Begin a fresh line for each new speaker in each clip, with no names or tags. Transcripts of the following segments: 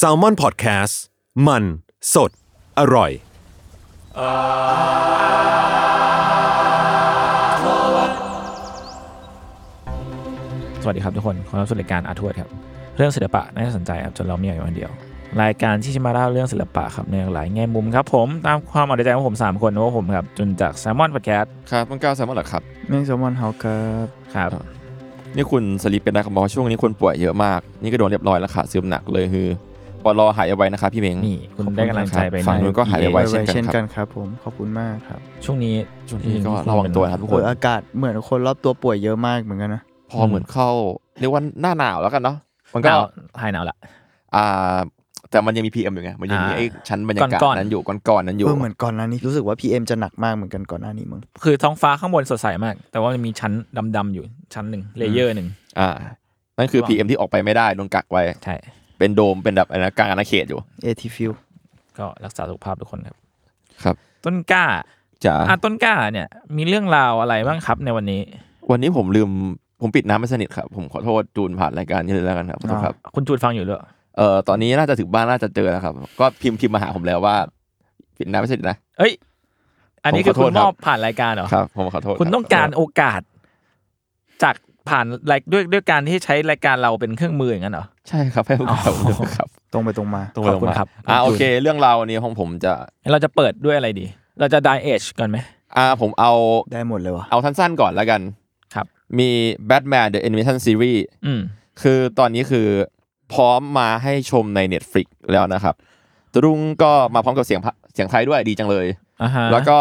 s a l m o n PODCAST มันสดอร่อย
สวัสดีครับทุกคนขอต้อนรับสู่รายการอาร์ทวดครับ เรื่องศิลปะน่าสนใจครับจนเราไม่อยากอยู่คนเดียว รายการที่จะมาเล่าเรื่องศิลปะครับในหลายแง่มุมครับผมตามความเอาใจของผม 3 คนว่าผมครับจุนจากแซมมอนพอดแคสต์
ครับมันก้าวสามารถหรอครับ
นี่แซลมอนเฮาครับ
ครับ
นี่คุณสลิปเป็นนักบอกว่าช่วงนี้คนป่วยเยอะมาก นี่ก็โดนเรียบร้อยแล้วค่ะซึมหนักเลยคือปอลอหายเอาไว้นะครับพี่เมง
นี่คุณได้กำลังใจไป
ฝั่งนู้นก็หายไว เช่นกันครับ
เช่นกันครับผมขอบคุณมากครับ
ช่วงนี้
ช่วงนี้ก็ระวังตัวนะครับทุกค
เอน ออากาศเหมือนคนรอบตัวป่วยเยอะมากเหมือนกันนะ
พอเหมือนเข้าเรียกว่าหน้าหนาวแล้วกันเนาะ มัน
ห
ก็
นาวหายหนาวละ
อ่าแต่มันยังมีพีเอ็มอยู่ไง มันยังมี
อ่า
ไอ้ชั้นบรรยากาศ
ก้อนๆ
นั้นอยู่ก้อนๆนั้นอยู่
เออเหมือนก่อนหน้านี้รู้สึกว่าพีเอ็มจะหนักมากเหมือนกันก่อนหน้านี้มึง
คือท้องฟ้าข้างบนสดใสมาก แต่ว่ามันมีชั้นดำๆอยู่ชั้นหนึ่งเลเยอร์หนึ่ง
อ่า นั่นคือ
ระวัง
พีเอ็มที่ออกไปไม่ได้โดนกักไว้
ใช่
เป็นโดมเป็นแบบอะไรนะกลางอาณาเขตอยู่
เอทีฟิล
ก็รักษาสุขภาพทุกคนครับ
ครับ
ต้นกล้า
จ๋า
อ่ะต้นกล้าเนี่ยมีเรื่องราวอะไรบ้างครับในวันนี้
วันนี้ผมลืมผมปิดน้ำไม่สนิทครับ ผมขอโทษจูนผ่านรายการนี้เลยแล้วกันครับขอโทษครับ
คุณจูนฟังอยู่หรือเปล่า
เอ่อตอนนี้น่าจะถึงบ้านน่าจะเจอแล้วครับ ก็พิมพ์พิมพ์มาหาผมแล้วว่าปิดน้ำไม่เสร็จนะ
เอ้ย อันนี้
ผม
คือ
ขอโท
คุ
ษ
ณม
ครับ
อบผ่านรายการเหรอ
ครับ ผมขอโทษ
คุณ
บ
ต้องการโอกาส จากผ่านรายด้วยด้วยการที่ใช้รายการเราเป็นเครื่องมืออย่างนั้นเหรอ
ใช่ครับให้ผมขอโทษครับ
ตรงไปตรงมา
ตรงไปตรงมาขอบคุณครับ
อ่าโอเค เรื่องเราววันนี้ของผมจะ
งั้นเราจะเปิดด้วยอะไรดี เราจะ die age ก่อนไหม
อ่าผมเอา
ได้หมดเลยวะ
เอาสั้นๆก่อนแล้วกัน
ครับ
มี Batman The Animation Series
อืม
คือตอนนี้คือพร้อมมาให้ชมใน Netflix แล้วนะครับตรุงก็มาพร้อมกับเสียงพะเสียงไทยด้วยดีจังเลย
อ่าฮะ
แล้วก็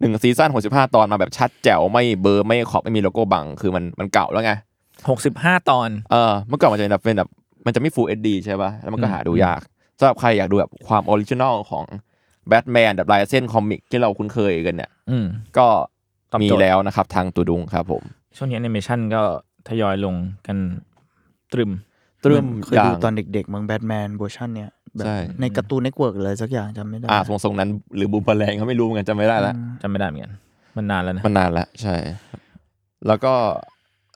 หนึ่งซีซั่น65 ตอนมาแบบชัดแจ๋วไม่เบลอร์ไม่ขอบไม่มีโลโก้บังคือมันมันเก่าแล้วไง
หกสิบห้าตอน
เออเมื่อก่อนมันจะเป็นแบบเป็นแบบมันจะไม่ Full HD ใช่ป่ะ แล้วมันก็
อืม
หาดูยากสำหรับใครอยากดูแบบความออริจินอลของแบทแมนแบบลายเส้นคอมิกที่เราคุ้นเคยกันเนี่ย
อืม
ก็
ตอบโจทย์
มีแล้วนะครับ ทางตูดุงครับผม
ช่วงนี้แอนิเมชันก็ทยอยลงกันตรึม
ตรึม
เคย
ย่า
ดู
ง
ตอนเด็กๆมึงแบทแมนเวอร์ชันเนี่ยแบบ
ใช่
ในการ์ตูนเน็ตเวิร์กเลยสักอย่างจำไม่ได้
อ่าทรงๆนั้น หรือบูมแมลงเขาไม่รู้เหมือนกันจำไม่ได้ละ
จำไม่ได้เหมือนกัน มันนานแล้วนะ
มันนานละใช่ แล้วก็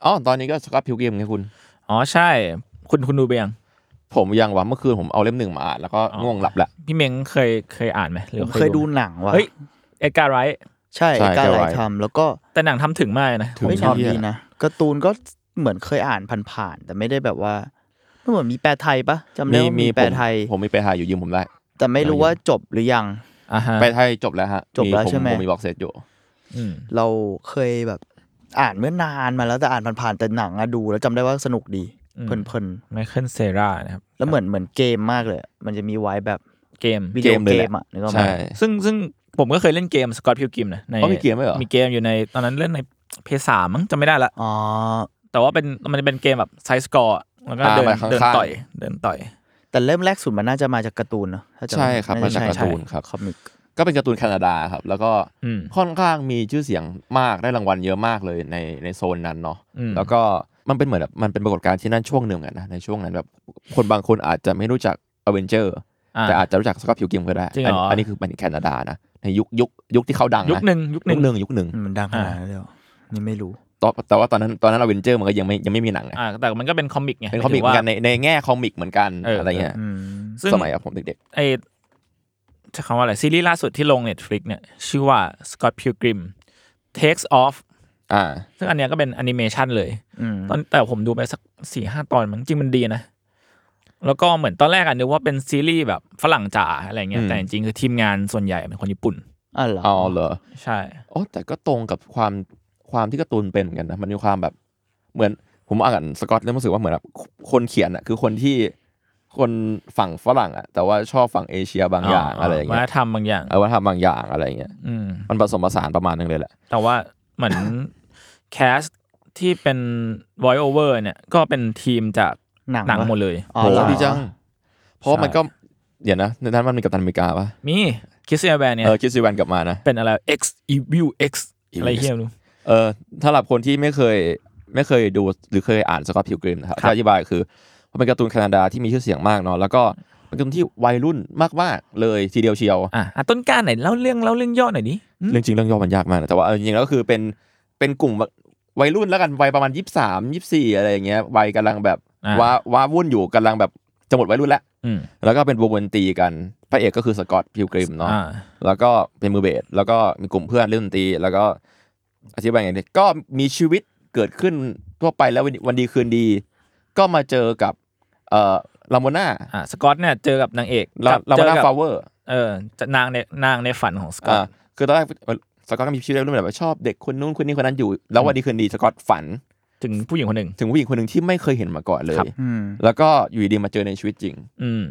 อ๋อตอนนี้ก็สกอตพิวเกมไงคุณ
อ๋อใช่ คุณคุณดูไปยัง
ผมยังว่าเมื่อคืนผมเอาเล่มหนึ่งมาอ่านแล้วก็
อ๋อ
ง่วงหลับละ
พี่เมงเคยเคยอ่านไหมห
ผ
รือ
มเคยดู
ไหม
หนังว่ะ
เฮ้ย เอ็ดการ์ไรท์
ใช่
ใช่
ไอ้การ
ใช่
หลาย
ไว้
ทำแล้วก็
แต่หนังทำถึงมากเลยนะ
ถึง
เฮ้ย
ชอบ
ทำดี
ดีนะ
นะการ์ตูนก็เหมือนเคยอ่านผ่านๆแต่ไม่ได้แบบว่าไม่เหมือนมีแปลไทยปะจำ
มี
ได้ว่า
มี
มี
ผ
แปล
ม
ไทย
ผมมีไปหาอยู่ยืมผมได้
แต่ไม่รู้ว่าจบหรือยัง
อ่าฮะ
ไปไทยจบแล้วฮะ
จบแล้วใช่ไหม
ผมมีบ็อกเซตอยู่
อืม
เราเคยแบบอ่านเมื่อนานมาแล้วแต่อ่านผ่านๆแต่หนังอะดู แล้วจำได้ว่าสนุกดี
อืม
เพลิน
ไมเคิลเซรานะครับ
ๆแล้วเหมือนเหมือนเกมมากเลย มันจะมีไว้แบบ
เกม
วิดีโอ
เกมเลย
เก
แหละ
มอะนึกออกไหม
ใช่
ซึ่งซึ่งผมก็เคยเล่นเกมสกอตพิวกิมนะใน
อ๋อมีเกมด้วยเหรอ
มีเกมอยู่ในตอนนั้นเล่นในเพสามมั้งจำไม่ได้ละ
อ๋อ
แต่ว่าเป็นมันจะเป็นเกมแบบไซส์สกอร์แล้วก็
อ่า
เดิน
ไปข้างๆ
เดินต่อยเดินต่อย
แต่เริ่มแรกสุดมันน่าจะมาจากการ์ตูนเนอะถ้าจำ
ใช่ครับ
น่
มาจาก
ใช่
การ์ตูนครับ
คอมิก
ก็เป็นการ์ตูนแคนาดาครับ แล้วก็
อืม
ค่อนข้างมีชื่อเสียงมากได้รางวัลเยอะมากเลยในในโซนนั้นเนาะ
อืม
แล้วก็มันเป็นเหมือนแบบมันเป็นปรากฏการณ์ที่นั่นช่วงหนึ่งอะนะในช่วงนั้นแบบคนบางคนอาจจะไม่รู้จักอเวนเจอร์
อ่ะ
แต่อาจจะรู้จักสกอตพิวกิมก็ได้
จริงเหรออั
นนี้คือเป็นแคนาดานะในยุคยุคยุคที่เขาดังะ
ยุคหนึ่งยุคห
ยุ
นึ่
ค
ง
หนึ่งยุคหนึ่ง
มันดังขนา
อ่า
ดนั้นเลยเหรอนี่ไม่รู้
ตอนแต่ว่าตอนนั้นตอนนั้นอเวนเจอร์มันก็ยังไม่ยังไม่มีหนังไง
อ่าแต่มันก็เป็นคอมิกไง
เป็นคอมิกเห
ห
มื
มา
อยน
ถึง
กัน
ว่า
ในในแง่คอมิกเหมือนกัน
เอออ
อะไรเงี้ย
อืม
ซึ่ง
สมัยอะผมเด็ก
ไอใช้คำว่าอะไร ซีรีส์ล่าสุดที่ลง Netflix เนี่ย ชื่อว่า Scott Pilgrim Takes Off
ๆอ่า
ซึ่งอันเนี้ยก็เป็นแอนิเมชันเลย
อืม
ตอนแต่ผมดูไปสักสี่ห้าตอนมันจริงมันดีนะ แล้วก็เหมือนตอนแรกอะนึกว่าเป็นซีรีส์แบบฝรั่งจ๋าอะไรเงี้ย
อืม
แต่จริงๆคือทีมงานส่วนใหญ่เป็นคนญี่ปุ่น
อ๋อเหรอ
เอาเหรอ
ใช่
โอ้แต่ก็ตรงกับความความที่การ์ตูนเป็นเหมือนกันนะมันมีความแบบเหมือนผมอ่านสกอตแล้วรู้สึกว่าเหมือนแบบคนเขียนอ่ะคือคนที่คนฝั่งฝรั่งอ่ะแต่ว่าชอบฝั่งเอเชียบางอย่างอะไรอย่าง
วัฒ
เงี้
น
ย
ธรรมบางอย่าง
เออวัฒนธรรมบางอย่างอะไรอย่างเงี้ย
อืม
มันผสมผสานประมาณนึงเลยแหละ
แต่ว่าเหมือน แคสที่เป็น voice over เนี่ย ก็เป็นทีมจาก
หนัง
หนัง
ปะ
หมดเลย
อ๋อเหรอ
ดีจัง เพราะว่า
ใช่
มันก็เดี๋ยวนะในนั้นมันมีกัปตันอเมริกาปะ
มีคิสเซียแบนเนี่ย
เออคิดซีแวนกลับมานะ
เป็นอะไร X Evil X อะไรเฮียไม่รู้
เออสำหรับคนที่ไม่เคยไม่เคยดูหรือเคยอ่านสกอตพิวกรินครับ
ครับ
จะอธิบายคือมันเป็นการ์ตูนแคนาดาที่มีชื่อเสียงมากเนาะแล้วก็เป็นการ์ตูนที่วัยรุ่นมากๆเลยทีเดียวเชียว
ะอ่ะต้นกล้าไหนเล่าเรื่องเล่าเรื่องย่อหน่อยดิอืม
เรื่องจริงเรื่องย่อมันยากมากนะแต่ว่าเอาจริงๆแล้วก็คือเป็นเป็นกลุ่มวัยรุ่นแล้วกันวัยประมาณยี่สามยี่สี่อะไรอย่างเงี้ยวัยกำลังแบบ
อ่ะ
ว้าว้าวุ่นอยู่กำลังแบบจะหมดวัยรุ่นแล้ว
อืม
แล้วก็เป็นวงดนตรีกันพระเอกก็คือสกอตพิวกริมเนาะ
อ่า
แล้วก็เป็นมือเบสแล้วก็มีกลุ่มเพื่อนเล่นดนตรีแล้วก็อธิบายอย่างนี้ก็มีชีวิตเกิดขึ้นทั่วไปแล้ววันวันดีคืนดี ก็มาเจอกับเอ่อลาโมน่า
อ่าสกอตเนี่ยเจอกับนางเอก
ลา
กับ
ลาโม
เจอ
น่า
กับ
ฟาวเวอร์
เออนางในนางในฝันของสกอต
อ่าคือตอนแรกสกอตก็มีชีวิตเรื่องแบบว่าชอบเด็กคนนู้นคนนี้คนนั้นอยู่ แล้ววันดีคืนดีสกอตฝัน
ถึงผู้หญิงคนหนึ่ง
ถึงผู้หญิงคนหนึ่งที่ไม่เคยเห็นมาก่อนเลย
ครับ
อืม
แล้วก็อยู่ดีๆมาเจอในชีวิตจริง
อืม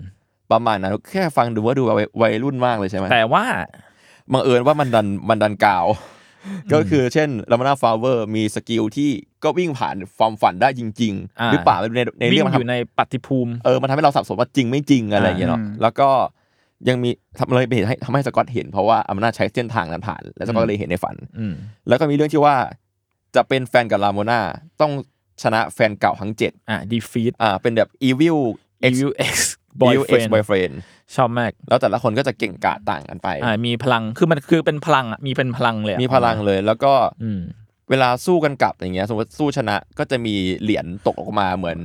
ประมาณนั้นแค่ฟังดูว่าดูวัยวัยรุ่นมากเลยใช่ไหม
แต่ว่า
บังเอิญว่ามันดันมันดันกาว ก็คือเช่นลามานาฟาวเวอร์มีสกิลที่ก็วิ่งผ่านความฝันได้จริง
อ่า
ๆ หรือเปล่าไม่รู้ในใน
วิ่
เรื่อ
ง
งมัน
อ
ท
ยู่ในปฏิภูมิ
ำเออมันทำให้เราสับสนว่าจริงไม่จริงอะไรอย่างเงี้ยเนาะ
อืม
แล้วก็ยังมีทำเลยเป็นเหตุให้ทำให้สกอตเห็นเพราะว่าอำนาจใช้เส้นทางนั้นผ่าน แล้วสกอ
อื
ต
ม
เลยเห็นในฝัน
อืม
แล้วก็มีเรื่องที่ว่าจะเป็นแฟนกับลาโมนาต้องชนะแฟนเก่าทั้งเจ็ด
อ่ะดีฟีด
อ่าเป็นแบบอีวิล
U X boyfriend
boyfriend
ชอบมาก
แล้วแต่ละคนก็จะเก่งกาจต่างกันไป
อ่ามีพลังคือมันคือเป็นพลังอ่ะมีเป็นพลังเลยอะ
มีพลังเลยแล้วก็
อืม
เวลาสู้กันกลับอย่างเงี้ยสมมติสู้ชนะก็จะมีเหรียญตกออกมาเหมือน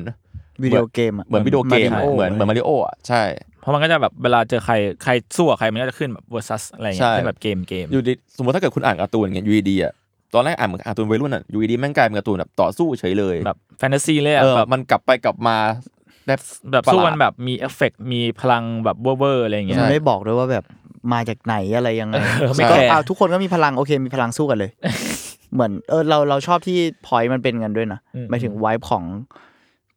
วิดีโอเกมอะ
เหมือนวิดีโอเกม
า
อะ
ริโ
เหมือนเหมือนมาริโออ่ะใช่
เพราะมันก็จะแบบเวลาเจอใครใครสู้กับใครมันก็จะขึ้นแบบ versus อะไรเงี้
ใช่
ยขึ้นแบบเกมเกม
อยู่ดีสมมติถ้าเกิดคุณอ่านการ์ตูนอย่างเงี้ยยูดีอ่ะตอนแรกอ่านเหมือนการ์ตูนวัยรุ่นอ่ะยูดีแม่งกลายเป็นการ์ตูนแบบต่อสู้เฉยเลย
แบบแฟนตาซีเลยอะ
เออ
แบบ
มันกลับไปกลับมาได้
แบบ
ประหลาด
สู้กันแบบมีเอฟเฟกมีพลังแบบเวอร์ๆอะไร
มั
เงี้
น
ย
ไม่บอกด้วยว่าแบบมาจากไหนอะไรยังไง
เออไม่
ก็
แคร์
เอาทุกคนก็มีพลังโอเคมีพลังสู้ กันเลย เหมือนเออเราเราชอบที่พอยต์มันเป็นกันด้วยนะหมายถึงไวท์ของ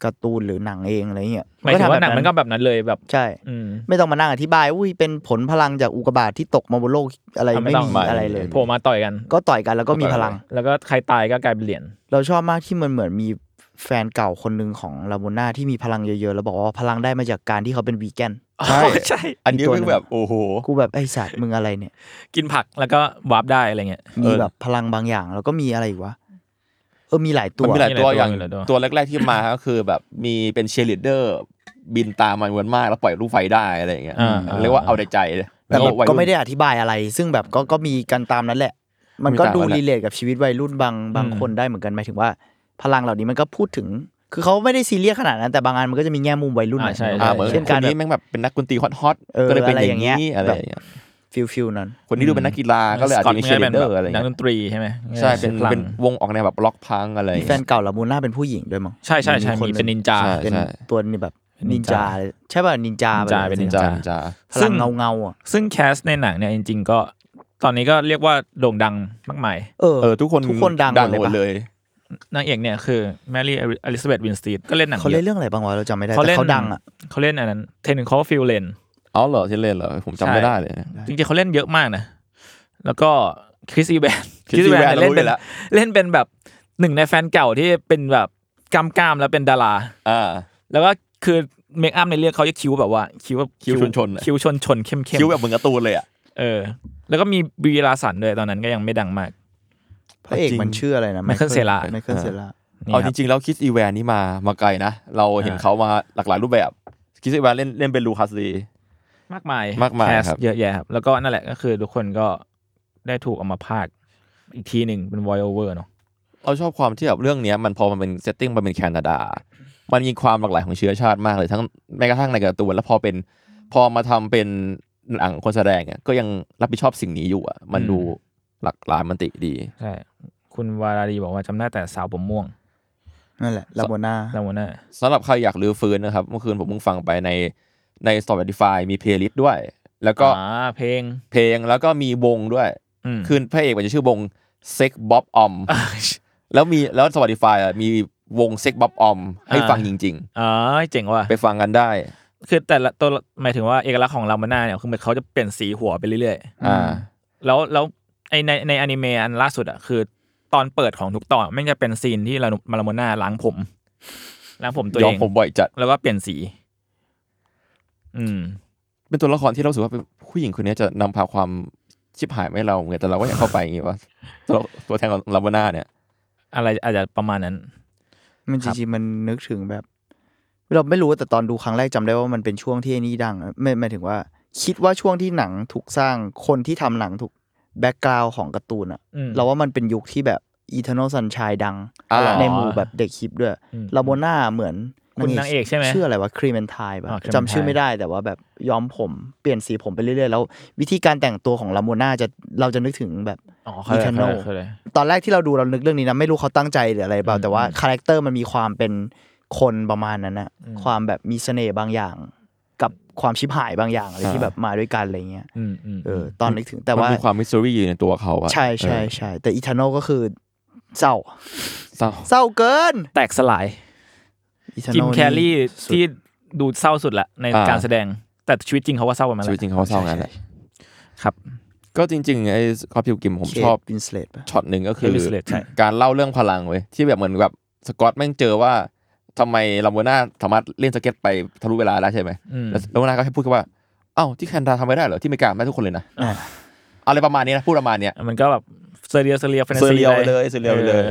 การ์ตูนหรือหนังเองอะไรเงี้ย
หมายถึงว่าหนัง
ทำ
มันก็แบบนั้นเลยแบบ
ใช่
อืม
ไม่ต้องมานั่งอธิบายอุ้ยเป็นผลพลังจากอุกกาบาตที่ตกมาบนโลกอะไร
อ่ะไม่
ไม่
ต้อง
มี
ไม่
อะไรเลย
โผล่มาต่อยกัน
ก็ต่อยกันแล้วก็มีพลัง
แล้วก็ใครตายก็กลายเป็นเหรียญ
เราชอบมากที่มันเหมือนมีแฟนเก่าคนหนึ่งของลาโมน่าที่มีพลังเยอะๆ แล้วบอกว่าพลังได้มาจากการที่เขาเป็นวีแกน
ใช่
ใช่
อันนี้
อีกตัวหนึ่
แม่
ง
งแบบโอ้โห
กูแบบไอสัตว์มึงอะไรเนี่ย
กินผักแล้วก็วาร์ปได้อะไรเงี้ย
เอ
มี
อ
แบบพลังบางอย่าง แล้วก็มีอะไรอีกวะเออมีหลายตั
มัน
ว
มีหลายตัวอย่าง
มีหลายตัว
ตัวแรก ๆที่มาก็คือแบบมีเป็นเชียร์ลีดเดอร์ บินตามมันวนมากแล้วปล่อยลูกไฟได้อะไรอย่างเงี้ย
อ่า
เรียกว่าเอาแต่ใจเลย
แต่แบบ
วัย
ก็
รุ่น
ไม่ได้อธิบายอะไร ซึ่งแบบก็ก็มีกันตามนั้นแหละ มันก็
มีตาม
ดู
นั้นแหละ
รีเลทกับชีวิตวัยรุ่นบางบาง
อืม
คนได้เหมือนกันหมายถึงว่า พลังเหล่านี้มันก็พูดถึง คือเขาไม่ได้ซีเรียสขนาดนั้นแต่บางอันมันก็จะมีแง่มุมวัยรุ่น
อ่า
หน่ย
ใช่
อ่า
ใช่
เหมือน
เช่น
ค
กาน รแบ
นี้
บ
แม่งแบบเป็นนักดนตรีฮอตฮอตๆ
เออ
ก็เลยเป็นอย่างนี้
อะ
อะไร ไรอย่ย่าง
อา
ง
เงี้
เงี้
ย
ย
ฟิลฟิลนั้น
คนที่ดูเป็นนักกีฬาก็เลยอาจจะมีเชลิเดอร์อะไร
นัก
เงี้
ด
ย
นตรีใช่ไหม
ใช่เป็น
พลัง
เป็นวงออกแนวแบบล็อกพังอะไร
มี
เงี้ย
แฟนเก่าลามูน่าเป็นผู้หญิงด้วยมั้ง
ใช่ใช่ใช่
มีคน
มี
หนึ่ง
เป็นนินจา
ใช่
เป็นตัวนี้แบบ
นิ
นิน
น
จา
จา
เลยใช่ป่ะนินจา
นินจา
ไป
เป็น
เลย
นิ
จ้าจ้า
พลังเงาเงาๆอ่ะ
ซึ่งแคสในหนังเนี่ยจริงๆก็ตอนนี้ก็เรียกว่าโด่งดังมากมาย
เออ
เออทุกคน
ทุกคนดัง
ดัง
หมดเลย
หมดเล
ปะ
ย
นางเอกเนี่ยคือแมรี่อลิซาเบธวินสตีดก็เล่นหนัง
เขาเล่
ยอะ
นเรื่องอะไรบ้างวะเราจำไม่ได้แต่เขาดังอ่ะ
เขาเล่นอันนั้นเทนนิคอลฟิลเลน
เอาเหรอที่เล่นเหรอผมจำไม่ได้เลย
จริงๆเขาเล่นเยอะมากนะ แล้วก็คริสอีแบ น
คิดที่แวน
เล่น
เล่น
เป็
เป็น นละ
เล่นเป็นแบบหนึ่งในแฟนเก่าที่เป็นแบบกล้ามกล้ามๆแล้วเป็นดารา
อ่า
แล้วก็คือเมคอัพในเรื่องเขาจะคิ้วแบบว่าคิ้วแบบ
คิ้วชนๆอะ
คิ้วชนชนๆเข้มเข้ม
คิ้วแบบเหมือนการ์ตูนเลยอ่ะ
เออ แล้วก็มีบีลาสันด้วยตอนนั้นก็ยังไม่ดังมาก
พระเอก
จริง
มันชื่ออะไรนะ
Michael Cera
ไมเคิลเซล่า
นี่
เอา
ค
จ
รับ
ริงๆแล้วคิดอีแวนนี่มามาไกลนะ เราเห็น
อ่า
เขามาหลากหลายรูปแบบคิดอีแวนเล่นเล่นเป็นลูคัสดี
มากมาย
มากมาย
แคส
ครับ
เยอะแยะครับ แล้วก็นั่นแหละก็คือทุกคนก็ได้ถูกเอามาพากย์อีกทีหนึ่งเป็น voice over เนาะ
เราชอบความที่แบบเรื่องเนี้ยมันพอมันเป็นเซตติ้งมันเป็นแคนาดา มันมีความหลากหลายของเชื้อชาติมากเลยทั้งแม้กระทั่งในการ์ตูนแล้วพอเป็นพอมาทำเป็นหนังคนแสดงอ่ะก็ยังรับผิดชอบสิ่งนี้อยู่อ่ะมันดูหลากหลายมันติดี
ใช่คุณวาราดีบอกว่าจำได้แต่สาวผมม่วง
นั่นแหละลาโมนา
แล้วหัวหน้า
สำหรับใครอยากรื้อฟื้นนะครับ เมื่อคืนผมเพิ่งฟังไปในใน Spotify มีเพลย์ลิสต์ด้วย แล้วก็
อ่าเพลง
เพลงแล้วก็มีวงด้วย
ม
คืนพระเอกมันจะชื่อวงเซ็กบ๊อบอม แล้วมีแล้ว Spotify อ่ะมีวงเซ็กบ๊อบอมให้
อ่า
ฟังจริง
อ๋อเจ๋งว่ะ
ๆ ไปฟังกันได้
คือแต่ละตัวหมายถึงว่าเอกลักษณ์ของลามาน่าเนี่ยคือเหมือนเขาจะเปลี่ยนสีหัวไปเรื่อย
อ่า
ๆ แล้วแล้วไอในในอนิเมะอันล่าสุดอ่ะคือตอนเปิดของทุกตอนแม่งจะเป็นซีนที่ลาลามาน่าล้างผม ล้างผมตัว
ย้
เอ
อม
ง
ผมบ่อยจัด
แล้วก็เปลี่ยนสี อืม
เป็นตัวละครที่เรารู้สึกว่าเป็นผู้หญิงคนนี้จะนำพาความชิบหายไม่เราเหมือนกันแต่เราก็อยากเข้าไปอย่างงี้วะตัวตัวแทนของลาบาน่าเนี่ย
อะไรอาจจะประมาณนั้น
มันจริงๆมันนึกถึงแบบ เราไม่รู้แต่ตอนดูครั้งแรกจำได้ว่ามันเป็นช่วงที่ไอ้นี่ดังอะไม่หมายถึงว่า คิดว่าช่วงที่หนังถูกสร้างคนที่ทำหนังถูกแบ็กกราวของการ์ตูนอะ
อืม
เราว่ามันเป็นยุคที่แบบ Eternal Sunshine ดัง
อ่า
ในหมู่แบบเด็กคลิปด้วย
อืม
ลาโบน่าเหมือน
คุณนางเอกใช่ไหม
ชื่ออะไรวะครีเมนทายป่ะ
อ๋อ Clementine
จำชื่อไม่ได้แต่ว่าแบบย้อมผมเปลี่ยนสีผมไปเรื่อยๆแล้ว วิธีการแต่งตัวของลาโบน่าจะเราจะนึกถึงแบบ
อ๋อเขาเลย
Eternal
เขาเลย
ตอนแรกที่เราดูเรานึกเรื่องนี้นะ ไม่รู้เขาตั้งใจหรืออะไรหรือเปล่า
อืม
แต่ว่า
อืม
คาแรคเตอร์มันมีความเป็นคนประมาณนั้นนะ
อืม
ความแบบมีเสน่ห์บางอย่าง กับความชิบหายบางอย่างอะไร
อ่า
ที่แบบมาด้วยกันอะไรเงี้ย
อืมอืม
เออตอนนึกถึงแต่ว่าม
นมีความมิสซิรี่อยู่ในตัวเขาอะ
ใช่ใช่
เออ
ใช่แต่อีทานอลก็คือเศร้า
เศร้า
เศร้าเกิน
แตกสลาย
อีทานอล
จิมแคลรี่
สุด
ที่ดูเศร้าสุดละในการแสดงแต่ชีวิตจริงเขาว่าเศร้ากว่ามัน
ชี
ละ
วิตจริงเขาเศร้างั้นแหละ
ครับ
ก็จริงๆไอ้คอพิวกิมผมชอบ
วินสเลตป่ะ
ช็อตหนึ่งก็คือ
Kate Winslet ใช่
การเล่าเรื่องพลังเว้ยที่แบบเหมือนแบบสกอตแม่งเจอว่าทำไมลาโบน่าสามารถเล่นสเก็ตไปทะลุเวลาได้ใช่ไหม
อืม
แล้วลาโบน่าก็แค่พูดแค่ว่าเอ้าที่แคนดาทำไม่ได้เหรอที่อเมริกาไม่ได้ทุกคนเลยนะ
อ่า
อะไรประมาณนี้นะพูดประมาณเนี้ย
มันก็แบบเซเรียลเซเรียลแฟนตา
เซ
ซี
เรียลไปเลยเซเรียลไปเลย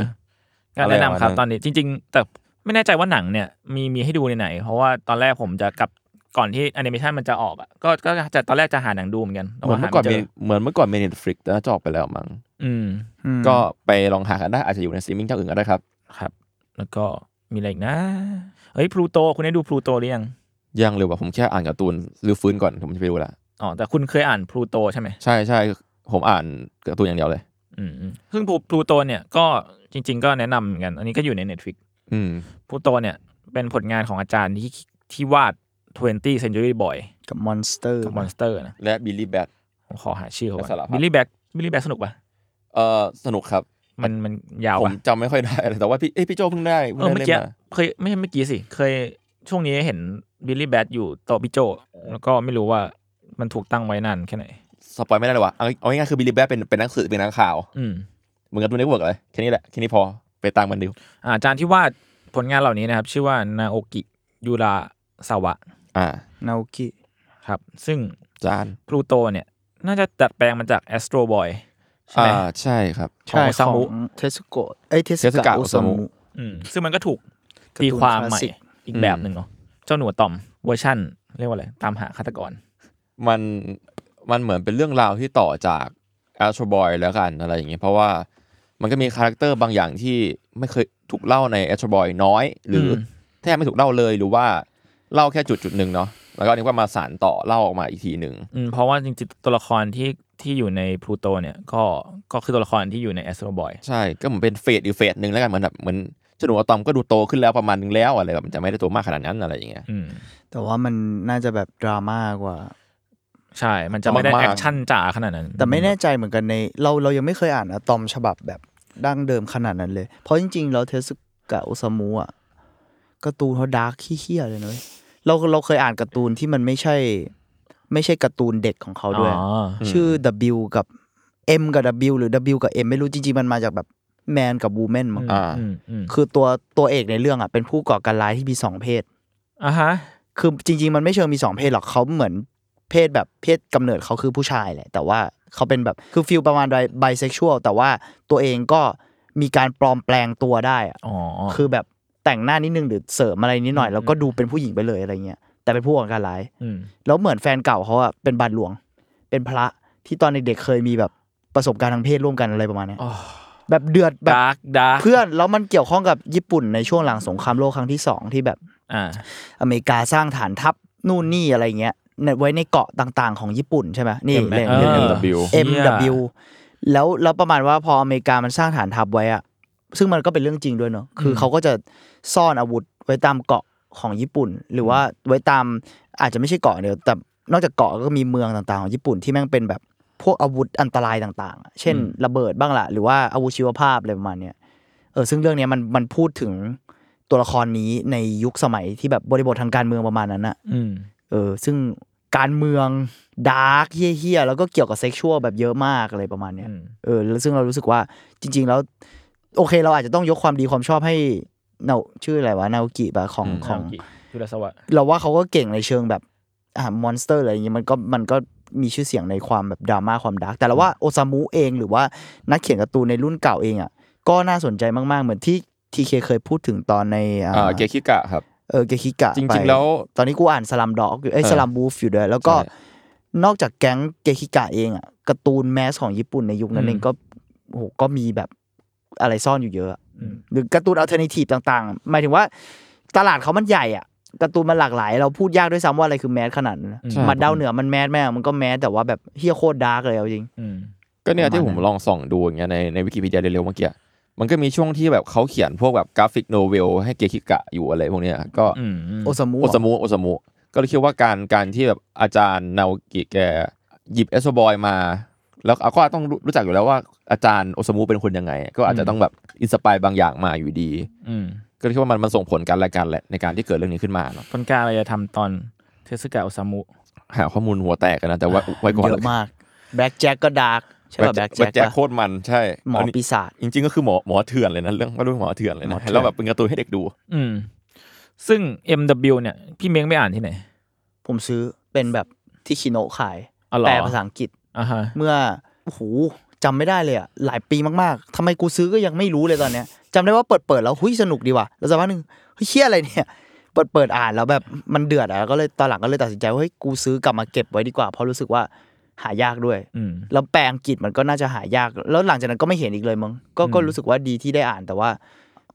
ก็แนะนำครับ
อะไรประมาณนั้น
ตอนนี้จริง ๆ แต่ไม่แน่ใจว่าหนังเนี่ยมีมีให้ดูในไหน เพราะว่าตอนแรกผมจะกลับก่อนที่แอนิเมชันมันจะออกอะก็ก็จะตอนแรกจะหาหนังดูเหมือนกันแต่
เหมือ
ว่าน หา
เมื่อก่อน
ไม่เจ
มี
อ
เหมือนเมื่อก่อนเมนิฟลิกแต่น่าจะออกไปแล้วมั้ง
อืม
ก็ไปลองหากันได้อาจจะอยู่ในสตรีมมิ่งเจ้าอื่นก็ได้ครับ
ครับ แล้วก็มีอะไรอีกนะเฮ้ยพลูโตคุณได้ดูพลูโตหรือยัง
ยังเลยว่ะผมแค่อ่านการ์ตูนรื้อฟื้นก่อนผมจะไปดูละ
อ๋อแต่คุณเคยอ่านพลูโตใช่ไหม
ใช่ใช่ผมอ่านการ์ตูนอย่างเดียวเลย
อืมอืมซึ่งพลูโตเนี่ยก็จริง ๆ ก็แนะนำเหมือนกัน อันนี้ก็อยู่ใน Netflix
อืม
พลูโตเนี่ยเป็นผลงานของอาจารย์ที่ที่วาด 20 Century Boy
กับมอนสเตอร์
กับมอนสเตอร์นะ
และบิลลี่แบท
ผมขอหาชื่อเขาก่อ
และสา
น
รพัด
บิลลี่แบ็กบิลลี่แบ็กสนุกปะ
เออสนุกครับ
มันมันยาว
ผม
ปะ
จำไม่ค่อยได้เลยแต่ว่าพี่เอ้ยพี่โจเพิ่งได้
เออเมื่อ
พิ่งได้
กี้
ล่นมา
เคยไม่ไม่เมื่อกี้สิ เคยช่วงนี้เห็นบิลลี่แบ็กอยู่โต๊ะพี่โจ แล้วก็ไม่รู้ว่ามันถูกตั้งไว้นานแค่ไหน
สปอยไม่ได้เลยว่ะเอาเอาง่ายๆคือบิลลี่แบทเป็นเป็นนักสืบเป็นนักข่าว
อืม
เหมือนกับตัวนี้เวิร์กเลยแค่นี้แหละแค่นี้พอไปตามมันดู
อาอาจารย์ที่วาดผลงานเหล่านี้นะครับ ชื่อว่านาโอกิยูราซาวะ
อ่า
นาโอกิ
ครับ ซึ่ง
จาน
พลูโตเนี่ยน่าจะดัดแปลงมาจาก Astro Boy ใช่ไหม
อ่าใช่ครับ
ของซามุ
เทสโกะเอ้ยเทสกะ
Tezuka
อุซา
Osamu
มุ
อืมซึ่งมันก็ถูกตีความใหม่
การ์ตูนคลาสสิก
อีกแบบหนึ่งเนาะเจ้าหนูตอมเวอร์ชั่น เรียกว่าอะไร ตามหาฆาตกร
มันมันเหมือนเป็นเรื่องราวที่ต่อจาก Astro Boy แล้วกันอะไรอย่างเงี้ยเพราะว่ามันก็มีคาแรคเตอร์บางอย่างที่ไม่เคยถูกเล่าใน Astro Boy น้อย หรืออ
ม
แทบไม่ถูกเล่าเลยหรือว่าเล่าแค่จุดจุดๆหนึ่งเนาะแล้วก็อันนี่ว่ามาสารต่อเล่าออกมาอีกทีหนึ่ง
อืมเพราะว่าจริงๆตัวละครที่ที่อยู่ในพลูโตเนี่ยก็ก็คือตัวละครที่อยู่ใน Astro Boy
ใช่ก็เหมือนเป็นเฟสอีกเฟสหนึ่งแล้วกันเหมือนแบบเหมือนเจาหนูอะตอมก็ดูโตขึ้นแล้วประมาณนึงแล้วอะไรแบบมันจะไม่ได้โตมากขนาดนั้นอะไรอย่างเงี้ย
อืม
แต่ว่ามันน่าจะแบบดราม่ากว่า
ใช่มันจะไม่ได้
มากๆ
แอคชั่นจ๋าขนาดนั้น
แต่ไม่แน่ใจเหมือนกันในเราเรายังไม่เคยอ่านอะตอมฉบับแบบดั้งเดิมขนาดนั้นเลย เพราะจริงๆแล้วเทสกะอุซามุอะการ์ตูนเขาดาร์กขี้เหี้ยเลยนะเว้ยเราเราเคยอ่านการ์ตูนที่มันไม่ใช่ ไม่ใช่การ์ตูนเด็กของเขา
อ๋
ด้วย
อ
ชื่อ W กับ M กับ W หรือ W กับ M ไม่รู้จริงๆ มันมาจากแบบแมนกับวูแมนมั้ง
อ่า
อืมอืม
คือตัวตัวเอกในเรื่องอ่ะเป็นผู้ก่อการร้ายที่มีสองเพศ
อ่ะฮะ
คือจริง ๆ มันไม่เชิงมีสองเพศหรอกเขาเหมือนเพศแบบเพศกำเนิดเขาคือผู้ชายแหละ แต่ว่าเขาเป็นแบบคือฟิลประมาณไบเซ็กชวลแต่ว่าตัวเองก็มีการปลอมแปลงตัวได้อะ
อ๋อ
คือแบบแต่งหน้านิดนึงหรือเสริมอะไรนิดหน่อย แล้วก็ดูเป็นผู้หญิงไปเลยอะไรเงี้ยแต่เป็นผู้ก่อการร้าย
อืม
แล้วเหมือนแฟนเก่าเขาอะเป็นบาทหลวง เป็นพระที่ตอนเด็กๆเคยมีแบบประสบการณ์ทางเพศร่วมกันอะไรประมาณเนี้ยแบบเดือดแบบ
ดาร์กดาร์ก
เพื่อนแล้วมันเกี่ยวข้องกับญี่ปุ่นในช่วงหลังสงครามโลกครั้งที่สองที่แบบ
อ่า
อเมริกาสร้างฐานทัพนู่นนี่อะไรเงี้ยในไว้ในเกาะต่างๆของญี่ปุ่นใช่ไหมนี่เล่น
เออ
เรื่อง
MW
MW แล้วแล้วประมาณว่าพออเมริกามันสร้างฐานทัพไว้อะซึ่งมันก็เป็นเรื่องจริงด้วยเนอะคือเขาก็จะซ่อนอาวุธไว้ตามเกาะของญี่ปุ่น หรือว่าไว้ตามอาจจะไม่ใช่เกาะเดียวแต่นอกจากเกาะก็มีเมืองต่างๆของญี่ปุ่นที่แม่งเป็นแบบพวกอาวุธอันตรายต่างๆอะเช่น ระเบิดบ้างละหรือว่าอาวุธชีวภาพอะไรประมาณเนี้ยเออซึ่งเรื่องเนี้ยมันมันพูดถึงตัวละครนี้ในยุคสมัยที่แบบบริบททางการเมืองประมาณนั้นอะ
อืม
เออซึ่งการเมืองดาร์กเฮี้ยๆ แล้วก็เกี่ยวกับเซ็กชวลแบบเยอะมากอะไรประมาณเนี้ย
อืม
เออแล้วซึ่งเรารู้สึกว่าจริง ๆ แล้ว โอเคเราอาจจะต้องยกความดีความชอบให้ เนาชื่ออะไรวะนาโอกิปะของ
อืม
ของ
คือละสวัสดิ์
เราว่าเขาก็เก่งในเชิงแบบอ่ามอนสเตอร์อะไรอย่างเงี้ยมันก็มันก็มีชื่อเสียงในความแบบดราม่าความดาร์กแต่เราว่าโอซามุเองหรือว่านักเขียนการ์ตูนในรุ่นเก่าเองอ่ะก็น่าสนใจมาก ๆ เหมือนที่ทีเคเคยพูดถึงตอนในอ่า
อ่าเกคิกะครับ
เออเกคิกะ
จ
ไป
ริง ๆ แล้ว
ตอนนี้กูอ่านสลัมดอกอยู่เอ้ย
เออ
สลัมบูฟอยู่ด้วยแล้วก็
ใช่
นอกจากแก๊งเกคิกะเองอ่ะการ์ตูนแมสของญี่ปุ่นในยุคนั้นเองก็โอ้โหก็มีแบบอะไรซ่อนอยู่เยอะอะ
อืม
หรือการ์ตูนอัลเทอร์เนทีฟต่างๆ หมายถึงว่าตลาดเขามันใหญ่อ่ะการ์ตูนมันหลากหลาย เราพูดยากด้วยซ้ำว่าอะไรคือแมสขนาดนั้นนะ
ใช่
มาเด้าเหนือมันแมสแม่มันก็แมสแต่ว่าแบบเฮี้ยโคตรดาร์กเลยเอาจริง
อืม
ก็เนี่ย
ประมาณ
ที่ผม
นั้น
ลองส่องดูอย่างเงี้ยในในวิกิพีเดียเร็วๆเมื่อกี้มันก็มีช่วงที่แบบเขาเขียนพวกแบบกราฟิกโนเวลให้เกคิกะอยู่อะไรพวกเนี้ยก็
อืม
โอซามุ
โอซามุโอซามุก็เลยคิดว่าการการที่แบบอาจารย์นาโอกิแกหยิบเอสโซบอยมา แล้วอาก็ต้องรู้รู้จักอยู่แล้วว่าอาจารย์โอซามุเป็นคนยังไง ก็อาจจะต้องแบบอินสปายบางอย่างมาอยู่ดี
อืม
ก็เลยคิดว่ามันมันส่งผลกันและกันแหละในการที่เกิดเรื่องนี้ขึ้นมาเนาะ
คนกล้าอะไรจะทำตอนเทสกาโอซามุ
หาข้อมูลหัวแตกกันนะ แต่ว่าไว้ก่อน
เยอะมากแบล็กแจ็คก็ดาร์กใช่ป่ะแบล็ก
แจ็
แจ็
ค
ค
โคตรมันใช่
หมอ
อันนี้
ปีศาจ
จริงๆก็คือหมอหมอเถื่อนเลยนะเรื่องว่าเรื่องหมอเถื่อนเลย
หมอ
นะ
เถื่อน
แล้วแบบเป็นการ์ตูนให้เด็กดู
อืม ซึ่ง MW เนี่ย พี่เม้งไม่อ่านที่ไหน
ผมซื้อเป็นแบบที่คิโนะขาย
อ๋อเหรอ
แปลภาษาอังกฤษ
อ่าฮะ
เมื่อโอ้โหจำไม่ได้เลยอ่ะหลายปีมากๆทำไมกูซื้อก็ยังไม่รู้เลยตอนเนี้ยจำได้ว่าเปิดเปิดๆแล้วหุ้ยสนุกดีว่ะแล้วสักพักหนึ่งเฮ้ยเฮี้ยอะไรเนี่ยเปิดเปิดๆอ่านแล้วแบบมันเดือดอ่ะแล้วก็เลยตอนหลังก็เลยตัดสินใจว่าเฮ้ยกูซื้อกลับมาเก็บไว้ดีกว่าเพราะรู้สึกว่าหายากด้วย
อืม
แล้วแปลอังกฤษมันก็น่าจะหายาก แล้วหลังจากนั้นก็ไม่เห็นอีกเลยมั้งก็ก็
อืม
รู้สึกว่าดีที่ได้อ่านแต่ว่า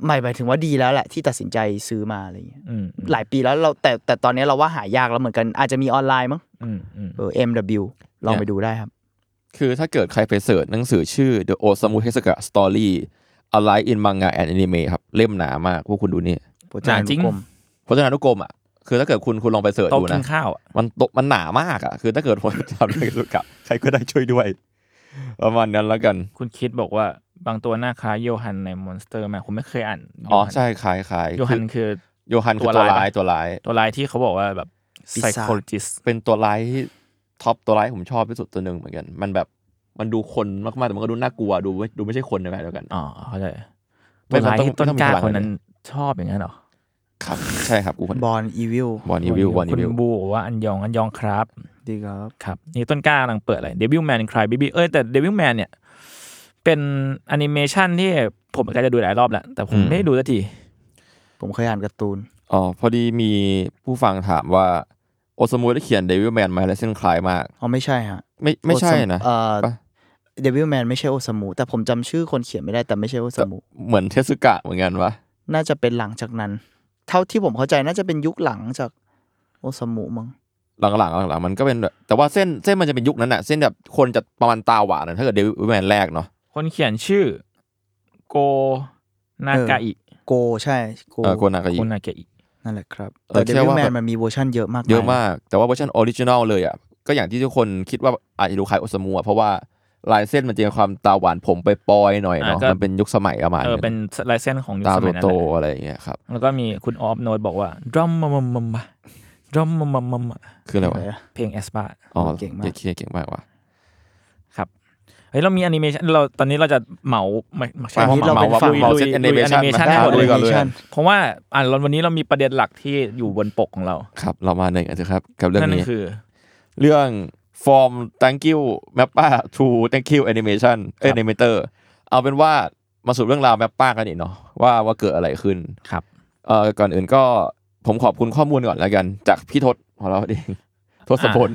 หมายหมายถึงว่าดีแล้วแหละที่ตัดสินใจซื้อมาอะไรอย่างเงี้ย
อืม
หลายปีแล้วเราแต่แต่ตอนเนี้ยเราว่าหายากแล้วเหมือนกันอาจจะมีออนไลน์มั้ง
อืมอืม
เออ MW ลองไปดูได้ครับ
คือถ้าเกิดใครไปเสิร์ชหนังสือชื่อ The Osamu Tezuka Story A Life in Manga and Anime ครับเล่มหนามากพวกคุณดูนี่
พจนานุกรม
พจนานุกรมอ่ะคือถ้าเกิดคุณคุณลองไปเสิร์ช
โต๊ะ
ดู
กิ
นะ
นข้าวอ่ะ
มันโตมันหนามากอ่ะ คือถ้าเกิดผมทำเรื่องเกี่ยว กับใครก็ได้ช่วยด้วย ประมาณนั้นแล้วกัน
คุณคิดบอกว่าบางตัวหน้าคล้ายโยฮันในมอนสเตอร์มากผมไม่เคยอ่าน
อ๋อ
โยฮัน
ใช่ขายขาย
โยฮันคือ
โยฮันคือ
ตั
ตัว
วร้าย
ร้ายตัวร้าย
ตัวลายที่เขาบอกว่าแบบ psychologist
เป็นตัวร้ายที่ท็อปตัวร้ายผมชอบที่สุดตัวหนึ่งเหมือนกัน มันแบบมันดูคนมากๆแต่มันก็ดูน่ากลัวดูไม่ดูไม่ใช่คนในแบบเดียวกัน
อ๋อเข้าใจ
ไม่
ตัว
มัน
ลาย
ต้อง
ที่ต้น
ต้องมี
กล้า
พ
ค
ลัง
นนั้นชอบอย่างนั้นเหรอ
ครับ ใช่ครับกูคน
บอลอีวิล
บอลอีวิวบอลอี
คุณ
วิว
บูบอกว่าอันยองอันยองครับ
ดีครับ
ครับนี่ต้นกล้ากำลังเปิดอะไรเดวิลแมนคลายบีบีเอ้ยแต่เดวิลแมนเนี่ย เป็นแอนิเมชันที่ผมก็จะดูหลายรอบแล้ว แต่ผมไม่ได้ดูสักที
ผมเคยอ่านการ์ตูน
อ๋อพอดีมีผู้ฟังถามว่าโอซามูได้เขียนเดวิลแมนมาและเส้นคล้ายมาก
อ๋อ ไม่ใช่ฮะ
ไม่ไม่ใช่นะ
เอ่อ
ปะ
เดวิลแมนไม่ใช่โอซามุแต่ผมจำชื่อคนเขียนไม่ได้แต่ไม่ใช่โอซามุ
เหมือนเทสึกะเหมือนกันวะ
น่าจะเป็นหลังจากนั้น เท่าที่ผมเข้าใจน่าจะเป็นยุคหลังจากโอซามุมั้ง
หลังๆหลังๆมันก็เป็นแบบแต่ว่าเส้นเส้นมันจะเป็นยุคนั้นน่ะ เส้นแบบคนจะประมาณตาหวานอะถ้าเกิดเดวิดแมนแรกเนาะ
คนเขียนชื่อโกนากาอิ
โกใช่โก
เออโกนากาอิ
โกนากาอิ
นั่นแหละครับ
แต่
แต่เด
แค่
วิล
ว่า
แม
แบ
น
บ
มันมีเวอร์ชันเยอะมาก
เยอะ
มาย
มาก แต่ว่าเวอร์ชันออริจินอลเลยอ่ะ ก็อย่างที่ทุกคนคิดว่าอาจจะดูคล้ายโอซามูอ่ะ เพราะว่าลายเส้นมันจะมีความตาหวานผมไปปอยๆหน่อยเนาะ มันเป็นยุคสมัยประมาณ
เออ
นึ
เป็น
ง
ลายเส้นของยุค
ตา
สมัยนั้น
โต
แหละ
ๆอะไรอย่างเงี้ยครับ
แล้วก็มีคุณออฟโนดบอกว่าดรัมมัมมัมมาดรัมมัมมัมมา
คืออะไรวะ
เลยอะ
เพลงแอสปา
อ๋อ
เก่งมาก
เเก่งมากว่ะ
เฮ้ยเรามีแอนิเมชันเราตอนนี้เราจะเหมาไม่ไม่ใช่
อ่ะ
ว่า
ที่เรา
เหมา
เป็น
ว่า
ฝั่ง
ลุย
เหมา
ลุยลุย
เซ็ต animation มา
animation
ได้
ให้หมดเลย
ก่อนเลย
animation
เพราะว่าอ่านวันนี้เรามีประเด็นหลักที่อยู่บนปกของเรา
ครับ เรามาหนึ่งกันเถอะครับ กับเรื่อง
นั่น
นี้
คือ
เรื่อง Form Thank You Mappa to Thank You Animation เอ้ย
ครับ
Animator เอาเป็นว่ามาสู่เรื่องราวแมปป้ากันอีกเนาะว่าว่าเกิดอะไรขึ้น
ครับ
เอ่อก่อนอื่นก็ผมขอบคุณข้อมูลก่อนแล้วกัน จากพี่ทศของเราเอง ทศพล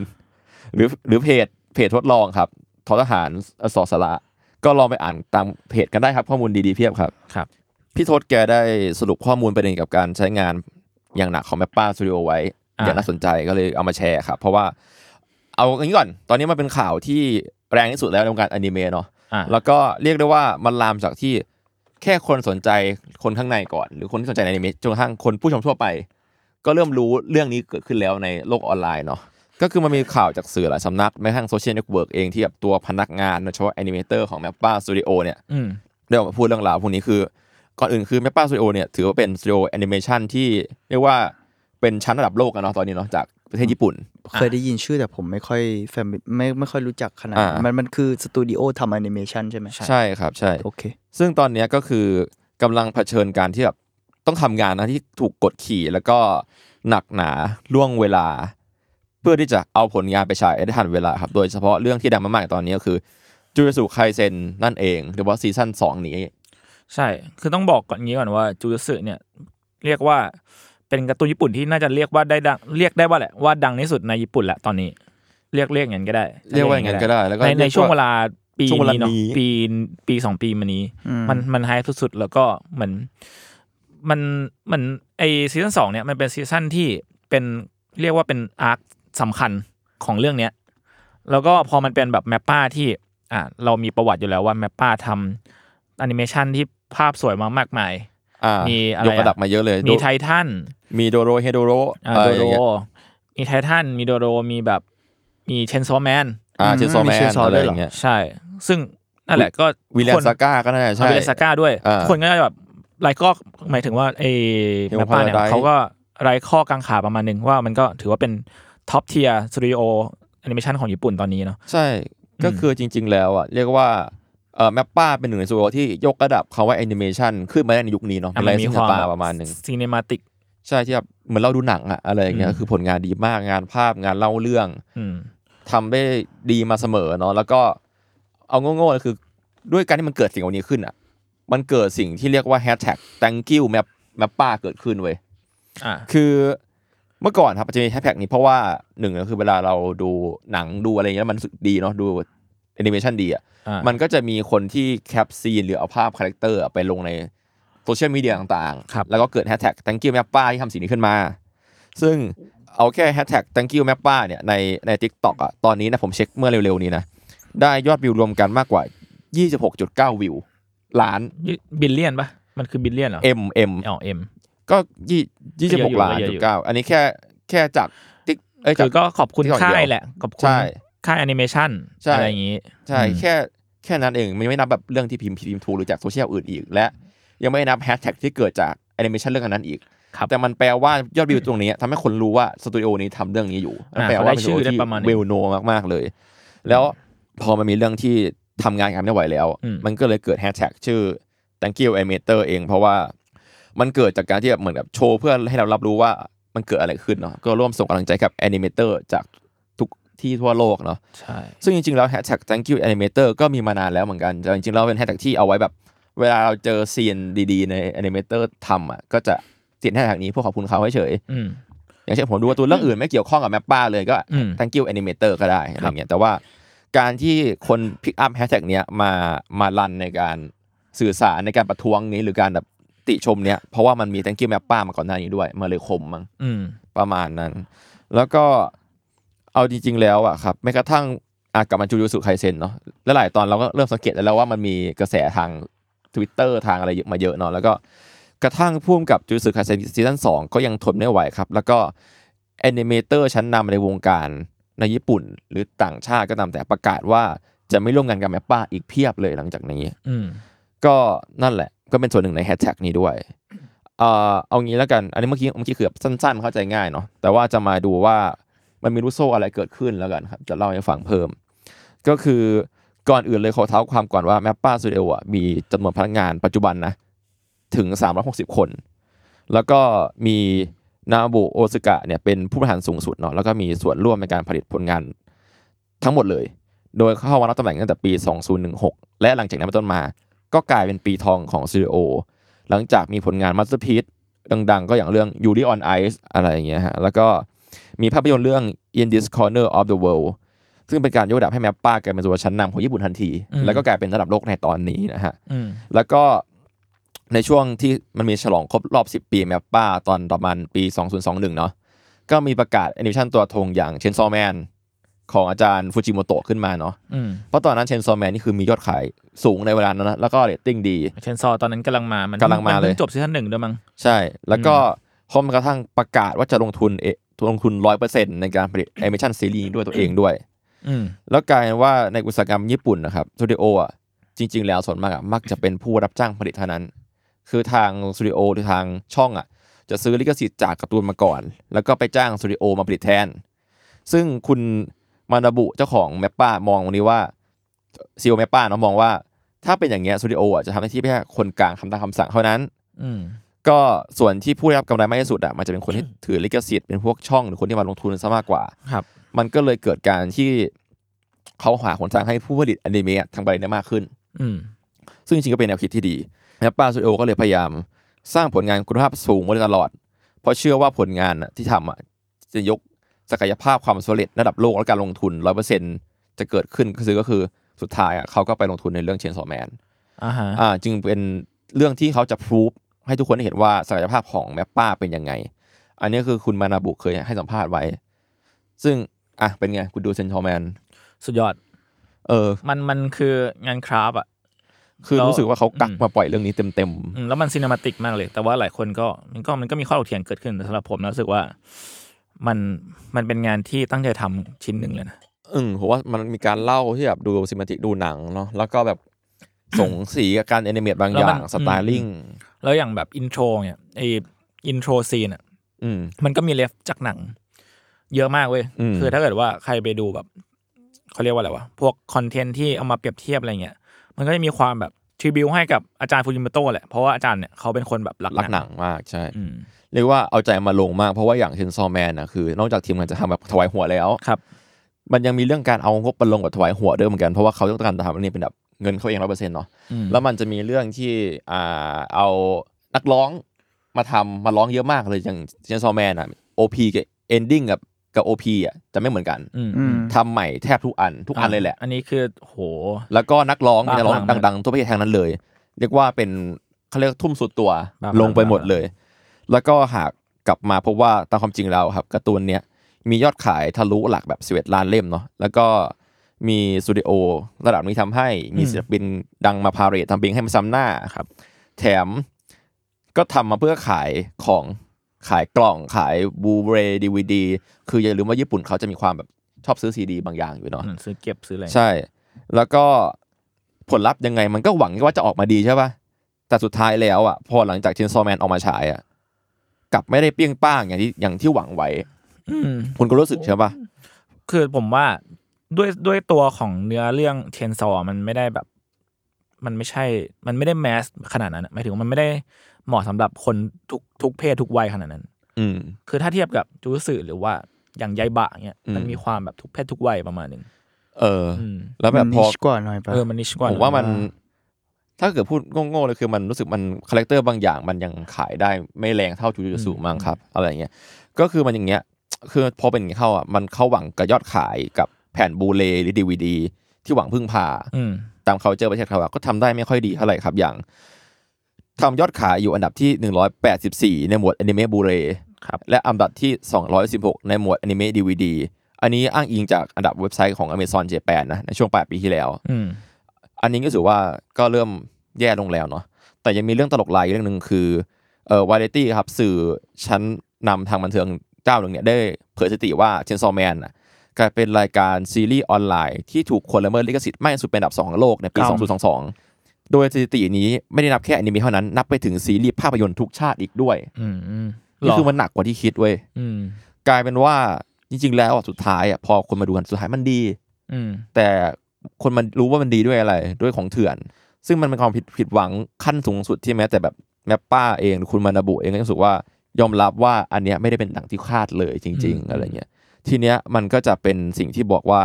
หรือหรือเพจเพจทดลองครับทอทหารอสอสระก็ลองไปอ่านตามเพจกันได้ครับข้อมูลดีๆเพียบครับ
ครับ
พี่ทศแกได้สรุปข้อมูลประเด็นกับการใช้งานอย่างหนักของแมปป้าสตูดิโอไว้
อ่า
อย่างน่าสนใจก็เลยเอามาแชร์ครับ เพราะว่าเอาอย่างนี้ก่อน ตอนนี้มันเป็นข่าวที่แรงที่สุดแล้วในวงการอนิเมะเนาะ
อ่ะ
แล้วก็เรียกได้ว่ามันลามจากที่แค่คนสนใจคนข้างในก่อน หรือคนที่สนใจในอนิเมะจนกระทั่งคนผู้ชมทั่วไป ก็เริ่มรู้เรื่องนี้เกิดขึ้นแล้วในโลกออนไลน์เนาะก็คือมันมีข่าวจากสื่อหลายสำนักแม้กระทั่งโซเชียลเน็ตเวิร์กเองที่แบบตัวพนักงานโดยเฉพาะแอนิเมเตอร์ของแมปป้าสตูดิโอเนี่ย
อืม
ได้ออกมาพูดเรื่องราวพวกนี้คือก่อนอื่นคือแมปป้าสตูดิโอเนี่ยถือว่าเป็นสตูดิโอแอนิเมชันที่เรียกว่าเป็นชั้นระดับโลกกันเนาะตอนนี้เนาะจากประเทศญี่ปุ่น
เคยได้ยินชื่อแต่ผมไม่ค่อยแฟมไม่ไม่ค่อยรู้จักขนาดนั้น
อ่ามั
มันมันคือสตูดิโอทำแอนิเมชันใช่ไหม
ใช่ครับใช่
โอเค
ซึ่งตอนเนี้ยก็คือกำลังเผชิญการที่แบบ ต้องทำงานนะที่ถูกกดขี่แล้วก็หนักหนาล่วงเวลา เพื่อที่จะเอาผลงานไปฉายได้ทันเวลาครับ โดยเฉพาะเรื่องที่ดังมากๆในตอนนี้ก็คือจูรสุไคเซนนั่นเองหรือว่าซีซั่นสองนี้
ใช่ คือต้องบอกก่อนงี้ก่อนว่าจูยุสึเนี่ยเรียกว่าเป็นการ์ตูนญี่ปุ่นที่น่าจะเรียกว่าได้ดังเรียกได้ว่าแหละว่าดังที่สุดในญี่ปุ่นละตอนนี้ เรียกเรียกอย่างนั้นก็ได้
เรียกว่าอย่างนั้นก็ได้แล้วก็
ในใน
เรียกว่า
ช่วงเวลาปี
ช่วงเวลา
นี้เนาะ
นี้
ปีปีสองปีมานี้
อืม
มันมันไฮสุดๆ แล้วก็เหมือนมันเหมือนไอซีซั่นสองเนี่ยมันเป็นซีซั่นที่เป็นเรียกว่าเป็นอาร์คสำคัญของเรื่องเนี้ย แล้วก็พอมันเป็นแบบแมปป้าที่อ่ะเรามีประวัติอยู่แล้วว่าแมปป้าทำแอนิเมชันที่ภาพสวยมามากมาย
อ่า
มีอะไร
ยกระดับ
อะ
มาเยอะเลย
มี
โด
ไททัน
มีโดโรเฮโดโร
อ่า
อะไร
โด
อ
โร
ย่างเงี้ย
มีไททันมีโดโรมีแบบมีเชนซอแมน
อ่าเชนซอ
มี
แมน
Chainsaw
อะไร
ด้ว
อ
ยเหรอ
ย่างเงี้ย
ใช่ ซึ่งนั่นแหละก็
วิลเลีย
ค
ม
น
ซาก้าก็น่าจะ
อา
ใช่
เบเลสก้าด้วย
อ่า
ทุกคนก็จะแบบไรข้อหมายถึงว่าไอ้
เดี๋ยว
แมปป้าเนี่ย
Paradise
เขาก็ไรข้อกังขาประมาณหนึ่งว่ามันก็ถือว่าเป็นท็อปเทียร์สตูดิโอแอนิเมชันของญี่ปุ่นตอนนี้เนาะ
ใช่ก็คือจริง ๆ แล้วอ่ะเรียกว่าเอ่อแมปป้าเป็นหนึ่งในสตูดิโอที่ยกระดับคาว่าแอนิเมชันขึ้นมาได้ในยุคนี้เนาะ
อ่ะ
เป็น
มัน
ไร
มี
ซิง
ความ
ตาประมาณหนึ่ง
ซีเนมาติก
ใช่ที่แบบเหมือนเราดูหนังอะอะไรอย่างเงี้ย
อืม
คือผลงานดีมากงานภาพงานเล่าเรื่องทำได้ดีมาเสมอเนาะแล้วก็เอาโง่ๆเลยคือ ด้วยการที่มันเกิดสิ่งเหล่านี้ขึ้นอะมันเกิดสิ่งที่เรียกว่าแฮชแท็ก thank you map map ป้าเกิดขึ้นเว้ย
อ่า
คือเมื่อก่อนครับมันจะมีแฮชแท็กนี้เพราะว่าหนึ่งก็คือเวลาเราดูหนังดูอะไรอย่างเงี้ยแล้วมันรู้สึกดีเนาะดูแอนิเมชันดีอะ
อ่ามั
มันก็จะมีคนที่แคปซีนหรือเอาภาพคาแรคเตอร์อะไปลงในโซเชียลมีเดียต่าง
ครับ
ๆ แล้วก็เกิดแฮชแท็ก thank you แม่ป้าที่ทำสิ่งนี้ขึ้นมา ซึ่งเอาแค่แฮชแท็ก thank you แม่ป้าเนี่ยในใน t ิ k t o k อะตอนนี้นะผมเช็คเมื่อเร็วๆนี้นะได้ยอดวิวรวมกันมากกว่า 26.9 วิวล้าน
บิลเลียนปะมันคือบิลเลียนเหรอ
M M
อ๋อเอ็ม
ก็ยี่ยี่
ก็
สิบ
เย
ห
อะ
ก
อยู่
ล้าน
ก็เยอะ
จุ
อ
ด
ยู่
เก้าอันนี้แค่แค่จากติ๊กเอ้ย
คื
จาก
อก็ขอบคุณ
ที่ก่อนเดียว
ค่ายแหละ ขอบคุณ
ใช่
ค่ายแอนิเมชัน
ใช่
อะไรอย่างนี้
ใช่
อืม
แค่แค่นั้นเองมันยังไม่นับแบบเรื่องที่พิมพ์พิมพ์ถูกหรือจากโซเชียลอื่นอีก และยังไม่นับแฮชแท็กที่เกิดจากแอนิเมชันเรื่องนั้นอีก
ครับ
แต่มันแปลว่ายอดวิวตรงนี้ทำให้คนรู้ว่าสตูดิโอนี้ทำเรื่องนี้อยู่นั่น
อ่า
แปล
เขา
ว่า
ได้
เป็นสตู
ชื่อ
ดิโอ
ได้
ที่
ประมาณห
เว
นึ่ง
ลโนมากๆเลย แล้วพอมันมีเรื่องที่ทำงานกันไม่ไหวแล้ว
อืม
มันก็เลยเกิดแฮชแท็กชื่อ thank you animator เอง เพราะว่ามันเกิดจากการที่แบบเหมือนแบบโชว์เพื่อให้เรารับรู้ว่ามันเกิดอะไรขึ้นเนาะก็ร่วมส่งกำลังใจกับ animator จากทุกที่ทั่วโลกเนาะ
ใช่
ซึ่งจริงๆ แล้วแฮชแท็ก thank you animator ก็มีมานานแล้วเหมือนกันแต่จริงๆ แล้วเป็นแฮชแท็กที่เอาไว้แบบ เวลาเราเจอซีนดีๆ ใน animator ทำอ่ะก็จะติดแฮชแท็กนี้เพื่อขอบคุณเขาเฉย
อืม
ๆอย่างเช่นผมดูว่าตัวเรื่องอื่นไม่เกี่ยวข้องกับแมปป้าเลยก็
อืม
thank you animator ก็ได้อะไรเงี้ยแต่ว่าการที่คนพิกอัพแฮชแท็กเนี้ยมามารันในการสื่อสารในการประท้วงนี้หรือการแบบติชมเนี้ยเพราะว่ามันมี thank you แมปป้ามาก่อนหน้านี้ด้วยมาเลยคมมั้ง
อืม
ประมาณนั้น แล้วก็เอาจริง ๆ แล้วอะครับแม้กระทั่งอากลับมาจูยูสุไคเซนเนาะแล้วหลายตอนเราก็เริ่มสังเกตได้แล้วว่ามันมีกระแสทาง Twitter ทางอะไรเยอะมาเยอะเนาะแล้วก็กระทั่งพุ่มกับจูยูสุไคเซนซีซั่นสองก็ยังทนไม่ไหวครับ แล้วก็แอนิเมเตอร์ชั้นนำในวงการในญี่ปุ่น หรือต่างชาติก็ตามแต่ประกาศว่าจะไม่ร่วมงานกับแมปป้าอีกเพียบเลยหลังจากนี้
อืม
ก็นั่นแหละก็เป็นส่วนหนึ่งในแฮชแท็กนี้ด้วย เอ่อเอางี้แล้วกัน อันนี้เมื่อกี้เมื่อกี้คือแบบสั้นๆเข้าใจง่ายเนาะแต่ว่าจะมาดูว่ามันมีลูกโซ่อะไรเกิดขึ้นแล้วกันครับ จะเล่าให้ฟังเพิ่ม ก็คือก่อนอื่นเลยขอเท้าความก่อนว่าแมปป้าสตูดิโออ่ะมีจำนวนพนักงานปัจจุบันนะ ถึง 360 คน แล้วก็มีนาบุโอซึกะเนี่ยเป็นผู้บริหารสูงสุดเนาะแล้วก็มีส่วนร่วมในการผลิตผลงานทั้งหมดเลย โดยเข้ามารับตำแหน่งตั้งแต่ปี 2016 และหลังจากนั้นเป็นต้นมา ก็กลายเป็นปีทองของสตูดิโอหลังจากมีผลงานมัสเตอร์พี e ดังๆ ก็อย่างเรื่อง Yuri on Ice อะไรอย่างเงี้ยฮะ แล้วก็มีภาพยนตร์เรื่อง In This Corner of the World ซึ่งเป็นการยกระดับให้แมปป้ากลายเป็นตัวชั้นนำของญี่ปุ่นทันที
อืม
แล้วก็กลายเป็นระดับโลกในตอนนี้นะฮะ
อืม
แล้วก็ในช่วงที่มันมีฉลองครบรอบ 10 ปีแมปป้าตอนประมาณปี 2021 เนาะก็มีประกาศแอนิเมชันตัวธงอย่างเชนซอแมนของอาจารย์ฟูจิโมโตะขึ้นมาเนาะ
อืม
เพราะตอนนั้นเชนซอแมนนี่คือมียอดขายสูงในเวลานั้นนะแล้วก็เรตติ้งดี
เชนซอตอนนั้นกำลังมา มัน
กำลังมาเลย
นพิ่จบซีซั่นหนึ่งด้วยมั้ง
ใช่ แล้วก็พร้อมกระทั่งประกาศว่าจะลงทุนเอลงทุนร้อยเปอร์เซ็นในการผลิตแอนิเมชันซีรีส์ด้วยตัวเองด้วย
อืม
แล้วกลายเป็นว่าในอุตสาหกรรมญี่ปุ่นนะครับสตูดิโออ่ะจริง ๆ แล้วส่วนมากอ่ะมักจะเป็นผู้รับจ้างผลิตเท่านั้น คือทางสตูดิโอหรือทางช่องอ่ะจะซื้อลิขสิทธิ์จากการ์ตูนมาก่อน แล้วก็ไปจ้างสตูดิโอมาผลิตแทน ซึ่งคุณมานาบุเจ้าของแมปป้ามองตรงนี้ว่าซีโอแมปป้าเนาะมองว่า ถ้าเป็นอย่างเงี้ยสตูดิโออ่ะจะทำหน้าที่แค่คนกลางคำตามคำสั่งเท่านั้น
อืม
ก็ส่วนที่ผู้ได้รับกำไรมากที่สุดอะมันจะเป็นคนที่ ถือลิขสิทธิ์เป็นพวกช่องหรือคนที่มาลงทุนซะมากกว่า
ครับ
มันก็เลยเกิดการที่เขาหาหนทางให้ผู้ผลิตอนิเมะทางไปได้มากขึ้น
อืม
ซึ่งจริงๆก็เป็นแนวคิดที่ดีนะครับป้าซูดิโอก็เลยพยายามสร้างผลงานคุณภาพสูงมาโดยตลอด เพราะเชื่อว่าผลงานน่ะที่ทำอ่ะจะยกศักยภาพความสำเร็จระดับโลกและการลงทุนร้อยเปอร์เซ็นจะเกิดขึ้นก็คือก็คือสุดท้ายอ่ะเขาก็ไปลงทุนในเรื่องเชนซอแมน
อ่าฮะ
อ่าจึงเป็นเรื่องที่เขาจะพรูฟให้ทุกคนได้เห็นว่าศักยภาพของแมปป้าเป็นยังไง อันนี้คือคุณมานาบุเคยให้สัมภาษณ์ไว้ ซึ่งอ่ะเป็นไงคุณดูเชนซอแมน
สุดยอด
เออ
มันมันคืองานคราฟต์อ่ะ
คือรู้สึกว่าเขากัก
อืม
มาปล่อยเรื่องนี้เต็ม
อืมแล้วมันซีนิมาติกมากเลย แต่ว่าหลายคนก็มันก็มันก็มีข้อถกเถียงเกิดขึ้นแต่สำหรับผมนะรู้สึกว่า มันมันเป็นงานที่ตั้งใจทำชิ้นหนึ่งเลยนะ
ๆอืมผมว่ามันมีการเล่าที่แบบดูซิมติกดูหนังเนาะแล้วก็แบบ ส่งสีกับการแอนิเมตบางอ
แล้วมั
ย่าน งสไตลิ่ง
อื แล้วอย่างแบบอินโทรเนี่ยไออินโทรซีนอ่ะ
อืม
มันก็มีเลฟจากหนัง เยอะมากเว้ย
อืม
คือถ้าเกิดว่าใครไปดูแบบเขาเรียกว่าอะไรวะ พวกคอนเทนต์ที่เอามาเปรียบเทียบอะไรเงี้ย มันก็จะมีความแบบทริบิวให้กับอาจารย์ฟูจิโมโตะแหละ เพราะว่าอาจารย์เนี่ยเขาเป็นคนแบบรัก
รัก
ห
ห
นั
นั
ง
งมากใช่
อืม
เรียกว่าเอาใจมาลงมากเพราะว่าอย่างเชนซอแมนนะคือนอกจากทีมงานจะทำแบบถวายหัวแล้ว
ครับ
มันยังมีเรื่องการเอางบไปลงกับถวายหัวด้วยเหมือนกันเพราะว่าเขาต้องการทำอันนี้เป็นแบบเงินเขาเองร้อยเปอร์เซ็นต์เนาะ
อืม
แล้วมันจะมีเรื่องที่อ่าเอานักร้องมาทำมาร้องเยอะมากเลยอย่างเชนซอแมนอะโอพีกับเอนดิ้งกับกับโอพีอะจะไม่เหมือนกัน
อืม
อืม
ทำใหม่แทบทุกอันทุกอันเลยแหละ
อันนี้คือโห
แล้วก็นักร้อง
บ้า
มีนักร้อง
พลัง
ดังๆทั่วประเทศทางนั้นเลย เรียกว่าเป็นเขาเรียกทุ่มสุดตัว
บ้าพลัง
ลงไปหมดเลย แล้วก็หากกลับมาพบว่าตามความจริงแล้วครับการ์ตูนเนี้ยมียอดขายทะลุหลักแบบสิบเอ็ดล้านเล่มเนาะแล้วก็มีสตูดิโอระดับนี้ทำให้มีศิลปินดังมาพาเรททำเพลงให้มันซ้ำหน้าครับ แถมก็ทำมาเพื่อขายของขายกล่องขายบูเรดีวีดีคืออย่าลืมว่าญี่ปุ่นเขาจะมีความแบบชอบซื้อซีดี บางอย่างอยู่เนาะ
อืมซื้อเก็บซื้ออะไร
ใช่ แล้วก็ผลลัพธ์ยังไงมันก็หวังว่าจะออกมาดีใช่ป่ะ แต่สุดท้ายแล้วอ่ะพอหลังจากเชนซอแมนออกมาฉายอ่ะกลับไม่ได้เปี้ยงป้างอย่างที่อย่างที่หวังไว้
อืม
คุณก็รู้สึกใช่ป่ะ
คือผมว่าด้วยด้วยตัวของเนื้อเรื่องเชนซอมันไม่ได้แบบ มันไม่ใช่ มันไม่ได้แมสขนาดนั้นอะหมายถึงว่ามันไม่ได้เหมาะสำหรับคนทุกทุกเพศทุกวัยขนาดนั้น
อืม
คือถ้าเทียบกับจูรุสึหรือว่าอย่างยายบะเนี่ย
อืม
มันมีความแบบทุกเพศทุกวัยประมาณหนึ่ง
เอออ
อืม
แล้วแบบพอ
นิชกว่าหน่อยปะ
เออมันนิชกว่า
ผมว่ามัน
อ่า
ถ้าเกิดพูดโง่ๆเลยคือมันรู้สึกมันคาแรคเตอร์บางอย่างมันยังขายได้ไม่แรงเท่าจูจูจูมั้งครับอะไรอย่างเงี้ยก็คือมันอย่างเงี้ย คือพอเป็นอย่างเงี้ยเข้าอ่ะมันเข้าหวังกับยอดขายกับแผ่นบูเลหรือดีวดีที่หวังพึ่งพา
อืม
ตาม c u เจอร์ประเทศเขาอะก็ทำได้ไม่ค่อยดีเท่าไหร่ครับ อย่างทำยอดขายอยู่อันดับที่ 184 ในหมวดอนิเมะบูเร
ครับ
และอันดับที่ 216 ในหมวดอนิเมะดีวดีอันนี้อ้างอิงจากอันดับเว็บไซต์ของ Amazon Japan นะ ในช่วงปลายปีที่แล้ว
อืม
อันนี้ก็ถือว่าก็เริ่มแย่ลงแล้วเนาะแต่ยังมีเรื่องตลกลายอีกเรื่องหนึ่งคือเอ่อวาไรตี้ครับสื่อชั้นนำทางบันเทิงเจ้าหนึ่งเนี่ยได้เผยสถิติว่าเชนซอแมนกลายเป็นรายการซีรีส์ออนไลน์ที่ถูกคนละเมิดลิขสิทธิ์มากที่สุดเป็นอันดับสองของโลกในปี
ครับ
2022 โดยสถิตินี้ไม่ได้นับแค่อนิเมะเท่านั้น นับไปถึงซีรีส์ภาพยนตร์ทุกชาติอีกด้วย
อืมอืม
นี่คือมันหนักกว่าที่คิดเว้ย
อืม
กลายเป็นว่าจริง ๆ แล้วอะสุดท้ายอะพอคนมาดูกันสุดท้ายมันดี
อืม
แต่คนมันรู้ว่ามันดีด้วยอะไรด้วยของเถื่อน ซึ่งมันเป็นความผิดผิดหวังขั้นสูงสุดที่แม้แต่แบบแมปป้าเองหรือคุณมานาบุเองก็รู้สึกว่ายอมรับว่าอันเนี้ยไม่ได้เป็นหนังที่คาดเลยจริง ๆ อะไรเงี้ยทีเนี้ยมันก็จะเป็นสิ่งที่บอกว่า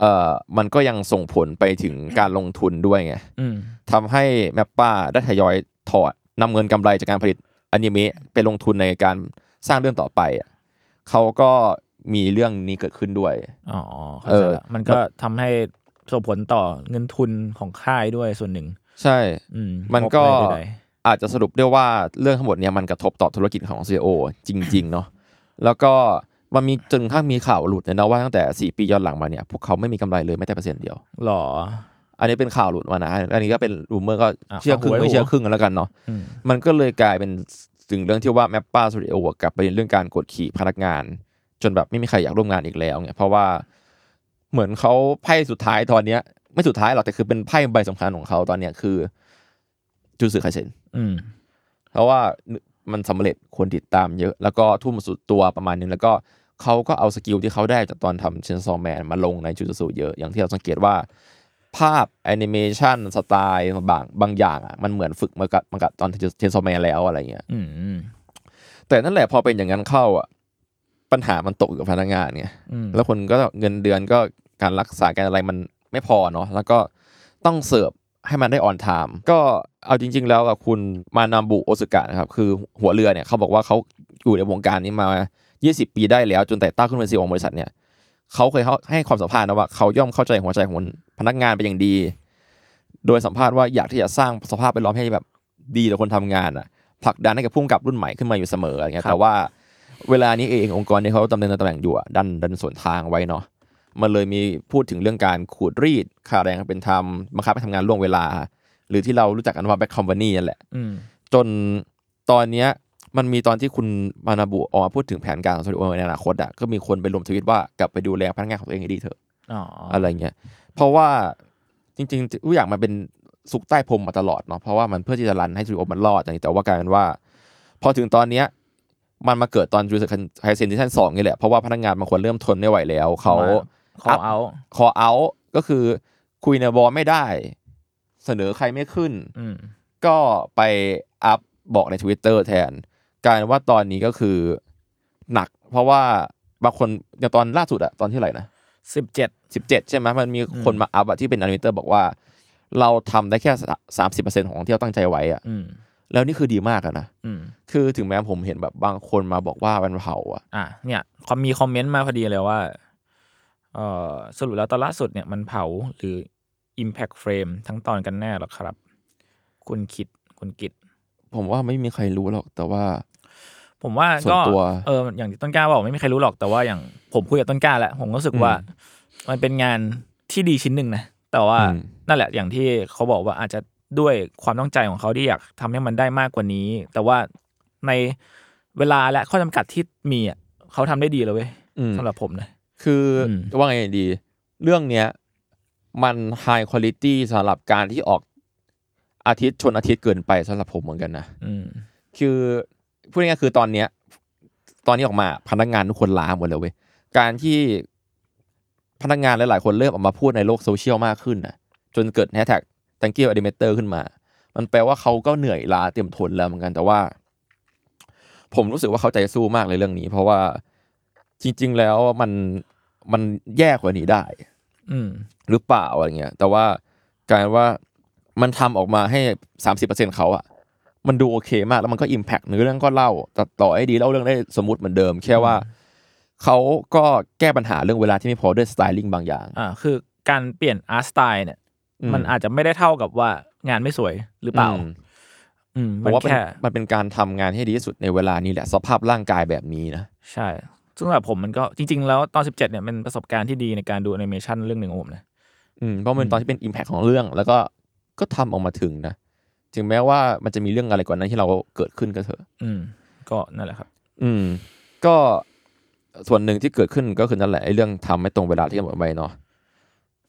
เออมันก็ยังส่งผลไปถึงการลงทุนด้วยไง
อืม
ทำให้แมปป้าได้ทยอยถอดนำเงินกำไรจากการผลิตอนิเมะไปลงทุนในการสร้างเรื่องต่อไปอะเขาก็มีเรื่องนี้เกิดขึ้นด้วย
อ๋อเข้าใจ
เออ
ละมันก็ทำให้ส่งผลต่อเงินทุนของค่ายด้วยส่วนหนึ่ง
ใช่
อืม
มันก็
งบอะไรใด
อาจจะสรุปได้ว่าเรื่องทั้งหมดเนี่ยมันกระทบต่อธุรกิจของ CEO จริง ๆ เนาะแล้วก็มันมีจนกระทั่งมีข่าวหลุดเลยนะว่าตั้งแต่ 4 ปีย้อนหลังมาเนี่ยพวกเขาไม่มีกำไรเลยแม้แต่เปอร์เซ็นต์เดียว
ๆหรอ
อันนี้เป็นข่าวหลุดมานะ อันนี้ก็เป็นรูมเมอร์ก็
อ่ะ
เชื่อครึ่ง
ขอหวย
ไม่เชื่อ
หัว
ครึ่งกันแล้วกันเนาะ
อืม
มันก็เลยกลายเป็นถึงเรื่องที่ว่าแมปป้าสตูดิโอกลับไปเรื่องการกดขี่พนักงาน จนแบบไม่มีใครอยากร่วมงานอีกแล้วเนี่ยเพราะว่าเหมือนเขาไพ่สุดท้ายตอนเนี้ยไม่สุดท้ายหรอกแต่คือเป็นไพ่ใบสำคัญของเขาตอนเนี้ยคือจูสึไคเซน
อืม
เพราะว่ามันสำเร็จคนติดตามเยอะแล้วก็ทุ่มสุดตัวประมาณนึงแล้วก็เขาก็เอาสกิลที่เขาได้จากตอนทำเชนซอแมนมาลงในจูจูเยอะ อย่างที่เราสังเกตว่า ภาพแอนิเมชันสไตล์บางบางอย่างอ่ะมันเหมือนฝึกมากับมากับตอนเทนโซแมนแล้วอะไรเงี้ย
อืม
แต่นั่นแหละพอเป็นอย่างนั้นเข้าอ่ะปัญหามันตกอยู่กับพนักงานไง
อืม
แล้วคนก็เงินเดือนก็การรักษาการอะไรมันไม่พอเนาะแล้วก็ต้องเสิร์ฟให้มันได้ออนไทม์ก็เอาจริง ๆ แล้วกับคุณมานาบุโอสึกะนะครับคือหัวเรือเนี่ยเขาบอกว่าเขาอยู่ในวงการนี้มา 20 ปีได้แล้วจนแต่ต้งขึ้นเป็นซีอของบริษัทเนี่ยเขาเคยให้ความสัมภาษณ์นะว่าเขาย่อมเข้าใจหัวใจของพนักงานเป็นอย่างดี โดยสัมภาษณ์ว่าอยากที่จะสร้างสภาพแวดล้อมให้แบบดีต่อคนทำงานอ่ะ ผลักดันให้กับผู้กำกับรุ่นใหม่ขึ้นมาอยู่เสมออะไรเงี้ยแต่ว่าเวลานี้เององค์กรที่เขาดำเนินตำแหน่งอยู่อะดันดันสวนทางไว้เนาะมันเลยมีพูดถึงเรื่องการขูดรีดค่าแรงเป็นธรรมบังคับให้ทำงานล่วงเวลา หรือที่เรารู้จักกันว่าแบ็คคอมพานีนั่นแหละ
อืม
จนตอนเนี้ยมันมีตอนที่คุณมานาบุออกมาพูดถึงแผนการของสตูดิโอในอนาคตอ่ะก็มีคนไปลงทวิตว่ากลับไปดูแลพนักงานของตัวเองให้ดีเถอะ
อ๋ออ
อะไรเงี้ย เพราะว่าจริงๆทุกอย่างมันเป็นซุกใต้พรมมาตลอดเนาะ เพราะว่ามันเพื่อที่จะรันให้จูโอมันรอดอย่างนี้แต่ว่ากลายเป็นว่า พอถึงตอนเนี้ยมันมาเกิดตอนจูเซนไฮเซนที่ชั้นสองนี่แหละ เพราะว่าพนักงานบางคนเริ่มทนไม่ไหวแล้ว เขา
ขอเอา
คอเอาก็คือคุยในบอไม่ได้ เสนอใครไม่ขึ้น
อืม
ก็ไปอัพบอกใน Twitter แทนกลายเป็นว่าตอนนี้ก็คือหนัก เพราะว่าบางคนอย่างตอนล่าสุดอะตอนที่ไหนนะ
สิบเจ็ด
สิบเจ็ดใช่ไหมมันมีคนมาอัพอะที่เป็นอนิเมเตอร์บอกว่า เราทำได้แค่สามสิบเปอร์เซ็นของที่เราตั้งใจไว้อะ
อืม
แล้วนี่คือดีมากอะนะ
อืม
คือถึงแม้ผมเห็นแบบบางคนมาบอกว่ามันเผาอะ
อ่ะเนี่ยคอมมีคอมเมนต์มาพอดีเลยว่าเอ่อสรุปแล้วตอนล่าสุดเนี่ยมันเผาหรือ Impact Frame ทั้งตอนกันแน่หรอครับ คุณคิดคุณกิด
ผมว่าไม่มีใครรู้หรอกแต่ว่า
ผมว่า
ส่ว
ก็
นตัว
เอออย่างที่ต้นกล้าบอกไม่มีใครรู้หรอกแต่ว่าอย่างผมคุยกับต้นกล้าแล้วผมก็รู้สึกว่ามันเป็นงานที่ดีชิ้นหนึ่งนะ แต่ว่านั่นแหละอย่างที่เขาบอกว่าอาจจะด้วยความตั้งใจของเขาที่อยากทำให้มันได้มากกว่านี้ แต่ว่าในเวลาและข้อจำกัดที่มีอ่ะเขาทำได้ดีเลยเว้ย
อืม
สำหรับผมนะ
คืออ
ม
จะว่าไงดี เรื่องเนี้ยมันไฮคุณลิตี้สำหรับการที่ออกอาทิตย์ชนอาทิตย์เกินไปสำหรับผมเหมือนกันนะ
อืม
คือพูดง่ายๆคือตอนเนี้ย ตอนนี้ออกมาพนักงานทุกคนลาหมดเลยเว้ยการที่พนักงานหลายๆ คนเริ่มออกมาพูดในโลกโซเชียลมากขึ้นนะจนเกิดแฮชแท็ก thank you animator ขึ้นมา มันแปลว่าเขาก็เหนื่อยล้าเตรียมทนแล้วเหมือนกันแต่ว่า ผมรู้สึกว่าเขาใจสู้มากเลยเรื่องนี้ เพราะว่าจริง ๆ แล้วมันมันแย่กว่านี้ได้
อืม
หรือเปล่าอะไรเงี้ย แต่ว่ากลายเป็นว่ามันทำออกมาให้สามสิบเปอร์เซ็นเขาอะมันดูโอเคมาก แล้วมันก็อิมแพกเนื้อเรื่องก็เล่าตัดต่อให้ดีเล่าเรื่องได้สมมติเหมือนเดิม แค่ว่าเขาก็แก้ปัญหาเรื่องเวลาที่ไม่พอด้วยสไตลิ่งบางอย่าง
อ่าคือการเปลี่ยนอาร์ตสไตล์เนี่ย
อืม
มันอาจจะไม่ได้เท่ากับว่างานไม่สวยหรือเปล่า
อืม
อืม
ผ
มัน
มว่าเป็น
แค่
มันเป็นการทำงานให้ดีที่สุดในเวลานี้แหละ สภาพร่างกายแบบนี้นะ
ใช่ ซึ่งสำหรับผมมันก็จริง ๆ แล้วตอน 17 เนี่ยเป็นประสบการณ์ที่ดีในการดูแอนิเมชันเรื่องหนึ่งของผมนะ
อืมเพราะมันเป็นตอนที่เป็น Impact ของเรื่อง แล้วก็ก็ทำออกมาถึงนะถึงแม้ว่ามันจะมีเรื่องอะไรก่อนนั้นที่เราเกิดขึ้นก็เถอะ
อืม ก็นั่นแหละครับ
อืมก็ส่วนหนึ่งที่เกิดขึ้นก็คือนั่นแหละไอ้เรื่องทำไม่ตรงเวลาที่กำหนดไว้เนาะ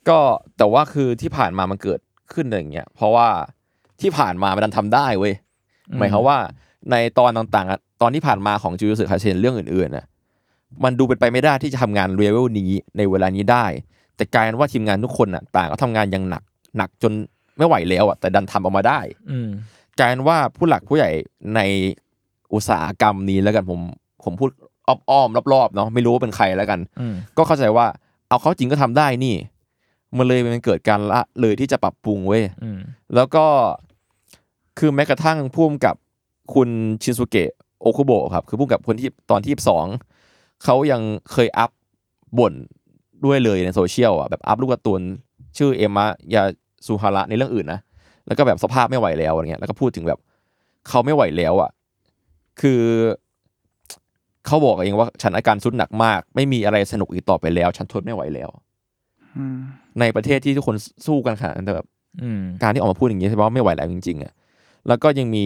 ก็แต่ว่าคือที่ผ่านมามันเกิดขึ้นอย่างเงี้ยเพราะว่าที่ผ่านมามันดันทำได้เว้ย
อืม
หมายความว่าในตอนต่างๆอะตอนที่ผ่านมาของจูจูสึคาเชนเรื่องอื่นๆน่ะมันดูเป็นไปไม่ได้ที่จะทำงานเลเวลนี้ในเวลานี้ได้ แต่กลายเป็นว่าทีมงานทุกคนน่ะต่างก็ทำงานอย่างหนักหนักจนไม่ไหวแล้วอ่ะแต่ดันทำออกมาได้
อืม
กลายเป็นว่าผู้หลักผู้ใหญ่ในอุตสาหกรรมนี้แล้วกันผมผมพูดอ้อมๆรอบๆเนาะไม่รู้ว่าเป็นใครแล้วกัน
อืม
ก็เข้าใจว่าเอาเขาจริงก็ทำได้นี่ มันเลยมันเกิดการละเลยที่จะปรับปรุงเว้ย
อืม
แล้วก็คือแม้กระทั่งพุ่มกับคุณชินสุเกะโอคุโบะครับ คือพุ่มกับคนที่ตอนที่สองเขายังเคยอัพบ่นด้วยเลยในโซเชียลอ่ะแบบอัพลูกการ์ตูนชื่อเอมะยาซูฮาระในเรื่องอื่นนะ แล้วก็แบบสภาพไม่ไหวแล้วอะไรเงี้ย แล้วก็พูดถึงแบบเขาไม่ไหวแล้วอ่ะ คือ เขาบอกเองว่าฉันอาการสุดหนักมาก ไม่มีอะไรสนุกอีกต่อไปแล้ว ฉันทนไม่ไหวแล้ว
อืม
ในประเทศที่ทุกคนสู้กันขนาดนั้นแต่แบบ
อืม
การที่ออกมาพูดอย่างนี้ใช่ว่าไม่ไหวแล้วจริงๆอ่ะ แล้วก็ยังมี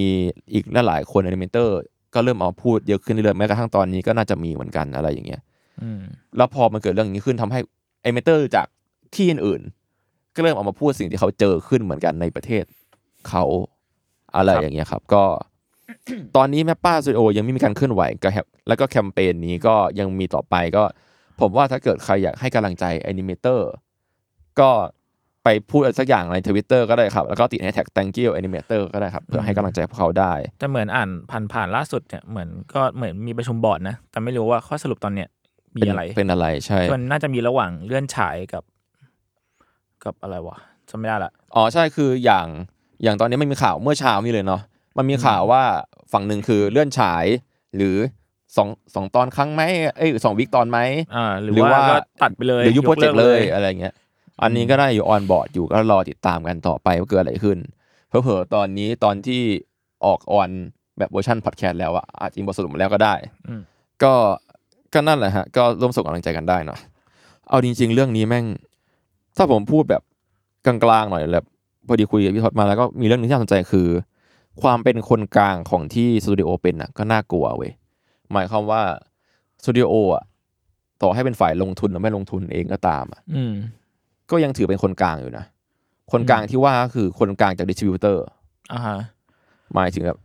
อีกหลายๆคนในเมนเตอร์ ก็เริ่มเอามาพูดเยอะขึ้นเรื่อยๆแม้กระทั่งตอนนี้ก็น่าจะมีเหมือนกันอะไรอย่างเงี้ย
อืม
แล้วพอมันเกิดเรื่องอย่างนี้ขึ้นทำให้ไอเมนเตอร์จากที่อื่นๆก็เริ่มออกมาพูดสิ่งที่เขาเจอขึ้นเหมือนกันในประเทศเขาอะไรอย่างเงี้ยครับ ก็ ตอนนี้แม่ป้าซูดิโอยังไม่มีการเคลื่อนไหวกับแฮปแล้วก็แคมเปญนี้ก็ยังมีต่อไปก็ ผมว่าถ้าเกิดใครอยากให้กำลังใจแอนิเมเตอร์ก็ ไปพูดอะไรสักอย่างในทวิตเตอร์ก็ได้ครับ แล้วก็ติดแฮชแท็ก thank you animator ก็ได้ครับ เพื่อให้กำลังใจพวกเขาได้
แต่เหมือนอ่านผ่านๆล่าสุดเนี่ยเหมือนก็เหมือนมีประชุมบอร์ดนะ แต่ไม่รู้ว่าข้อสรุปตอนเนี้ยมี
เป็น
อะไร
เป็นอะไรใช่
มันน่าจะมีระหว่างเลื่อนฉายกับ กับอะไรวะจำไม่ได้ละ
อ๋อใช่คืออย่างอย่างตอนนี้ไม่มีข่าวเมื่อเช้านี้เลยเนาะมันมีข่าวว่าฝั่งหนึ่งคือเลื่อนฉาย หรือสองสองตอนครั้งไหมเอ้ยสองวิคตอนไหม
อ่าหรือ
หรือ
ว่า
ว่า
ก็ตัดไปเลย
หรือยุบโปรเจกต์
ลิ
เลยอะไรเงี้ย อันนี้ก็น่าจะอยู่ออนบอร์ดอยู่ก็รอติดตามกันต่อไปว่าเกิดอะไรขึ้น เผลอๆตอนนี้ตอนที่ออกออนแบบเวอร์ชันพอดแคสต์แล้วอะอาจจะมีบทสรุปมาแล้วก็ได้
อืม
ก็ก็นั่นแหละฮะ ก็ร่วมส่งกำลังใจกันได้เนาะเอาจริง ๆ เรื่องนี้แม่ง ถ้าผมพูดแบบกลางๆหน่อยแบบพอดีคุยกับพี่ท็อดมาแล้วก็มีเรื่องหนึงที่น่าสนใจคือ ความเป็นคนกลางของที่สตูดิโอเป็นน่ะก็น่ากลัวเว้ยหมายความว่าสตูดิโออ่ะต่อให้เป็นฝ่ายลงทุนหรือไม่ลงทุนเองก็ตามอะ
อืม
ก็ยังถือเป็นคนกลางอยู่นะ คนกลางที่ว่าก็คือคนกลางจากดิสติบิวเตอร์
อ่าฮะ
หมายถึงแบบ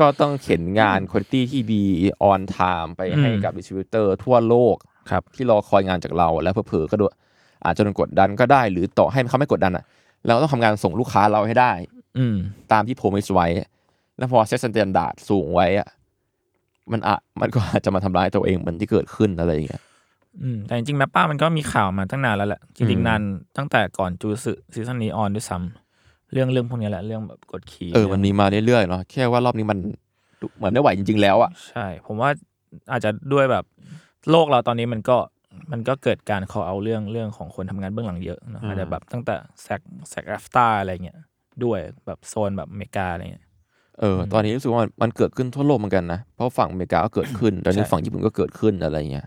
ก็ต้องเข็นงานคุณภาพที่ดีออนไทม์ไปให้
อืม
กับดิสติบิวเตอร์ทั่วโลก
ครับ
ที่รอคอยงานจากเราแล้วเผลอๆก็ด้วยอาจจะโดนกดดันก็ได้ หรือต่อให้เขาไม่กดดันอ่ะเราต้องทำงานส่งลูกค้าเราให้ได้
อืม
ตามที่โพมิสไว้ แล้วพอเซตสแตนดาร์ดสูงไว้อะมันอะมันก็อาจจะมาทำร้ายตัวเองเหมือนที่เกิดขึ้นอะไรอย่างเงี้ย
อืมแต่จริงๆแมปป้ามันก็มีข่าวมาตั้งนานแล้วแหละ จริง
อืม
ๆนานตั้งแต่ก่อนจูสึซีซั่นนี้ออนด้วยซ้ำเรื่องเรื่องพวกเนี้ยแหละเรื่องแบบกดขี่
เออมันมีมาเรื่อยๆเนาะแค่ว่ารอบนี้มันดูเหมือนไม่ไหวจริง ๆ แล้วอะ
ใช่ ผมว่าอาจจะด้วยแบบโลกเราตอนนี้มันก็มันก็เกิดการขอเอาเรื่องเรื่องของคนทำงานเบื้องหลังเยอะเนอะอาจจะแบบตั้งแต่แซกแซกแอฟตาอะไรเงี้ยด้วยแบบโซนแบบอเมริกาอะไรเงี้ย
เออตอนนี้รู้สึกว่ามันมันเกิดขึ้นทั่วโลกเหมือนกันนะเพราะฝั่งอเมริกาก็เกิดขึ้นตอนนี้
ใช่
ฝั่งญี่ปุ่นก็เกิดขึ้นอะไรอย่างเงี้ย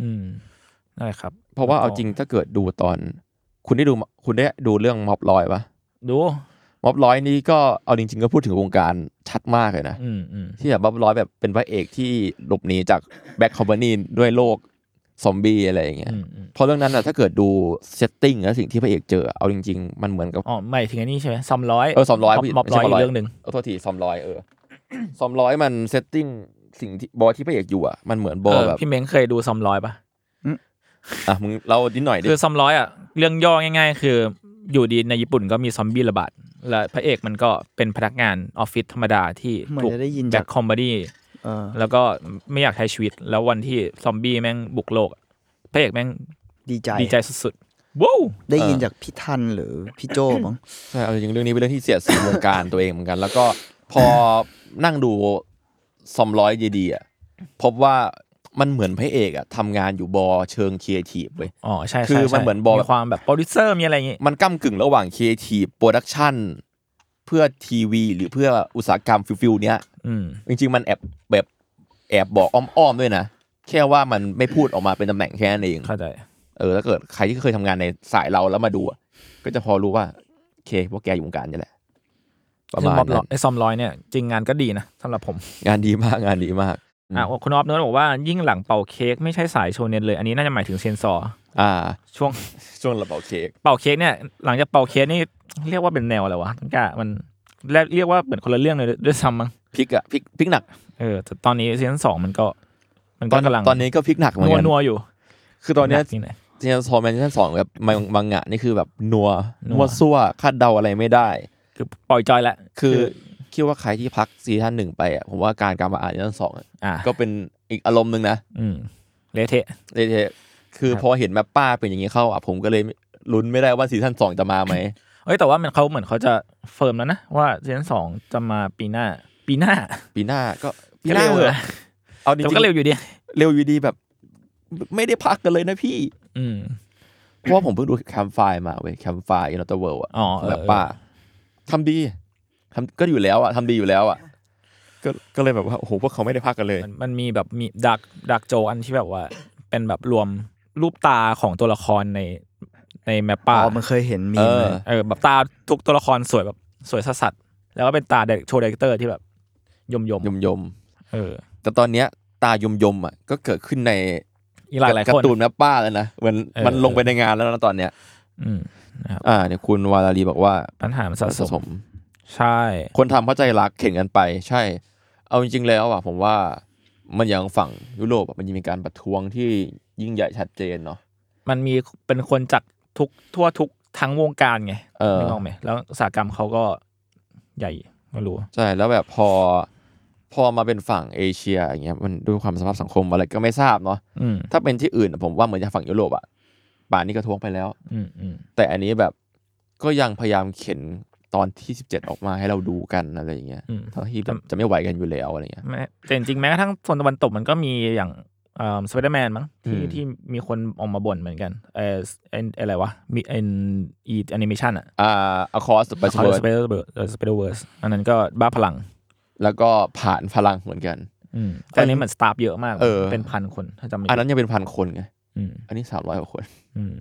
อืมนั่นแหละครับ
เพราะว่าเอา
แล้วก็
จริงถ้าเกิดดูตอน คุณได้ดูคุณได้ดูเรื่องม็อบร้อยปะ
ดู
ม็อบร้อยนี่ก็เอาจริง ๆ ก็พูดถึงวงการชัดมากเลยนะ
อืมอืม
ที่แบบม็อบร้อยแบบเป็นพระเอกที่หลบหนีจากแบ็คคอมพานีด้วยโลกซอมบี้อะไรอย่างเงี้ย
อืมอืม
เพราะเรื่องนั้นอะถ้าเกิดดูเซตติ้งและสิ่งที่พระเอกเจอเอาจริง ๆ มันเหมือนกับ
อ๋อไม่ถึงอันนี้ใช่ไหมซอมร้อย
เออ200
มอบ
ไม่
ร้
ใช่
อยอี
200
กเรื่องหนึ่ง
เอาโทษทีซอมร้อยเออ ซอมร้อยมันเซตติ้งสิ่งที่บอที่พระเอกอยู่อะมันเหมือนบอ
เออ
แบบ
พี่เม้งเคยดูซอมร้อยปะ
อ่ะมึงเรานิดหน่อยดิ
คือซอมร้อยอ่ะเรื่องย่อง่าย ๆ คืออยู่ดีในญี่ปุ่นก็มีซอมบี้ระบาดและพระเอกมันก็เป็นพนักงานออฟฟิศธรรมดาที่
เหมือน
ถูก
จะได้ยิน
จา
จาก ก
คอมเมดี้
เออ
แล้วก็ไม่อยากใช้ชีวิต แล้ววันที่ซอมบี้แม่งบุกโลกอะพระเอกแม่ง
ดีใจ
ดีใจสุดๆว้าว
ได้ยินจากพี่ทันหรือพี่โจบ้าง
ใช่เอาจริงๆเรื่องนี้เป็นเรื่องที่เสียดสีวงการตัวเองเหมือนกัน แล้วก็พอนั่งดูซอมร้อยดีๆอะพบว่ามันเหมือนพระเอกอะทำงานอยู่บอเชิงครีเอทีฟเว้ย
อ๋อใช่ใช่
คือมัน
ใช่
เหมือนบอก
มีความแบบโปรดิวเซอร์มีอะไรอย่างงี้
มันก้ากึ่งระหว่างครีเอทีฟโปรดักชันเพื่อทีวีหรือเพื่ออุตสาหกรรมฟิวฟิวๆเนี้ย
อืม
จริงๆ มันแอบแบบแอบบอกอ้อมๆด้วยนะ แค่ว่ามันไม่พูดออกมาเป็นตำแหน่งแค่นั้นเอง
เข้าใจ
เออถ้าเกิดใครที่เคยทำงานในสายเราแล้วมาดูอะก็จะพอรู้ว่าโอเคพวกแกอยู่วงการนี่แหละ ประ
ซึ่ง
มาณ
มอบร้อ
นั้
ย
น
ไอซอมร้อยเนี่ยจริงงานก็ดีนะสำหรับผม
งานดีมากงานดีมาก อืม
อ่ะคุณออฟเนื้บอกว่ายิ่งหลังเป่าเค้กไม่ใช่สายโชเนนเลย อันนี้น่าจะหมายถึงเซนซอร์
อ่า
ช่วง
ช่วงระเบิดเค้ก
เป่าเค้กเนี่ยหลังจากเป่าเค้กนี่เรียกว่าเป็นแนวอะไรวะตั้งแต่มันเรียกเรียกว่าเหมือนคนละเรื่องเลยด้วยซ้ำมั้ง
พลิกอะพลิกพลิกหนัก
เออแต่ตอนนี้ซีซั่นสองมันก็ มัน
ต
ก็
อน
กำลัง
ตอนนี้ก็พลิกหนักเหมือน
นัว
กัน
นัวๆอยู่
คือตอนเนี้ย
หกจริงนะ
ซีซั่นสองแมนซีซั่นสองแบบมังมังงะนี่คือแบบนัว
นัว
นัวซั่วคาดเดาอะไรไม่ได้
คือปล่อยจอยละ
คือคิดว่าใครที่พักซีซั่นหนึ่งไปอ่ะผมว่าการกลับมาอ่านซีซั่นสองอะ
อ่ะ
ก็เป็นอีกอารมณ์หนึ่งนะ
อืมเละเทะ
เลยเทคือ
ครับ
พอเห็นแมปป้าเป็นอย่างนี้เข้าอ่ะผมก็เลยลุ้นไม่ได้ว่าซีซั่นสองจะมาไหม
เอ้ยแต่ว่ามันเขาเหมือนเขาจะเฟิร์มแล้วนะว่าซีซั่นสองจะมาปีหน้า ปีหน้า
ปีหน้าก็ปี
ก็
หน้า
เร็ว
เหอะ
นะ
เอาจริ
แต่มัน
ง
ก็เร็วอยู่ดี
ๆเร็วอยู่ดีแบบ ไม่ได้พักกันเลยนะพี่
อืม
เพราะว่าผมเพิ่งดูแคมไฟมาเว้ยแคมไฟอินอตเวิร์อะ
อ๋อเออ
แบบป้าทำดีทำก็อยู่แล้วอะทำดีอยู่แล้วอะก็ก็เลยแบบว่าโอ้โหพวกเขาไม่ได้พักกันเลย
มันมันมีแบบมีดักดักโจอันที่แบบว่า เป็นแบบรวมรูปตาของตัวละครในในแมป
อ๋
ป้า
อมันเคยเห็นมี
เอ
ม
อ
เลย
เออแบบตาทุกตัวละครสวยแบบสวยสัสสัสๆแล้วก็เป็นตาเด็กโชว์ดีเตอร์ที่แบบ ยมยม
ยมยม
ๆเออ
ๆแต่ตอนเนี้ยตายมยมๆอ่ะก็เกิดขึ้นใน
อีกหลายหลาย
กา
คน
ร์ตูนแม่ป้าแล้วนะเหมือน
เออ
มันลงไปในงานแล้วนะตอนเนี้ย
อืม
อ่าเนี่ยคุณวาลาลีบอกว่า
ปัญหามันสะส
สะส
ม
ม
ใช่
คนทำเข้าใจรักเข็นกันไป ใช่ เอาจริงๆแล้วอ่ะผมว่ามันอย่างฝั่งยุโรปอะมันยังมีการประท้วงที่ยิ่งใหญ่ชัดเจนเนาะ
มันมีเป็นคนจากทุกทั่วทุก ทั้งวงการไง
เออ
นึกออกไหมแล้วอุตสาหกรรมเขาก็ใหญ่ไม่รู้
ใช่แล้วแบบพอพอมาเป็นฝั่งเอเชียอย่างเงี้ยมันด้วยความสภาพสังคมอะไรก็ไม่ทราบเนาะ
อืม
ถ้าเป็นที่อื่นอะผมว่าเหมือนจะฝั่งยุโรปอะป่านนี้กระท้วงไปแล้ว
อืมอืม
แต่อันนี้แบบก็ยังพยายามเข็นตอนที่ 17 ออกมาให้เราดูกันอะไรอย่างเงี้ย
อืม
ทั้งที่แบบจะไม่ไหวกันอยู่แล้วอะไรเงี้ย
แม้แต่จริงๆแม้กระทั่งโซนตะวันตกมันก็มีอย่างสไปเดอร์แมนมั้งที่
อืม
ที่มีคนออกมาบ่นเหมือนกันเออเอ็นอะไรวะมีเอ็นอีแอนิเมชันอะ
อ่า across the
สไปเดอ
Spider-Verse
ร์สไปเดอร์เวิร์สอันนั้นก็บ้าพลัง
แล้วก็ผ่านพลังเหมือนกัน
อืมแต่อันนี้เหมือนสตาฟเยอะมาก
เออ
นพันคนถ้าจำไม่
อั
ผิ
น
ด
นั้นยังเป็นพันคนไง
อืม
อันนี้สามร้อยกว่าคน
อืม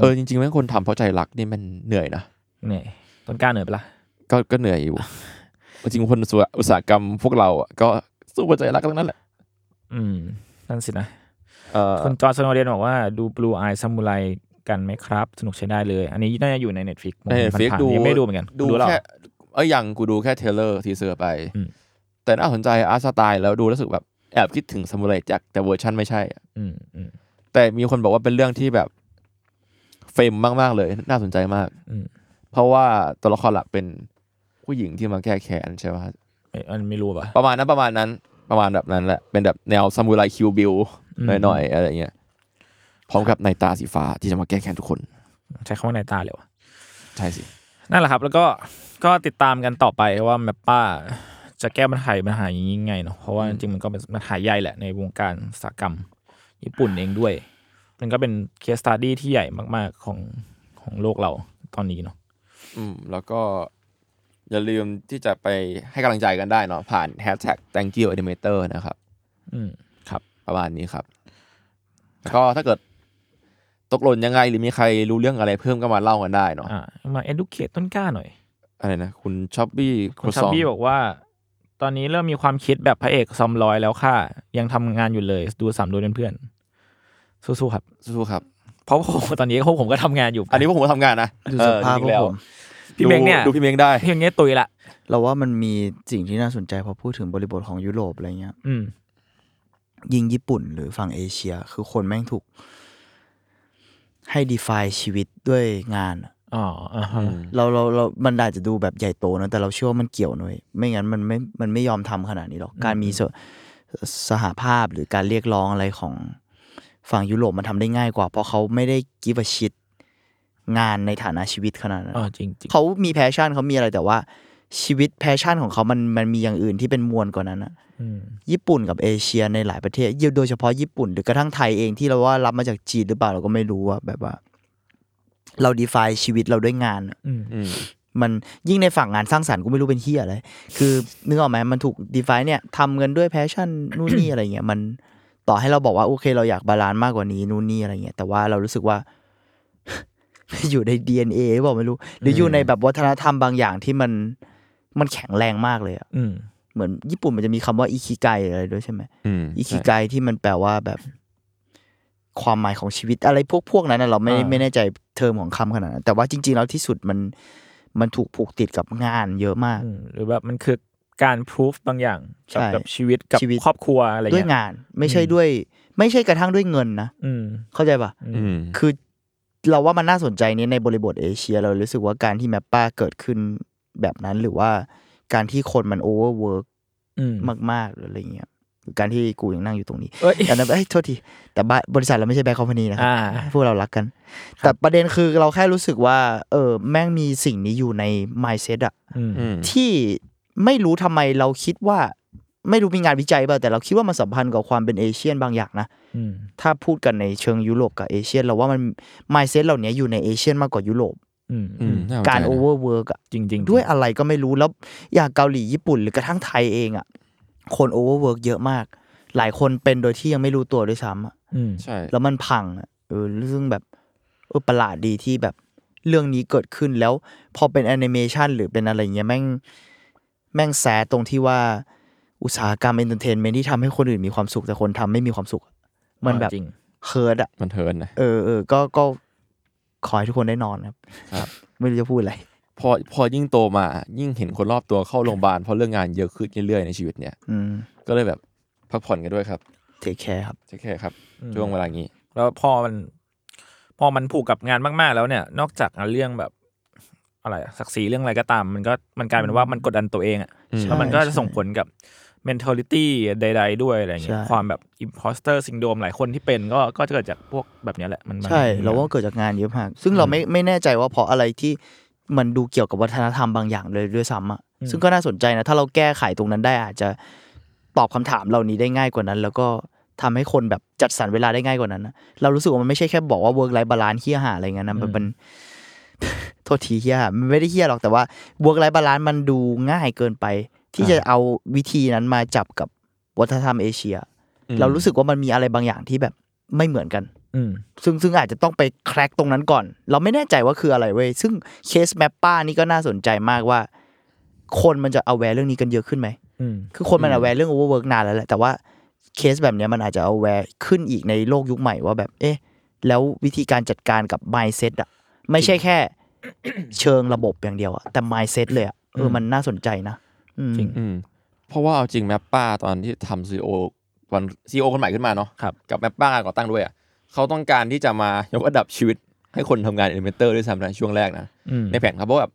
เออ จริงๆแม่งคนทำเพราะใจรักนี่มันเหนื่อยนะ
เนี่ยต้นกล้าเหนื่อยปะล่ะ
ก็ก็เหนื่อย อยู่ จริงๆคนอุตสาหกรรมพวกเราอ่ะก็สู้เพราะใจรักทั้งนั้นแหละ
อืมนั่นสินะ
เออ
คุณจอร์จสโนเดนบอกว่าดู Blue Eye Samurai กันไหมครับ สนุกใช้ได้เลย อันนี้น่าจะอยู่ใน Netflix ผม
ใน
เห็น
ฟิก
ผ่าน
ดู
ๆยังไม่ดูเหมือนกัน
ดู
ดูแล้วเหร
แค่
อ
เอ้ยยังกูดูแค่เทรลเลอร์ทีเซอร์ไป
อืม
แต่น่าสนใจอาร์ตสไตล์แล้วดูรู้สึกแบบแอบคิดถึงซามูไรจักรแต่เวอร์ชันไม่ใช่อะ
อืมอืม
แต่มีคนบอกว่าเป็นเรื่องที่แบบเฟรมมากๆเลย น่าสนใจมาก
อืม
เพราะว่าตัวละครหลักเป็นผู้หญิงที่มาแก้แค้นใช่ไหม
เอ้ยอันไม่รู้ปะ
ประมาณนั้นประมาณนั้นประมาณแบบนั้นแหละ เป็นแบบแนวซามูไรคิวบิล
อืม
หน่อยๆ อะไรเงี้ยพร้อมกับนายตาสีฟ้าที่จะมาแก้แค้นทุกคน
ใช้คำว่าในตาเลยวะ
ใช่สิ
นั่นแหละครับแล้วก็ก็ติดตามกันต่อไปว่าแมปป้าจะแก้ปัญหาปัญหาอย่างนี้ยังไงเนาะเพราะว่าจริงๆมันก็เป็นปัญหาใหญ่แหละในวงการอุตสาหกรรมญี่ปุ่นเองด้วย มันก็เป็นเคส e ตัดดี้ที่ใหญ่มากๆของของโลกเราตอนนี้เนาะ
อืม แล้วก็ อย่าลืมที่จะไปให้กำลังใจกันได้เนาะผ่านแฮชแท็ก thank you animator นะครับ
อืมครับ
ประมาณนี้ครับแล้วก็ถ้าเกิดตกหล่นยังไงหรือมีใครรู้เรื่องอะไรเพิ่มก็มาเล่ากันได้เนาะ
อ่ามา educate ต้นกล้าหน่อย
อะไรนะ คุณช็อปปี้
คุณชาบี้บอกว่า ตอนนี้เริ่มมีความคิดแบบพระเอกซอมลอยแล้วค่ะ ยังทำงานอยู่เลยดูสามดูเป็นเพื่อนสู้ๆครับ
สู้ๆครับ
เพราะผมตอนนี้ผมก็ทำงานอยู่
อันนี้พวกผมก็ทำงานนะ
ดู
เอ
ส
อ
ภาพ
จ
พ
ริงๆ
วก
แล้ว
ผม
พี่เม้งเนี่ย
ดูดูพี่เม้งได้
เพียงเงี้ยตุยละ
เราว่ามันมีสิ่งที่น่าสนใจพอพูดถึงบริบทของยุโรปอะไรเงี้ย
อืม
ยิ่งญี่ปุ่นหรือฝั่งเอเชีย คือคนแม่งถูก ให้ดีไฟชีวิตด้วยงานอะ
อ๋ออ่าฮะ
เราเราเรามันอาจจะดูแบบใหญ่โตนะแต่เราเชื่อว่ามันเกี่ยวนะเว้ยไม่งั้นมันไม่มันไม่ยอมทำขนาดนี้หรอก การมีสสหภาพหรือการเรียกร้องอะไรของฝั่งยุโรปมันทำได้ง่ายกว่า เพราะเขาไม่ได้กิฟต์ชิตงานในฐานะชีวิตขนาดนั้น
อ๋อจริงจริง
เขามีแพชชั่นเขามีอะไรแต่ว่าชีวิตแพชชั่นของเขามันมันมีอย่างอื่นที่เป็นมวลกว่านั้นอะ
อืม
ญี่ปุ่นกับเอเชียในหลายประเทศโดยเฉพาะญี่ปุ่นหรือกระทั่งไทยเองที่เราว่ารับมาจากจีนหรือเปล่าเราก็ไม่รู้ว่าแบบว่า เราดีไฟชีวิตเราด้วยงานอะ
อืม
อืม
มันยิ่งในฝั่งงานสร้างสรรค์กูไม่รู้เป็นเฮียอะไร คือนึกออกไหมมันถูกดีไฟเนี่ยทำเงินด้วยแพชชั่นนู่นนี่ อะไรเงี้ยมันต่อให้เราบอกว่าโอเค เราอยากบาลานซ์มากกว่านี้นู่นนี่อะไรเงี้ยแต่ว่าเรารู้สึกว่า อยู่ใน DNA หรือเปล่าไม่รู้ หรืออยู่ในแบบวัฒนธรรมบางอย่างที่มันมันแข็งแรงมากเลยอะ
อืม
เหมือนญี่ปุ่นมันจะมีคำว่าอิคิไกอะไรด้วยใช่ไหม
อืม
อิคิไกที่มันแปลว่าแบบ ความหมายของชีวิตอะไรพวกพวกนั้นนะเราไม่
อ่า
ไม่แน่ใจเทอมของคำขนาดนั้นแต่ว่าจริง ๆ แล้วที่สุดมันมันถูกผูกติดกับงานเยอะมาก
อืมหรือแบบมันคือการพิสูจบางอย่าง
ใช่
กับกับชีวิตกับ
ชีวิต
ครอบครัวอะไร
ด้วย
เงี้ย
งานไม่ใช่
อืม
ด้วย ไม่ใช่กระทั่งด้วยเงินนะ
อืม
เข้าใจปะ
อืม
คือเราว่ามันน่าสนใจนี้ในบริบทเอเชีย เรารู้สึกว่าการที่แมปป้าเกิดขึ้นแบบนั้นหรือว่าการที่คนมันโอเวอร์เวิร์ก
อืม
มากๆหรืออะไรเงี้ยหรือการที่กูยังนั่งอยู่ตรงนี้
เอ้ย
อันนั้นเอ้ยโทษที แต่บ้านบริษัทเราไม่ใช่แบงค์คอมพานีนะครับ
อ่า
พวกเรารักกัน แต่ประเด็นคือเราแค่รู้สึกว่า เออแม่งมีสิ่งนี้อยู่ใน mindset อะ
อืม
อืม
ที่ไม่รู้ทำไมเราคิดว่า ไม่รู้มีงานวิจัยเปล่าแต่เราคิดว่ามันสัมพันธ์กับความเป็นเอเชียนบางอย่างนะ
อืม
ถ้าพูดกันในเชิงยุโรปกับเอเชียนเราว่ามันมายเซตเหล่านี้อยู่ในเอเชียนมากกว่ายุโรป
อืม
อืมน่สนใจนะ
การโอเวอร์เวิร์กอะ
จริงจริง
ด้วยอะไรก็ไม่รู้แล้วอย่างเกาหลีญี่ปุ่นหรือกระทั่งไทยเองอะคนโอเวอร์เวิร์กเยอะมาก หลายคนเป็นโดยที่ยังไม่รู้ตัวด้วยซ้ำอะ
อืม
ใช่
แล้วมันพังอะเออซึ่งแบบเออประหลาดดีที่แบบเรื่องนี้เกิดขึ้นแล้วพอเป็นแอนิเมชันหรือเป็นอะไรเงี้ยแม่ง แม่งแสตรงที่ว่าอุตสาหกรรมเอนเตอร์เทนเมนที่ทำให้คนอื่นมีความสุขแต่คนทำไม่มีความสุขอะมันแบบ
จริง
เคิร์ดอะ
มันเทินนะ
เออเออก็ก็ขอให้ทุกคนได้นอนครับ
ครับ
ไม่รู้จะพูดอะไร
พอพอยิ่งโตมายิ่งเห็นคนรอบตัวเข้าโรงพยาบาลเพราะเรื่องงานเยอะขึ้นเรื่อยๆในชีวิตเนี่ย
อืม
ก็เลยแบบพักผ่อนกันด้วยครับ
เทคแคร์ครับ
ใช่แค่ครับ
อืม
ช่วงเวลานี้
แล้วพอมัน พอมันผูกกับงานมากๆแล้วเนี่ย นอกจากเรื่องแบบอะไรอะศักดิ์ศรีเรื่องอะไรก็ตาม มันก็มันกลายเป็นว่ามันกดดันตัวเองอะ
อืม
แล้วมันก็จะส่งผลกับ mentality ใด ๆ ด้วยอะไรเงี้ย
ใช่
ความแบบ imposter syndrome หลายคนที่เป็นก็ก็จะเกิดจากพวกแบบเนี้ยแหละมันมัน
ใช่เราว่าเกิดจากงานเยอะมากซึ่งเราไม่ไม่แน่ใจว่าเพราะอะไรที่มันดูเกี่ยวกับวัฒนธรรมบางอย่างเลยด้วยซ้ำอ่ะ
อืม
ซึ่งก็น่าสนใจนะ ถ้าเราแก้ไขตรงนั้นได้อาจจะตอบคำถามเหล่านี้ได้ง่ายกว่านั้น แล้วก็ทำให้คนแบบจัดสรรเวลาได้ง่ายกว่านั้นนะเรารู้สึกว่ามันไม่ใช่แค่บอกว่า work life balance เฮี้ยหาอะไรเงี้ยนะมันมัน โทษทีเฮี้ยหามันไม่ได้เฮี้ยหรอกแต่ว่า work life balance มันดูง่ายเกินไป ที่จะเอาวิธีนั้นมาจับกับวัฒนธรรมเอเชีย เรารู้สึกว่ามันมีอะไรบางอย่างที่แบบไม่เหมือนกัน
อืม
ซึ่งซึ่งอาจจะต้องไปแคร็กตรงนั้นก่อน เราไม่แน่ใจว่าคืออะไรเว้ย ซึ่งเคสแมปป้านี่ก็น่าสนใจมากว่า คนมันจะเอาแวร์เรื่องนี้กันเยอะขึ้นไหม
อืม
คือคนมัน
อืม
เอาแวร์เรื่องโอเวอร์เวิร์กนานแล้วแหละ แต่ว่าเคสแบบเนี้ยมันอาจจะเอาแวร์ขึ้นอีกในโลกยุคใหม่ว่าแบบ เอ๊ะ แล้ววิธีการจัดการกับ mindset อะไม่ใช่แค่ เชิงระบบอย่างเดียวอะแต่ mindset เลยอะเอออ
ม
มันน่าสนใจนะอืม
จริง
อืมเพราะว่าเอาจริงแมปป้าตอนที่ทำซีโอตอนซีโอคนใหม่ขึ้นมาเนาะ
ครับ
กับแมปป้าก่อตั้งด้วยอ่ะเขาต้องการที่จะมายกระดับชีวิตให้คนทำงานอินเวนเตอร์ด้วยซ้ำนะช่วงแรกนะ
อืม
ในแผนครับเพราะแบบ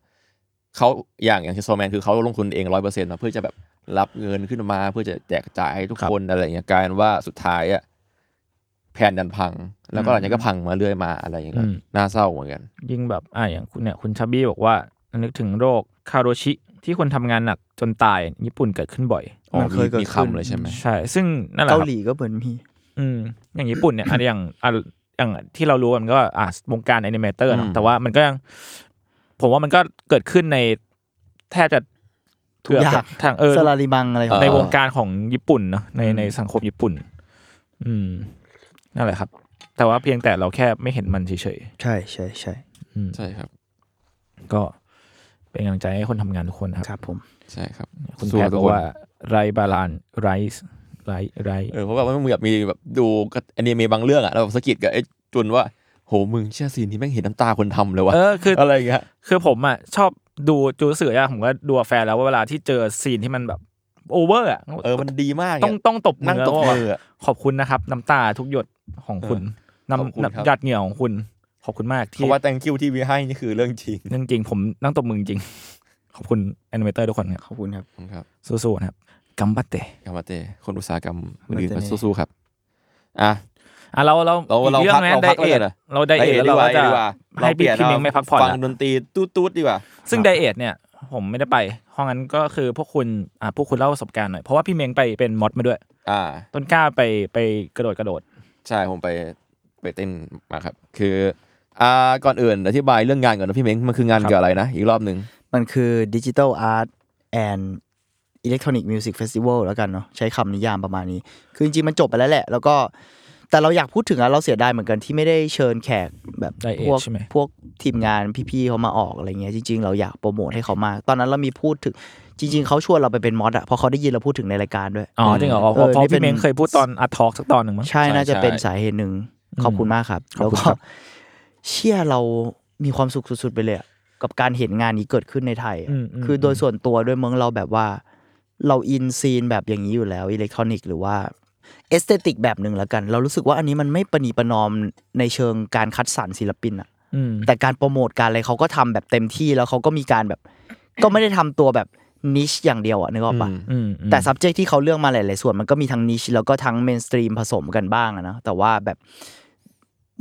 เขาอย่างอย่างโซแมนคือเขาลงทุนเองร้อยเปอร์เซ็นต์มาเพื่อจะแบบรับเงินขึ้นมาเพื่อจะแจกจ่ายให้ทุก
ครับ
คนอะไรอย่างเงี้ยกลายเป็นว่าสุดท้ายอะแผนดันพัง แล้วก็หลังจากนั้นก็พังมาเรื่อยมาอะไรอย่างเงี้ยน่าเศร้าเหมือนกัน
ยิ่งแบบอ่าอย่างคุณเนี่ยคุณชาบี้บอกว่านึกถึงโรคคาโรชิ ที่คนทำงานหนักจนตายญี่ปุ่นเกิดขึ้นบ่อย
อ๋อ
มันเคย
มี
เกิด
มี
ขึ้น
คำเลยใช่ไหม
ใช่ ซึ่งนั่นแหละค
เการ
บ
หลีก็เหมือนมี
อืมอย่างญี่ปุ่นเนี่ย อันอย่างอันอย่างที่เรารู้มันก็อ่ะวงการแอนิเมเตอร์เนอะ
อืม
แต่ว่ามันก็ยัง ผมว่ามันก็เกิดขึ้นในแทบจะ
ทุกอย่าง
เบจะทางเออ
สลาริบังอะไรของ
ใน
เออ
วงการของญี่ปุ่นเนาะในในสังคมญี่ปุ่น อืมนั่นแหละครับ แต่ว่าเพียงแต่เราแค่ไม่เห็นมันเฉย
ใช่ใช่ใช่
ๆอืม
ใช่ครับ
ก็เป็นกำลังใจให้คนทำงานทุกคนครับ
ครับผม
ใช่ครับ
คุณ
สู้
แพทย์
ทุ
บอก
คน
ว่าไรบาลานไรส์ไรไร
เออเพราะแบบว่ามึงแบบมีแบบดูอนิเมะบางเรื่องอะแล้วแบบสะกิดกับไอ้จุนว่า โหมึงเชื่อซีนนี้แม่งเห็นน้ำตาคนทำเล ยวะ
เออคืออ
อะไรอย่างเงี้ย
คือผมอ่ะชอบดูจูเสือยะผมก็ดูกับแฟนแล้วว่าเวลาที่เจอซีนที่มันแบบโอเวอร์อ่ะ
เออมันดีมากะ
ต้องต้องตบมื
นั่ง
อ
ตบ
ว่า
มืออะ
ขอบคุณนะครับ น้ำตาทุกหยดของคุณ
ขอบคุณ
น้ำ
ครับ
น้ำหยัดเหงื่อของคุณ ขอบคุณมาก
เพ
ที่
ราะว่า thank you ที่มีให้นี่คือเรื่องจริง
เรื่องจริงผมนั่งตบมือจริง ขอบคุณแอนิเมเตอร์ทุกคนครับ
ขอบคุณครับ
ครับ
สู้ๆนะครับกัมบัตเต
กามาเตคนอุตสาหกรรม
มัน
อื่น
จะ
ๆก็
มี
สู้ๆครับ อ่ะ
อ่ะเราเรา
เรา
อีก
เรา
เรื่อ
พั
ง
ก
นะ
เรา
ได
พัก
เอทเราไดเอท
เลยนะ
แล้วเรา
เรา
ก็จะ
ดีกว่า
ให้พี่คิมเองไม่พักผ่อน
ฟัง
ละ
ดนตรีตู้ดๆดีกว่า
ซึ่งไดเอทเนี่ยผมไม่ได้ไปห้องนั้นก็คือพวกคุณอ่ะพวกคุณเล่าประสบการณ์หน่อยเพราะว่าพี่เมงไปเป็นมอดมาด้วย
อ่า
ต้นกล้าไปไปกระโดดกระโดด
ใช่ผมไปไปเต้นมาครับ คือ อ่า ก่อนอื่นอธิบายเรื่องงานก่อนนะพี่เม้งมันคืองาน
ครับ
เกี่ยวอะไรนะ อีกรอบหนึ่ง
มันคือดิจิ t a ลอาร์ตแอนด์อิเล็กทรอนิกส์มิวสิกเฟสติวัลแล้วกันเนาะใช้คำนิยามประมาณนี้ คือจริงๆ มันจบไปแล้วแหละ แล้วก็แต่เราอยากพูดถึงอะเราเสียดายเหมือนกันที่ไม่ได้เชิญแขกแบบ
ได้เอ
พว
ท
ก
ใช่ไหม
พวกทีมงานพี่ๆเขามาออกอะไรเงี้ยจริง ๆ เราอยากโปรโมทให้เขามาก ตอนนั้นเรามีพูดถึงจริง ๆเขาชวนเราไปเป็นมอดอะเพราะเขาได้ยินเราพูดถึงในรายการด้วย
อ๋อจริงเหรอ
เออ
เพราะ
นี่เป็
พี่
น
เม้งเคยพูดตอนอัดทอกสักตอนหนึ่งมั้ง
ใช่น่าจะเป็นสาเหตุหนึ่งขอบคุณมากครับ
ขอบ
แล้ว
คุณ
ก็
ครับ
เชื่อเรามีความสุขสุดๆไปเลยอะกับการเห็นงานนี้เกิดขึ้นในไทยอะ
มม
คือโดยส่วนตัวด้วยเมืองเราแบบว่า เราอินซีนแบบอย่างนี้อยู่แล้วอิเล็กทรอนิกส์หรือว่าเอสเตติกแบบหนึ่งแล้วกัน เรารู้สึกว่าอันนี้มันไม่ประนีประนอมในเชิงการคัดสรรศิลปินอะ
อืม
แต่การโปรโมทการอะไรเขาก็ทำแบบเต็มที่แล้วเขาก็มีการแบบ ก็ไม่ได้ทำตัวแบบนิชอย่างเดียวอะนึกออกปะ
อืม
อืมอืม
แต่ subject ที่เขาเลือกมาหลาย ๆ ส่วนมันก็มีทั้งนิชแล้วก็ทั้งเมนสตรีมผสมกันบ้างอะนะแต่ว่าแบบ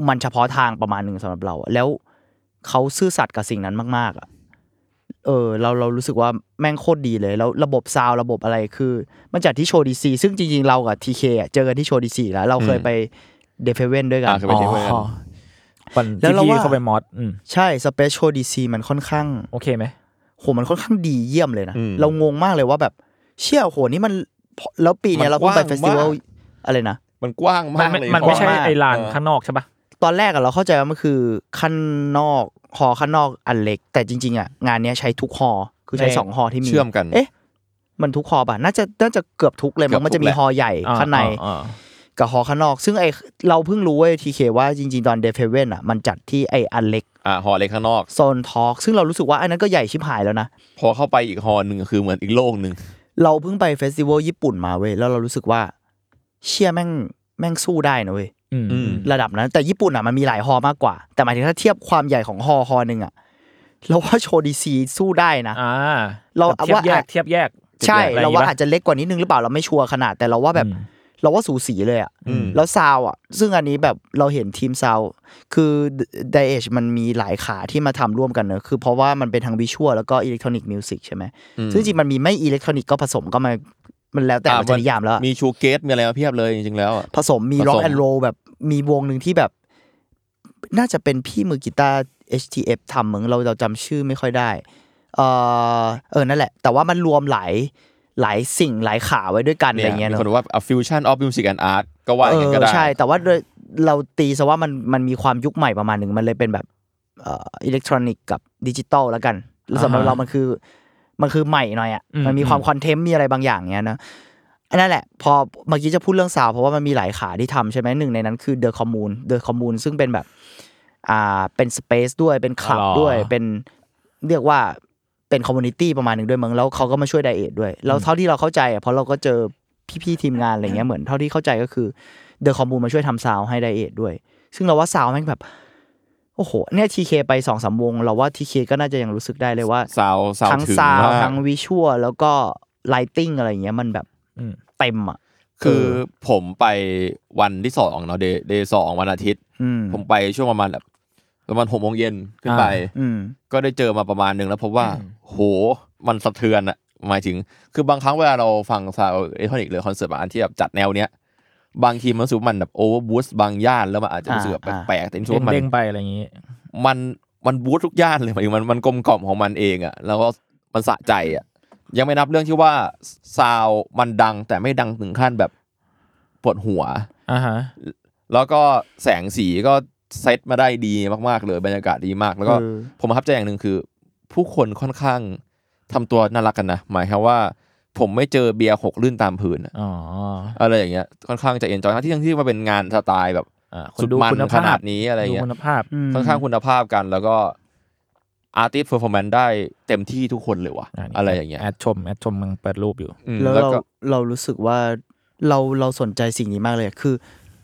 มันเฉพาะทางประมาณหนึ่งสำหรับเราอะแล้วเขาซื่อสัตย์กับสิ่งนั้นมากๆอะ เออเราเรารู้สึกว่าแม่งโคตรดีเลย แล้วระบบซาวด์ระบบอะไรคือ มันจัดที่โชว์ดีซีซึ่งจริงๆ เรากับทีเคเจอกันที่โชว์ดีซีแล้ว เราเคยไปเดฟเฟเว่นด้วยกั
อ่าน คือไปเที่ยวกัน
อ๋อวัน
แล้ว
ที่
เรา
พี่
ว่า
เข้าไปมอสอืม
ใช่สเปซโชว์ดีซีมันค่อนข้าง
โอเคไหม
โหมันค่อนข้างดีเยี่ยมเลยนะ
อืม
เรางงมากเลยว่าแบบ เชี่ยโหนี่มันแล้วปีเนี้ยเราเพิ่งไป
มันกว้าง
เฟสติวัล
มาก
อะไรนะ
มันกว้าง
มั
มาน ก
ไม่
เลย
มันไม่ใช่
กว้างาก
ไอ้ลาน
เออ
ข้างนอกใช่ปะ
ตอนแรกอะเราเข้าใจว่ามันคือข้างนอกหอข้างนอกอันเล็ก แต่จริง ๆอะงานเนี้ยใช้ทุกหอคือใช้สองหอที่มี
เชื่อมกัน
เอ๊ะ มันทุกหอป่ะน่าจะน่าจะเกือบทุกเลยมั้งมันจะมี
เกือบทุ
ห
กแห
อ
ละ
ใหญ่
อ่
ข้างใน
อ่า
กับหอข้างนอก ซึ่งไอเราเพิ่งรู้เว้ยทีเคว่าจริง ๆ ตอนเดฟเฟเว่นอ่ะ มันจัดที่ไออันเล็ก
อ่าหอเล็กข้างนอก
โซนทอล์กซึ่งเรารู้สึกว่าอันนั้นก็ใหญ่ชิบหายแล้วนะ
พอเข้าไปอีกหอหนึ่งคือเหมือนอีกโลกหนึ่ง
เราเพิ่งไปเฟสติวัลญี่ปุ่นมาเว้ย แล้วเรารู้สึกว่า เชี่ยแม่งแม่งสู้ได้นะเว้ย
อืม
อืม
ระดับนั้น แต่ญี่ปุ่นอ่ะมันมีหลายฮอมากกว่า แต่หมายถึงถ้าเทียบความใหญ่ของฮอฮอหนึ่งอ่ะเราว่าโชว์ดีซีสู้ได้นะ
อ่า
เรา
แบบเทียบ
ว่า
แยกเทียบแยก
ใช่
ทียบแยก
เรา
ะ
ว่า
ไย่งงี้ปะ
อาจจะเล็กกว่านิดนึงหรือเปล่าเราไม่ชัวร์ขนาดแต่เราว่าแบบ
อืม
เราว่าสูสีเลยอ่ะ
อืม
แล้วซาวอ่ะ ซึ่งอันนี้แบบเราเห็นทีมซาวคือไดเอชมันมีหลายขาที่มาทำร่วมกันเนอะคือเพราะว่ามันเป็นทางวิชวลแล้วก็อิเล็กทรอนิกส์มิวสิกใช่ไหมซึ่งจริงมันมีไม่อิเล็กทรอนิกส์ก็ผสมก็มามันแล้วแต่เราจะนิยามแล้วอะ
มีชูเกตมีอะไรมาเพียบเลยจริงๆแล้วอะ
ผสมมี
ผสม
ร็อกแอนโรแบบมีวงหนึ่งที่แบบ น่าจะเป็นพี่มือกีตาร์ HTF ทำเหมือนเราเราจำชื่อไม่ค่อยได้เออเออนั่นแหละ แต่ว่ามันรวมหลายหลายสิ่งหลายขาไว้ด้วยกันอะไรอย่างเงี้ย
มี
เน
ค
อะ
นบอกว่า a fusion of music and art ก็ว่าอย่างนั้นก็ได้
เใช่ แต่ว่าโดยเราตีซะว่ามันมันมีความยุคใหม่ประมาณหนึ่งมันเลยเป็นแบบเอ่ออิเล็กทรอนิกส์กับดิจิตอลแล้วกันแล้วสำหรับ
อ่าฮะ
เรามันคือมันคือใหม่หน่อยอ่ะ
อืม
มันมีความคอนเทมต์มีอะไรบางอย่างเนี้ยนะอันนั่นแหละ พอเมื่อกี้จะพูดเรื่องสาว เพราะว่ามันมีหลายขาที่ทำใช่ไหมหนึ่งในนั้นคือเดอะคอมมูนเดอะคอมมูนซึ่งเป็นแบบอ่าเป็นสเปซด้วยเป็นคลับ
อ๋อ
ด้วยเป็นเรียกว่าเป็นคอมมูนิตี้ประมาณหนึ่งด้วยมั้งแล้วเขาก็มาช่วยไดเอทด้วยแล้วเท่าที่เราเข้าใจอ่ะเพราะเราก็เจอพี่ๆทีมงานอะไรเงี้ยเหมือนเท่าที่เข้าใจก็คือ เดอะคอมบูนมาช่วยทำซาวด์ให้ไดเอทด้วย ซึ่งเราว่าซาวด์แม่งแบบ โอ้โห เนี่ยทีเคไปสองสามวง เราว่าทีเคก็น่าจะยังรู้สึกได้เลยว่า
ซาวซาว
ทั้ง
ถึง
ซาวด์
มาก
ทั้งวิชวลแล้วก็ไลติ n งอะไรอย่างเงี้ยมันแบบ
อืม
เต็มอ่ะ
คือผมไปวันที่สองเนาะเดย์เดย์สองวันอาทิตย์
อืม
ผมไปช่วงประมาณแบบประมาณหกโมงเย็นขึ้นไป
อืม
ก็ได้เจอมาประมาณหนึ่งแล้วพบว่า โหมันสะเทือนอะหมายถึง คือบางครั้งเวลาเราฟังซาวเอทอนิกหรือคอนเสิร์ตบางอันที่แบบจัดแนวเนี้ย บางทีมันรู้สึกว่ามันแบบโอเวอร์บูสบางย่านแล้วมันอาจจะรู้สึกแบบ
อ่า
แปลกๆแต่ที่สุดมัน
เด้งๆไปอะไรอย่างงี้
มันมันบูททุกย่านเลยหมายถึงมันมันกลมกล่อมของมันเองอะแล้วก็มันสะใจอะยังไม่นับเรื่องที่ว่าซาวด์มันดังแต่ไม่ดังถึงขั้นแบบปวดหัว
อ่าฮะ
แล้วก็แสงสีก็เซตมาได้ดีมากๆเลยบรรยากาศดีมาก แล้วก็
เออ
ผมประทับใจอย่างหนึ่งคือ ผู้คนค่อนข้างทำตัวน่ารักกันนะหมายความว่า ผมไม่เจอเบียร์หกลื่นตามพื้นอะ
อ๋อ
อะไรอย่างเงี้ยค่อนข้างจะเอ็นจอยทั้งที่ทั้งที่มาเป็นงานสไตล์แบบ
อ่าค
สุดมันขนาดนี้อะไร
ดู
เงี้ย
คุณภาพ
อืม
ค่อนข้างคุณภาพกันแล้วก็อาร์ติสต์เพอร์ฟอร์แมนได้เต็มที่ทุกคนเลยว่ะ อะไรอย่างเงี้ย
แอดชม แอดชมมันเปิดรูปอยู่
อืม
แล้ว
แล้ว
เรา
ก็
เรารู้สึกว่าเราเราสนใจสิ่งนี้มากเลยอะคือ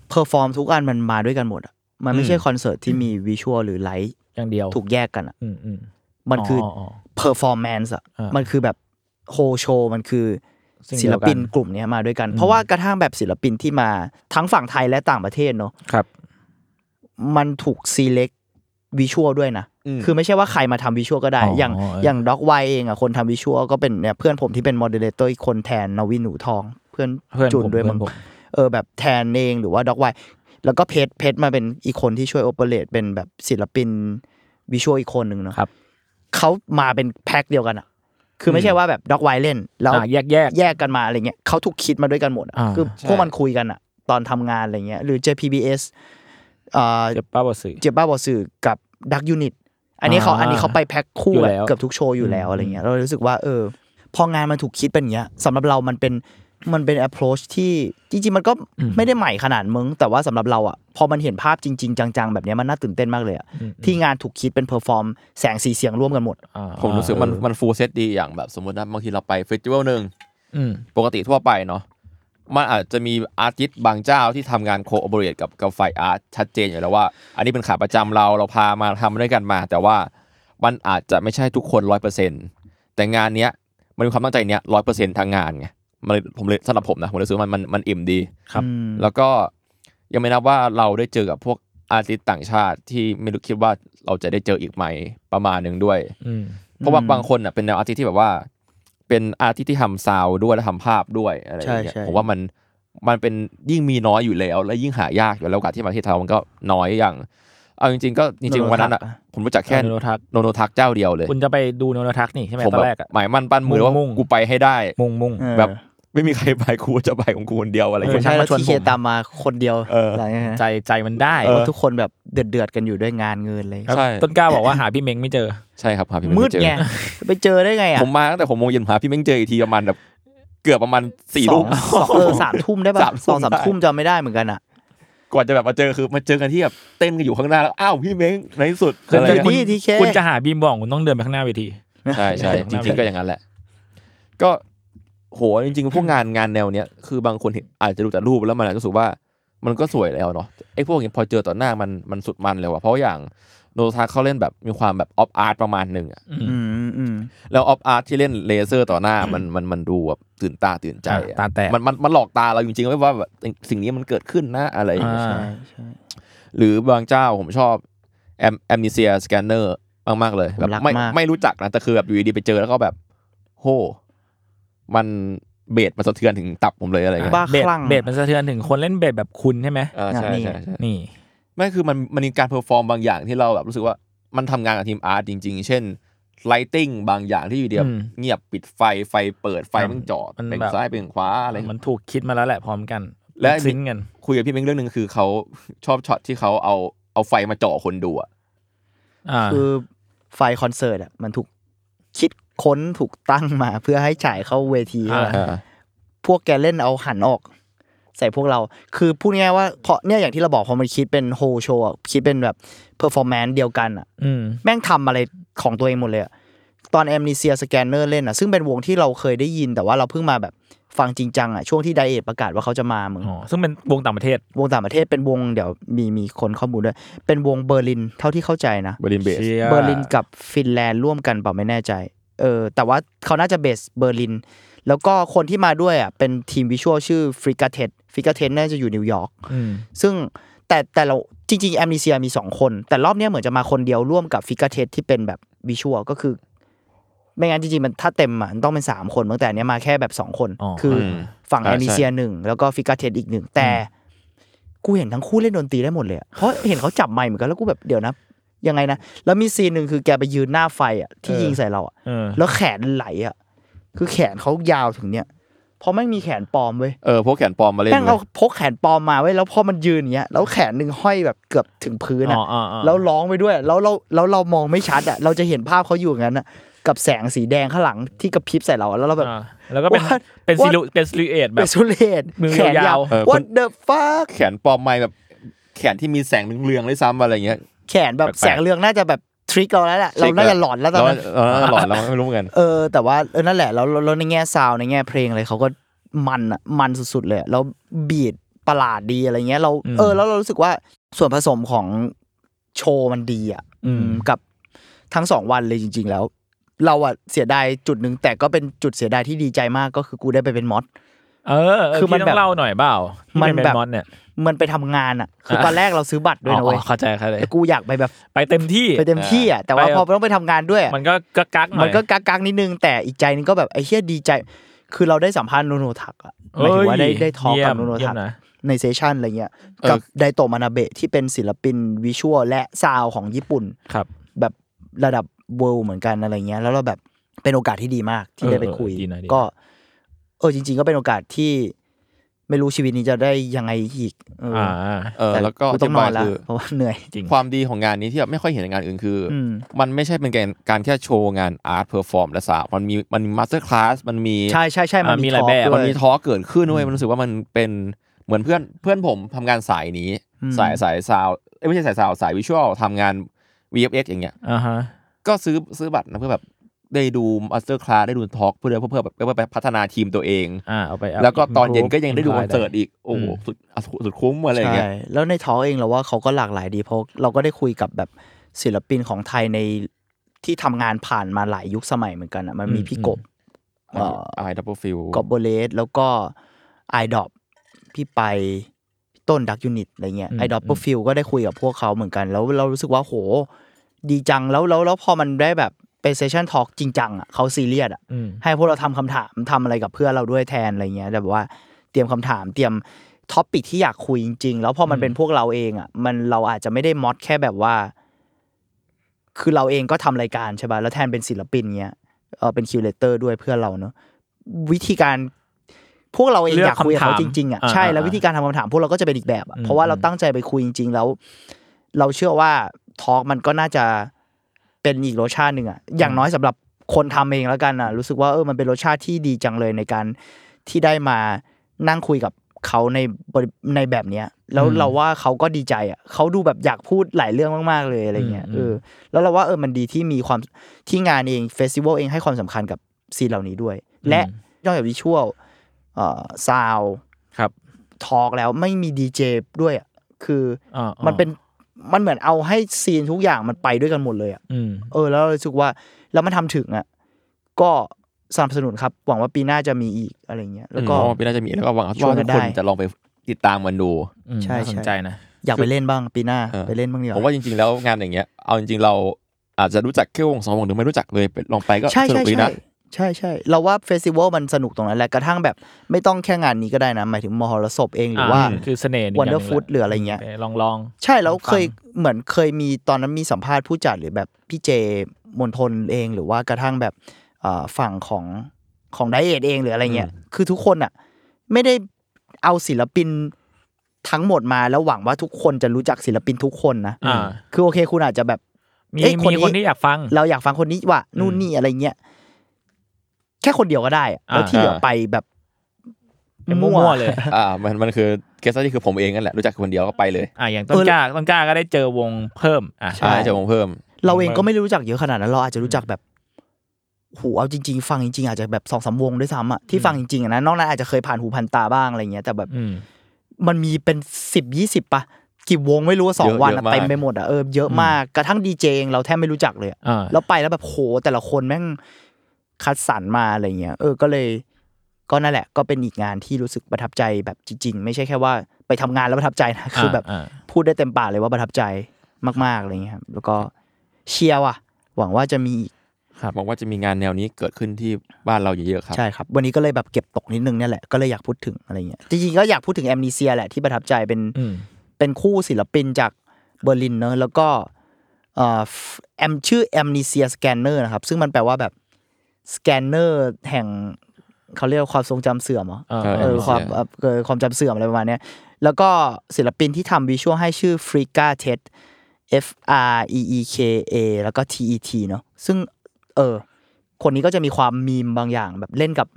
เพอร์ฟอร์มทุกอันมันมาด้วยกันหมดอะมันไม่ใช่คอนเสิร์ตที่มีวิชวลหรือไลท์
อย่างเดียว
ถูกแยกกันอะ
อืมอืม
มันคืออ
อ
performance อ่ะ
อ่ามั
มันคือแบบโฮโชว์มันคือ
สิ่งเดี
ศิ
ยวกัน
ลปินกลุ่มเนี้ยมาด้วยกัน เพราะว่ากระทั่งแบบศิลปินที่มาทั้งฝั่งไทยและต่างประเทศเนอะ
ครับ
มันถูก select วิชวลด้วยนะ คือไม่ใช่ว่าใครมาทำวิชวลก็ได้
อ๋อ
อย่าง
เออ
อ
อ
ย่างด็อกไวเองอ่ะคนทำวิชวลก็เป็นเนี่ยเพื่อนผมที่เป็นโมเดเลเตอร์อีกคนแทนนวินหนูทอง เพื่อน
เพื่อน
จุ
ผ
น
ม
ด้วย
เพื่
มั้
อง นผม
เออแบบแทนเองหรือว่าด็อกไวแล้วก็เพชรเพชรมาเป็นอีกคนที่ช่วยโอเปเรตเป็นแบบศิลปินวิชวลอีกคนหนึ่งเนาะ
ครับ
เขามาเป็นแพ็คเดียวกันอะคือไม่ใช่ว่าแบบด็อกไวเล่น แล้ว
อ่าแยกแยก
แยกกันมาอะไรเงี้ยเขาถูกคิดมาด้วยกันหมดอะ
อ่า
คือพวกมันคุยกันอะตอนทำงานอะไรเงี้ยหรือ JPBS อ่า
เจ็บป้าบอสื่อ
เจบ้าบอสื่อกับดักยูนิตอันนี้เขา
อ่า
อันนี้เขาไปแพ็คคู่
อยู่
แบบ
แล้ว
เกือบทุกโชว์อยู่แล้ว
อืม
อะไรเงี้ยเรารู้สึกว่าเออ พองานมันถูกคิดเป็นอย่างเงี้ยสำหรับเรามันเป็นมันเป็น approach ที่จริงๆ มันก็ไม่ได้ใหม่ขนาดมึง แต่ว่าสำหรับเราอ่ะพอมันเห็นภาพจริง ๆ จังๆ แบบเนี้ยมันน่าตื่นเต้นมากเลยอ่ะที่งานถูกคิดเป็นเพอร์ฟอร์มแสงสีเสียงร่วมกันหมด
อ่า
ผมรู้สึกมัน
เออ
มันฟูลเซตดีอย่างแบบสมมตินะบางทีเราไปเฟสติวัลหนึ่ง
อืม
ปกติทั่วไปเนาะมันอาจจะมีอาร์ติสต์บางเจ้าที่ทำงานโค o อเบเรตกับกับฝ่ายอาร์ตชัดเจนอยู่แล้วว่า อันนี้เป็นขาประจำเราเราพามาทำด้วยกันมา แต่ว่ามันอาจจะไม่ใช่ทุกคนร้อยเปอร์เซ็นแต่งานเนี้ยมันมีความตั้งใจเนี้ยร้อยเปอร์เซ็นทั้งงานไงมันเลยผมเลยสำหรับผมนะผมเลยรู้สึกว่ามันมันมันอิ่มดี
ครับ
แล้วก็ยังไม่นับว่าเราได้เจอกับพวกอาร์ติสต์ต่างชาติที่ไม่รู้คิดว่าเราจะได้เจออีกไหมประมาณหนึ่งด้วย
อืม
เพราะว่าบางคนอ่ะเป็นแนวอาร์ติสต์ที่แบบว่า เป็นอาร์ติสต์ที่ทำซาวด์ด้วยและทำภาพด้วยอะไรอย่างเงี้ย
ใช่ใช่
ผมว่ามันมันเป็นยิ่งมีน้อยอยู่แล้ว และยิ่งหายากอยู่แล้วโอกาสที่มาที่ไทยมันก็น้อยอย่างเอาจริง ๆ ก็จริงๆวันนั้นอ่ะผมรู้จักแค่
โนโนทัก
โนโนทักเจ้าเดียวเลย
คุณจะไปดูโนโนทักนี่ใช่ไหม
ผม
ตอ
แบ
นแรก
บ
อะ
หมายมั่นปั้นมือว่า
มุ่งๆ
กูไปให้ได้
มุงมุง
เออ
แบบไม่มีใครไปกูจะไปของกูคนเดียวอะไรอย่าง
เออ
เงี้ย
ใช่แล้ว
ชวน
ที
ผ
เค
ม
ตามมาคนเดียว
เอออ
อะไรเงี้ยนะ
ใจใจมันได้
เพราะทุกคนแบบเดือดๆกันอยู่ด้วยงานเงินเลย
ครับ
ใช่
ต้นกล้าบอกว่าหาพี่เม้งไม่เจอ
ใช่ครับหาพี่เม้ง
มืด
ไเจอ
ไงไปเจอได้ไงอ่ะ
ผมมาตั้งแต่ผมโมงเย็นหาพี่เม้งเจออีกทีประมาณแบบเกือบประมาณสี่
ส
ทุ่ม
องสองเออสามทุ่มได้ป่ะ
สามทุ่
สอ
ม
งสาม
ได้
ทุ่มจำไม่ได้เหมือนกันอ่ะ
กว่าจะแบบมาเจอคือมาเจอกันที่แบบเต้นกันอยู่ข้างหน้าแล้วอ้าวพี่เม้งในที่สุด
คือ
อะไร
คื
เงี้
อยคุณ ณ
คุที่แค่
คุณจะหาบีมบอกคุณต้องเดินไปข้างหน้าเวที
ใช่ใช่จริงๆก็อย่างนั้นแหละ ก็โหจริง ๆ พวกงานงานแนวเนี้ยคือบางคนเห็นอาจจะดูแต่รูปแล้วมันอาจจะรู้สึกว่า มันก็สวยแล้วเนาะไอ้พวกนี้พอเจอต่อหน้ามันมันสุดมันเลยว่ะเพราะอย่างโนทาเขาเล่นแบบมีความแบบออฟอาร์ตประมาณหนึ่งอะ
อืมอืม
แล้วออฟอาร์ตที่เล่นเลเซอร์ต่อหน้ามันมันมันดูแบบตื่นตาตื่นใจอะ
อ่ะตาแตก
มันมันมันหลอกตาเราจริงๆไว้ว่าแบบสิ่งนี้มันเกิดขึ้นนะอะไรอย่างเงี้ย
อ่า
ใช่ใช่
หรือบางเจ้าผมชอบแอมแอมนิเซียสแกนเนอร์มากมากๆเลย
ผม
แบบ
รัก
ไม่
มาก
ไม่รู้จักนะ แต่คือแบบอยู่ดีๆไปเจอแล้วก็แบบ โห มันเบสมันสะเทือนถึงตับผมเลยอะไรเงี้ย
บ้า
เบส
คลั่ง
เบสมันสะเทือนถึงคนเล่นเบสแบบคุณใช่ไหม
เออใช่ใช่ใช่
นี่
ไม่คือมันมันมีการเพอร์ฟอร์มบางอย่างที่เราแบบรู้สึกว่ามันทำงานกับทีมอาร์ตจริง ๆ เช่นไลติงบางอย่างที่อยู่เดียว
อืม
เงียบปิดไฟไฟเปิดไฟ
ครับ
มันจอด
มัน
เป็น
แบบ
ซ้ายเป็นขวาอะไร
มันถูกคิดมาแล้วแหละพร้อมกัน
และ
ซิงก์กัน
คุยกับพี่เม้งเรื่องหนึ่งคือเขาชอบช็อตที่เขาเอาเอาไฟมาเจาะคนดูอะ
อ่า
คือไฟคอนเสิร์ตอ่ะมันถูกคิดค้นถูกตั้งมา เพื่อให้ฉายเข้าเวที
อ่า
ใช่ไหมพวกแกเล่นเอาหันออก ใส่พวกเรา คือพูดง่ายๆว่าเพราะเนี่ยอย่างที่เราบอกพอมันคิดเป็นโฮโชว์คิดเป็นแบบเพอร์ฟอร์แมนซ์เดียวกันอ่ะ
อืม
แม่งทำอะไรของตัวเองหมดเลยอะตอนแอม n นเซียสแกนเนอร์เล่นอะซึ่งเป็นวงที่เราเคยได้ยิน แต่ว่าเราเพิ่งมาแบบฟังจริงจังอะช่วงที่ไดเอทประกาศว่าเขาจะมาเหมือน
อ๋อ ซึ่งเป็นวงต่างประเทศ
วงต่างประเทศเป็นวงเดี๋ยวมีมีคนข้อมูลด้วย เป็นวงเบอร์ลินเท่าที่เข้าใจนะ
Berlin Bass
ชี่ย
เบอร์ลินกับฟินแลนด์ร่วมกันเปล่าไม่แน่ใจ เออ แต่ว่าเขาน่าจะเบสเบอร์ลิน แล้วก็คนที่มาด้วยอ่ะเป็นทีมวิชวลชื่อฟริกาเทสฟริกาเทสน่าจะอยู่นิวยอร์ก
อืม
ซึ่งแต่แต่เราจริงๆแอมนิเซียมีสองคน แต่รอบเนี้ยเหมือนจะมาคนเดียวร่วมกับฟิกาเทสที่เป็นแบบวิชวลก็คือ ไม่งั้นจริงๆ มันถ้าเต็มอ่ะมันต้องเป็น 3 คนบางแต่อันเนี้ยมาแค่แบบ 2 คน
อ๋อ
คืออ
ม
ฝั่ง
ใช่
แอมนิเซีย
ใช่
หนึ่งแล้วก็ฟิกาเทสอีกหนึ่งแต่กูเห็นทั้งคู่เล่นดนตรีได้หมดเลยอะเพราะเห็นเขาจับไมค์เหมือนกันแล้วกูแบบเดี๋ยวนะ ยังไงนะ แล้วมีซีนหนึ่งคือแกไปยืนหน้าไฟอ่ะที่
เออ
ยิงใส่เราอ่ะ
เออ
แล้วแขนไหลอ่ะคือแขนเขายาวถึงเนี้ยเพราะไม่งมีแขนปลอมเว้ย
เออพวกแขนปลอมมาเล่น
แม่ง
เว้ย
เอาพกแขนปลอมมาไว้ยแล้วพอมันยืนอย่างเงี้ยแล้วแขนหนึ่งห้อยแบบเกือบถึงพื้น
อ๋ออ๋ออ๋อ
แล้วร้องไปด้วย แล้วเราแล้วเรามองไม่ชัดอ่ะเราจะเห็นภาพเขาอยู่อย่างนั้นอ่ะกับแสงสีแดงข้างหลังที่กระพริบใส่เราอะแล้วเราแบบ
อ่าแล้วก็เป็น
What?
เป็น
What?
ซิลูเป็นซิลูเอทแบ
เป็
บ
นสุเลต
มือ
แขนยาย
าว ว
เออ
what the fuck
แขนปลอมไม่แบบแขนที่มีแสงเรืองๆเลยซ้ำอะไรเงี้ย
แขนแบบ
แปลกๆ
แสงเรืองน่าจะแบบทริกเราแล้วแหละเราน่าจะหลอนแล้วตอนนั้น
เาเราน่าจะหลอนแล้วไม่รู้เหมือนกัน
เออแต่ว่าเออนั่นแหละแล้วแล้วแล้วในแง่ซาวด์ในแง่เพลงอะไรเขาก็มันอ่ะมันสุดๆเลยอะแล้วบีดประหลาดดีอะไรเงี้ยเรา
อืม
เออแล้วเรารู้สึกว่าส่วนผสมของโชว์มันดีอ่ะ
อืม
กับทั้งสองวันเลยจริง ๆ แล้ว เราอะเสียดายจุดหนึ่งแต่ก็เป็นจุดเสียดายที่ดีใจมากก็คือกูได้ไปเป็นมอส
เออ
คื
คือ อ
มั
มัน น
แบ
ต้
บ
องเล่าหน่อยเปล่า
มั
มัน นเป็น
แบบ
มอสเนี่ย
มันไปทำงานอะคือตอนแรกเราซื้อบัตรด้วยนะเว้ย
อ๋อเข้าใจเข้าใจ
แต่กูอยากไปแบบ
ไปเต็มที่
ไปเต็มที่อะแต่ว่า
ไป
พอต้องไปทำงานด้วยอะ
มันก็กักกักๆหน่อย
มันก็กักกักๆนิดนึงแต่อีกใจนึงก็แบบไอ้เฮียดีใจ คือเราได้สัมภาษณ์โนโนทักอะหมายถึงว่าได้
เอ้ย
ได้ทอล์กกับ
เยี่ยม
โนโนทัก
เยี่ยมนะ
ในเซสชันอะไรเงี้ยกับไดโตะมานาเบะที่เป็นศิลปินวิชวลและซาวของญี่ปุ่น
ครับ
แบบระดับ world เหมือนกันอะไรเงี้ย แล้วเราแบบเป็นโอกาสที่ดีมากที่ได้ไปคุย
เออเออดีนะดีนะ
ก็ เออจริง ๆ ก็เป็นโอกาสที่ไม่รู้ชีวิตนี้จะได้ยังไงอีกเอออ
อ่า
เออแล้วก็
กูต้องนอนแล้ว
คือ
เพราะว่าเหนื่อย
จริง
ความดีของงานนี้ที่แบบไม่ค่อยเห็นในงานอื่นคืออ
ม
มันไม่ใช่เป็นการการแค่โชว์งานอาร์ตเพอร์ฟอร์มและสาวมันมีมันมีมาสเตอร์คลาสมันมี
ใช่ใช่ใช่มัน
อ่ามี
มี
หลาย
ทอ
แบบ
ด้
มัน
วย
มีทอล์กเกิดขึ้นด้วยมันรู้สึกว่ามันเป็นเหมือนเพื่อนเพื่อนผมทำงานสายนี้
อืม
สายสายซาวเอ้ยไม่ใช่สายซาวสายวิชวลทำงาน VFX อย่างเงี้ย
อ่าฮะ
ก็ซื้อซื้อบัตรนะเพื่อแบบได้ดูมาสเตอร์คลาสได้ดูทอล์กเพื่อเพื่อเพื่อแบบเพื่อไปพัฒนาทีมตัวเอง
อ่าเอาไป
แล้วก็ตอน
improve
เย็นก็ยังได้ดูคอนเสิร์ต
improve
อีก โอ้โห
อืม
สุดอ่ะสุดคุ้มอะไรอย่าง
ใช่
เงี้ย
แล้วในทอเองเราว่าเขาก็หลากหลายดีเพราะเราก็ได้คุยกับแบบศิลปินของไทยในที่ทำงานผ่านมาหลายยุคสมัยเหมือนกันอ่ะมันมี
อืม
พี่
อืม
กบ เอ่อ
ไอดับเบิลฟิล
กอบโบเลสแล้วก็ไอดอปพี่ไปพี่ต้นดักยูนิตอะไรเงี้ย
อืม
ไอดอป
อืม
เปอร์ฟิลก็ได้คุยกับพวกเขาเหมือนกัน แล้วเรารู้สึกว่าโห ดีจังแล้วแล้วแล้วพอมันได้แบบเป็นเซสชั่นทอล์กจริงจังอ่ะเขาซีเรียสอ่ะ
อืม
ให้พวกเราทำคำถามทำอะไรกับเพื่อนเราด้วยแทนอะไรเงี้ยแบบว่าเตรียมคำถามเตรียมท็อปปิกที่อยากคุยจริง ๆ แล้วพอมันเป็นพวกเราเองอ่ะมันเราอาจจะไม่ได้มอดแค่แบบว่า คือเราเองก็ทำรายการใช่ป่ะแล้วแทนเป็นศิลปินเงี้ยเออเป็นคิวเลเตอร์ด้วยเพื่อนเราเนอะวิธีการพวกเราเอง
เลือก
อยากคุยกับเขา
คำถาม
จริงๆอ่ะ
อ่า
ใช่
อ่า
แล้ววิธีการทำคำถามพวกเราก็จะเป็นอีกแบบอะ
อืม
เพราะว่าเราตั้งใจไปคุยจริง ๆ แล้ว เราเชื่อว่าทอล์กมันก็น่าจะเป็นอีกรสชาติหนึ่งอ่ะอย่างน้อยสำหรับคนทำเองแล้วกันอ่ะรู้สึกว่าเออมันเป็นรสชาติที่ดีจังเลยในการที่ได้มานั่งคุยกับเขาในบริในแบบเนี้ย แล้วเราว่าเขาก็ดีใจอ่ะเขาดูแบบอยากพูดหลายเรื่องมากๆเลยอะไรเงี้ย
อืม
เออ แล้วเราว่าเออมันดีที่มีความที่งานเองเฟสติวัลเองให้ความสำคัญกับซีนเหล่านี้ด้วย และนอกจากวิชวลเอ่อซาว
ครับ
ทอล์กแล้วไม่มีดีเจด้วยอะคือ
อ่า
อมันเป็นมันเหมือนเอาให้ซีนทุกอย่างมันไปด้วยกันหมดเลยอะ
อืม
เออแล้วเรารู้สึกว่าแล้วมันทำถึงอ่ะก็สนับสนุนครับ หวังว่าปีหน้าจะมีอีกอะไรเงี้ยแล้วก็
อืมไม่น่าจะมีแล้วก็หวังว่า
ชวน
ทุ
กั
ก
นได้
คนจะลองไปติดตามมันดู
อืม
ใช่
น่าสน
ใช่
ใจนะ
อยากไปเล่นบ้างปีหน้า
เออ
ไปเล่นบ้างเนีกว่ย
ผมว่าจริงๆแล้วงานอย่างเงี้ยเอาจริงๆเราอาจจะรู้จักแค่วงสองวงหรือไม่รู้จักเลยไปลองไปก็
ใช่
สนุ
ใช่
กดี
ใช่
นะ
ใช่ใช่เราว่าเฟสติวัลมันสนุกตรงนั้นแหละกระทั่งแบบไม่ต้องแค่งานนี้ก็ได้นะ หมายถึงมหรสพเองหรือว่า
คือเสน่ห์กย่าง
Wonderfood หรืออะไรเงี้ย
ปลองลอง
ใช่แล้วเคย
ฟั
เหมือนเคยมีตอนนั้นมีสัมภาษณ์ผู้จัดหรือแบบพี่เจมนทนเองหรือว่ากระทั่งแบบเอ่อฝั่งของของไดเอทเองหรืออะไรเงี้ยคือทุกคนอ่ะไม่ได้เอาศิลปินทั้งหมดมาแล้วหวังว่าทุกคนจะรู้จักศิลปินทุกคนนะ
อ่า
คือโอเคคุณอาจจะแบบ
มี
เอ้ยค
มี
นนี้
คนที่อยากฟัง
เราอยากฟังคนนี้ว่ะนู่นนี่อะไรเงี้ยแค่คนเดียวก็ได้อะแล้ว
อ่า
ที่เหลือไปแบบ
เป็นมั่วๆเลย
อ่ามันมันคือเกสที่คือผมเองนั่นแหละรู้จักคนเดียวก็ไปเลย
อ่าอย่างต้นกล้าต้นกล้าก็ได้เจอวงเพิ่มอ่ะ
ใช่จะมองเพิ่ม
เราเองก็ไม่ได้รู้จักเยอะขนาดนั้น เราอาจจะรู้จักแบบหูเอาจริง ๆ ฟังจริง ๆ อาจจะแบบสองสามวงด้วยซ้ำอะที่ฟังจริงๆอะนะนอกนั้นอาจจะเคยผ่านหูผ่านตาบ้างอะไรเงี้ย แต่แบบ
อืม
มันมีเป็นสิบยี่สิบปะกี่วงไม่รู้ว่าสอง
เยอะ
วัน
เย
อะ
อะมาก
เต็มไปหมดอะเออเยอะมากกระทั่งดีเจเองเราแทบไม่รู้จักเลยอะ
อ่า
แล้วไปแล้วแบบโหแต่ละคนแม่งคัดสรรมาอะไรเงี้ยเออก็เลย ก็นั่นแหละ ก็เป็นอีกงานที่รู้สึกประทับใจแบบจริง ๆ ไม่ใช่แค่ว่าไปทำงานแล้วประทับใจนะคือแบบ
อ่า
พูดได้เต็มปากเลยว่าประทับใจมากๆอะไรเงี้ยครับแล้วก็เชียร์ว่ะ หวังว่าจะมีอีก
หวังว่าจะมีงานแนวนี้เกิดขึ้นที่บ้านเราเยอะๆครับ
ใช่ครับ วันนี้ก็เลยแบบเก็บตกนิดนึงเนี่ยแหละก็เลยอยากพูดถึงอะไรเงี้ยจริงๆก็อยากพูดถึงแอมนีเซียแหละที่ประทับใจเป็น
อืม
เป็นคู่ศิลปินจากเบอร์ลินเนอะแล้วก็เอ่อแอมชื่อแอมนีเซียสแกนเนอร์นะครับ ซึ่งมันแปลว่าแบบสแกนเนอร์แห่งเขาเรียกว่าความทรงจำเสื่อมเหรอ
อ่า
เออ
เออ
Amnesia
ความเอ่อเกิดความจำเสื่อมอะไรประมาณเนี้ยแล้วก็ศิลปินที่ทำวิชวลให้ชื่อฟริก้าเท็ F R E E K A แล้วก็ T E T เนอะซึ่งเออคนนี้ก็จะมีความมีมบางอย่างแบบเล่นกับ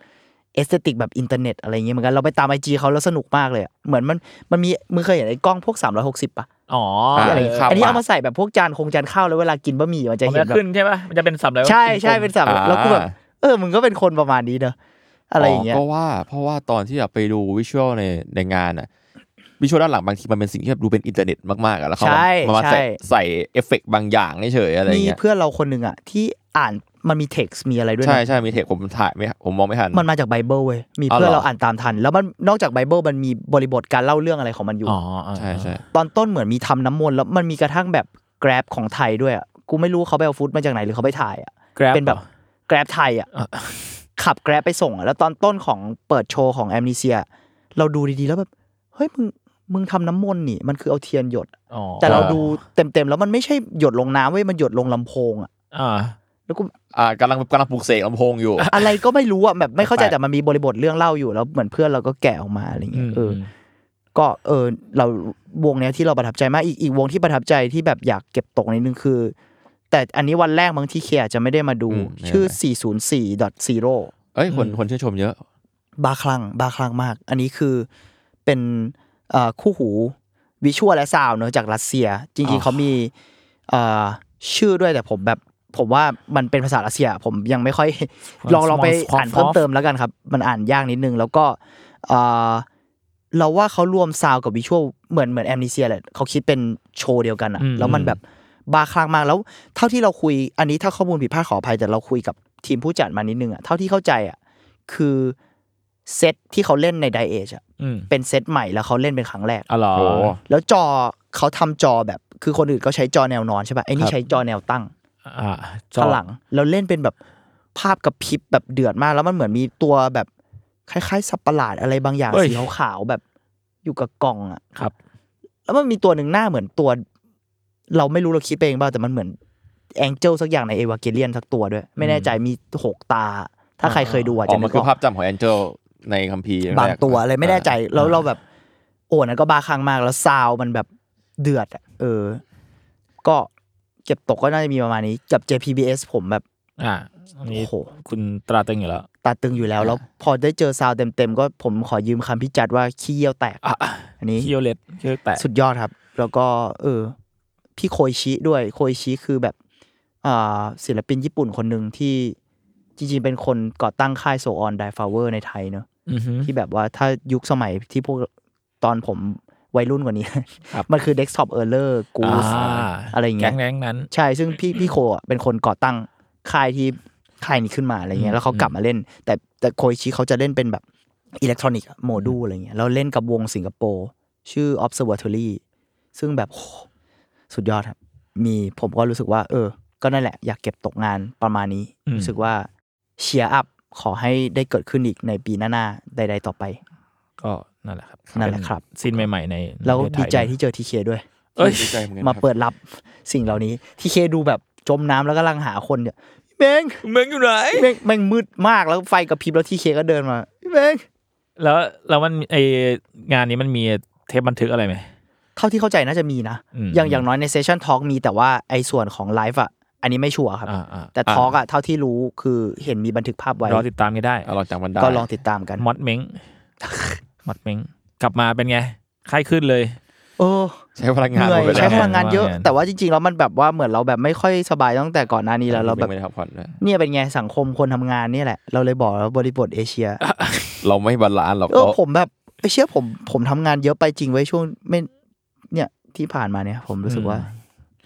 เอสเตติกแบบอินเทอร์เน็ตอะไรเงี้ยเหมือนกัน เราไปตามไอจีเขาแล้วสนุกมากเลยอะเหมือนมันมันมีมึงเคยเห็นไอ้กล้องพวก 360ปะ
อ๋อ
ใช่
อ่ะ
อะไรเงี้ย
ครับ
อันนี้เอามาใส่แบบพวกจานคงจานข้าวแล้วเวลากินบะหมี่มันจะ
ผม
เห็
จะ
นแบบ
ขึ้นใช่ป่ะมันจะเป็นสับอะไรวะ
ใช่
กลมๆ
ใช่เป็นสับแล้วกูแบบ
อ่า
เออมึงก็เป็นคนประมาณนี้เนอะอะไรอย่างเงี้ย
ก็ว่าเพราะว่าตอนที่แบบไปดูวิชวลในในงานอ่ะวิชวลด้านหลังบางทีมันเป็นสิ่งที่แบบดูเป็นอินเทอร์เน็ตมากๆอ่ะแล้วเขา
ใช่
มา
ใช่
ใส่ใส่เอฟเฟกต์บางอย่างเฉยๆอะไร
มี
เงี้ย
เพื่อนเราคนหนึ่งอ่ะที่อ่านมันมีเท็กซ์มีอะไรด้วย
ใช่
นะ
ใช่มีเทคผมถ่ายไม่ผมมองไม่ทัน
มันมาจากไบเบิลเว้ยมี
อ๋อ
เพื่อน
เหรอ
เราอ่านตามทัน แล้วมันนอกจากไบเบิลมันมีบริบทการเล่าเรื่องอะไรของมันอยู่
อ๋ออ่า
ใช่ใช่
ตอนต้นเหมือนมีทำน้ำมนต์แล้วมันมีกระทั่งแบบแกร็บของไทยด้วยอ่ะกูไม่รู้เขาไปเอาฟุตมาจากไหนหรือเขาไปถ่ายอ่ะ
กราฟ
เป็นแบบแกร็บไทยอ่ะ
อ่ะ
ขับแกร็บไปส่งอ่ะแล้วตอนต้นของเปิดโชว์ของแอมนิเซีย เราดูดีๆแล้วแบบเฮ้ยมึงมึงทำน้ำมนต์นี่มันคือเอาเทียนหยด
อ๋อ
แต่เราดูเต็มๆแล้วมันไม่ใช่หยดลงน้ำเว้ยมันหยดลงลำโพงอ่ะ
อ่า
แล้วกู
อ่ากำลังกำลังปลูกเสกลำโพงอยู่
อะไรก็ไม่รู้อ่ะแบบไม่เข้าใจ
แปลก
แต่มันมีบริบทเรื่องเล่าอยู่แล้วเหมือนเพื่อนเราก็แกะออกมาอะไรเงี้ยเอออก็เออเราวงเนี้ยที่เราประทับใจมากอีกอีกวงที่ประทับใจที่แบบอยากเก็บตกนิดนึงคือ แต่อันนี้วันแรกบางที่เคอาจจะไม่ได้มาดู
อืม
ชื่อ
ไม่เป็นไร
404.0
เอ้ยคนคนชื่นชมเยอะ
บาคลังบาคลังมาก อันนี้คือเป็นเอ่อคู่หูวิชวลและซาวเนอะจากรัสเซีย จริง ๆเขามีเอ่อชื่อด้วยแต่ผมแบบผมว่ามันเป็นภาษารัสเซีย ผมยังไม่ค่อย ลองลองไปอ่านเพิ่มเติมแล้วกันครับ มันอ่านยากนิดนึง แล้วก็เอ่อเราว่าเขารวมซาวกับวิชวลเหมือนเหมือนแอมนิเซียแหละเขาคิดเป็นโชว์เดียวกันอะ
อืม
แล้วมันแบบบาคลังมากแล้ว เท่าที่เราคุยอันนี้ถ้าข้อมูลผิดพลาดขออภัยแต่เราคุยกับทีมผู้จัดมานิดนึงอะเท่าที่เข้าใจอะคือเซตที่เขาเล่นในไดเอชอะ
อืม
เป็นเซตใหม่แล้วเขาเล่นเป็นครั้งแรก
อ๋อเหรอ
โอ้
แล้วจอเขาทำจอแบบคือคนอื่นก็ใช้จอแนวนอนใช่ป่ะไอ้นี่ใช้จอแนวตั้ง
อ่าจอ
ข้างหลังแล้วเล่นเป็นแบบภาพกระพริบแบบเดือดมาก แล้วมันเหมือนมีตัวแบบคล้ายๆสับประหลาดอะไรบางอย่าง
เฮ้ย
สีขาวๆแบบอยู่กับกล่องอะ
ครับ
แล้วมันมีตัวหนึ่งหน้าเหมือนตัว เราไม่รู้เราคิดไปเองเปล่าแต่มันเหมือนแองเจิลสักอย่างในเอวาเกเลียนสักตัวด้วย ไม่แน่ใจมีหกตา ถ้าใครเคยดู
อ๋
อาจ
อ
จะ
มัน
ก
คือ
ออก
ภาพจำของแอนเจลในคัมภีร์
บางตัวอะไรไม่แน่ใจแล้ว
อ่า
เราแบบโอ้นั่นก็บาครั้งมากแล้วซาวมันแบบเดือดอะเออ ก็เก็บตกก็น่าจะมีประมาณนี้กับ JPBS ผมแบบ
อ่าอันนี้
โอ้โห
คุณตราตึงอยู่แล้ว
ตาตึงอยู่แล้ว แล้วพอได้เจอซาวเต็มๆ ก็ผมขอยืมคำพิจัดว่าขี้เยี่ยวแตก
อ่ะ
อันนี้
เคียวเล็ดเคียวแตะ
สุดยอดครับ แล้วก็ เออ พี่โคยชิด้วย โคยชิคือแบบอ่าศิลปินญี่ปุ่นคนหนึ่งที่จริงๆ เป็นคนก่อตั้งค่ายโซออนไดฟาวเวอร์ในไทยเนอะ
อือฮึ
ที่แบบว่าถ้ายุคสมัยที่พวก ตอนผมวัยรุ่นกว่านี้
ครับ
มันคือ desktop error
อ่
goose
า
อะไรอย่างเงี้ย
แก๊งๆนั้น
ใช่ ซึ่งพี่พี่โคอะเป็นคนก่อตั้งค่ายที่ค่ายนี้ขึ้นมาอะไรเงี้
อื
ย
ม
แล้วเขากลับมาเล่น แต่แต่โคอิชิเขาจะเล่นเป็นแบบอิเล็กทรอนิกส์โมดูลอะไรเงี้ย แล้วเล่นกับวงสิงคโปร์ชื่อ Observatory ซึ่งแบบโหสุดยอดครับ มีผมก็รู้สึกว่า เออ ก็นั่นแหละ อยากเก็บตกงานประมาณนี้
อืม
รู้สึกว่าเชียร์อัพขอให้ได้เกิดขึ้นอีกในปีหน้าๆใด ๆ ต่อไป
ก็นั่นแหละครับ
นั่นแหละครับ
เป็นซีนใหม่ ๆ ใน
แล้ว
ประเทศไท
ดี
ย
ใจที่เจอทีเคด้วย
เอ้ย
ดีใจเหมือนกัน
มา
ครับ
เปิดรับสิ่งเหล่านี้ทีเคดูแบบจมน้ำแล้วก็ลังหาคนเนี่ยเบง
เมืองอยู่ไหน
แม่งแม่งมืดมากแล้วไฟกระพริบแล้วที่เคก็เดินมาแม่ง
แล้วแล้วมันไองานนี้มันมีเทปบันทึกอะไรไหม
เท่าที่เข้าใจน่าจะมีนะ
อืม
อย่างอย่างน้อยในเซสชั่นทอล์กมีแต่ว่าไอ้ส่วนของไลฟ์อ่ะ อันนี้ไม่ชัวร์ครับ
อ่าอ่า
แต่ทอล์กอ่ะเท่าที่รู้คือเห็นมีบันทึกภาพไว้
รอติดตามกันได้
เอาลองจากมันได้
ก็ลองติดตามกัน
มอดเม้งมอดเม้งกลับมาเป็นไงค่ายขึ้นเลย
เออ
ใช้พลัง
เห
งาน
นื่อย
หมดไป
ใช้
แล้ว
พลังงานเยอะ
งาน
แต่ว่าจริงๆแล้วมันแบบว่าเหมือนเราแบบไม่ค่อยสบายตั้งแต่ก่อนหน้านี้แล้วเราแบบ
ไม่ได้พักผ่อนด้วย
เนี่ยเป็นไงสังคมคนทำงานเนี่ยแหละ เราเลยบอกแล้วบริบทเอเชีย
เราไม่บาลานซ์หรอก
เออ
โต๊ะ
ผมแบบเอ้ยเชื่อผมผมทำงานเยอะไปจริงไว้ยช่วงไม่เนี่ยที่ผ่านมาเนี่ย ผมรู้สึกว่า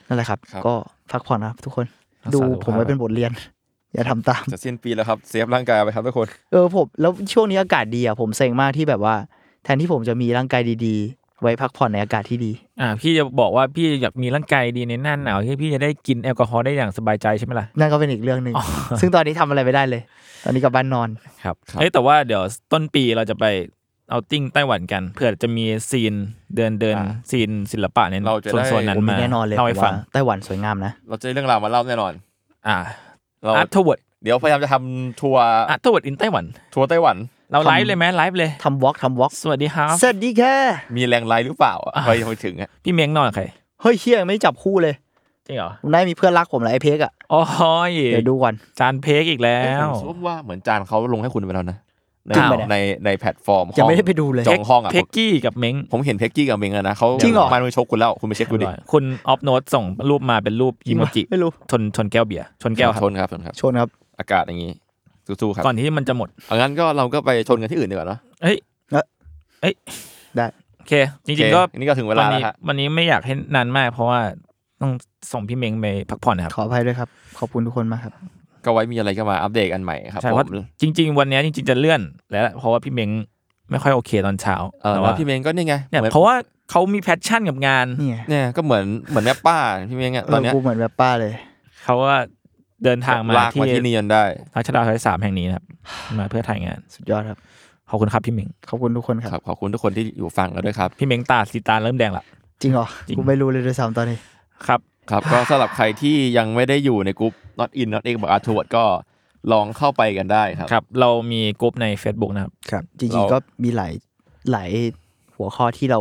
นั่นแหละครับ ก็พักผ่อนนะครับทุกคน
รักษา
ดู
สุข
ผมไว้
ภาพ
เป็นบทเรียน อย่าทำตาม
จะสิ้นปีแล้วครับเซฟร่างกายไปครับทุกคน
เออผมแล้วช่วงนี้อากาศดีอ่ะผมเซ็งมากที่แบบว่า แทนที่ผมจะมีร่างกายดีๆ ไว้พักผ่อนในอากาศที่ดี
อ่าพี่จะบอกว่าพี่อยากมีร่างกายดีในหน้าหนาวที่พี่จะได้กินแอลกอฮอล์ได้อย่างสบายใจใช่ไหมล่ะ
นั่นก็เป็นอีกเรื่องหนึ่ง
อ๋อ
ซึ่งตอนนี้ทำอะไรไม่ได้เลย ตอนนี้กลับบ้านนอน
ครับเอ้ยแต่ว่าเดี๋ยวต้นปีเราจะไปเอาติ้งไต้หวันกันเผื่อจะมีซีนเดินเดิน
อ่า
ซีนศิลปะใน
เราจะได้
โซนๆนั้น
ผมมี
มา
แน่นอนเลย
เล่าให้
ผม
ฟั
ว่าง ไต้หวันสวยงามนะ
เราจะได้เรื่องราวมาเล่าแน่นอน
อ่า
เรา
อาร์ทเวิร์ด
เดี๋ยวพยายามจะทำทัวร์
อาร์ทเวิร์ดอินไต้หวัน
ทัวร์ไต้หวัน
เรา
ทำ
ไลฟ์เลยไหมไลฟ์เลย
ทำวอล์กทำวอล์ก
สวัสดีครับ
สวัสดีค่ะ
มีแรงไลน์หรือเปล่าอะพอยังไปถึงอะ
พี่เมียงนอนกับใคร
เฮ้ยเฮียยังไม่จับคู่เลย
จริงเหรอ
ผมได้มีเพื่อนรักผมแล้วไอ้เพกอ่ะ
โอ้ย
เดี๋ยวดูก่อน
จานเพกอีกแล้ว
ผมคิดว่าเหมือนจานเขาลงให้คุณไปแล้วนะใน
จริงปะเนี่ย
ในในแพลตฟอร์ม
ยั
ห้
ง
อ
ไม่ได้ไปดูเลย
จองห้องอะ
เพกกี้กับเม้ง
ผมเห็นเพกกี้กับเมงอะนะเขา
จริงเหรอ
มันไปชกคุณแล้วคุณไปเช็คดูดิ
คุณออฟโนตส่งรูปมาเป็นรูปอิโมจิ
ไม่รู้
ชนชนแก้วเบียร์ชนแก้วครับ
ชนครับชนครับ
ชนครับ
อากาศอย่างนี้สู้ๆครับ
ก่อนที่มันจะหมด
เอางั้นก็เราก็ไปชนกันที่อื่นดีกว่าเนอะ
เฮ้ย
ได้
โอเค จริงๆก็
โอเคนี่ก็ถึงเวลา
วัน
แล้ว
นี้
ฮะ
วันนี้ไม่อยากให้นานมากเพราะว่าต้องส่งพี่เม้งไปพักผ่อนนะครับ
ขออภัยด้วยครับ ขอบคุณทุกคนมากครับ
ก็ไว้มีอะไรก็มาอัปเดตกันใหม่ครับ
ใช่
ผ
เพราะ
ม
จริง ๆ วันนี้จริง ๆจะเลื่อนแล้วแหละเพราะว่าพี่เม้งไม่ค่อยโอเคตอนเช้า
เออ
แต่
แล้ว
ว่า
พี่เมงก็นี่ไง
เนี่ย
เหมือน
เพราะว่าเขามีแพชชั่นกับงาน
นี่ไง
เนี่ยก็เหมือนเหมือนแม่ป้าพี่เมงอะ
เอ
ตอ
อน
เนี้ย
กูเหมือนแบบป้าเลย
เขาว่าเดินทางมา
ลากมาที่นี่จนได้
รัชดาซอยสามแห่งนี้นะครับ มาเพื่อถ่ายงาน
สุดยอดครับ
ขอบคุณครับพี่เม้ง
ขอบคุณทุกคนครับ
ครับขอบคุณทุกคนที่อยู่ฟังกันด้วยครับ
พี่เม้งตาสีตาเริ่มแดงละ
จริงเหรอ
จริง
กูไม่รู้เลยด้วยซ้ำตอนนี้
ครับ
ครับ ก็สำหรับใครที่ยังไม่ได้อยู่ในกลุ่ม not in not in บอกอาทวดก็ลองเข้าไปกันได้ครับ
ครับ เรามีกลุ่มใน Facebook นะครับ
ครับ จ
เรา
ริงๆก็มีหลายหลายหัวข้อที่เรา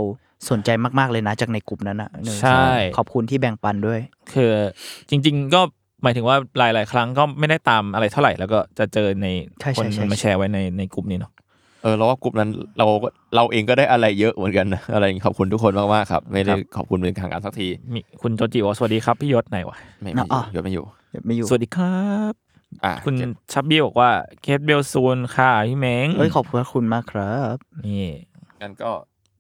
สนใจมากๆเลยนะ จากในกลุ่มนั้นนะ
ใช่
ขอบคุณที่แบ่งปันด้วย
คือจริง ๆ ก็หมายถึงว่าหลาย ๆ ครั้งก็ไม่ได้ตามอะไรเท่าไหร่ แล้วก็จะเจอใน
ใช่
คน
ใช่ใช่
มาแชร์ไว้ในในกลุ่มนี้เนาะ
เออเราว่ากลุ่มนั้นเราก็เราเองก็ได้อะไรเยอะเหมือนกันนะอะไรอย่างงี้ขอบคุณทุกคนมากๆครับ ไม่ได้ขอบคุณเป็นทางการสักที
มีคุณโจจิบอกว่าสวัสดีครับพี่ยศไหนวะ
ไม่ไม่อยู่ยศไม่อยู่
ไม่อยู่
สวัสดีครับ
อ่ะ
คุณ
เจ็บ
ชับบี้บอกว่าเคสเบลซูนค่ะพี่เม้ง
เฮ้ย ขอบคุณคุณมากครับ
นี่
งั้นก็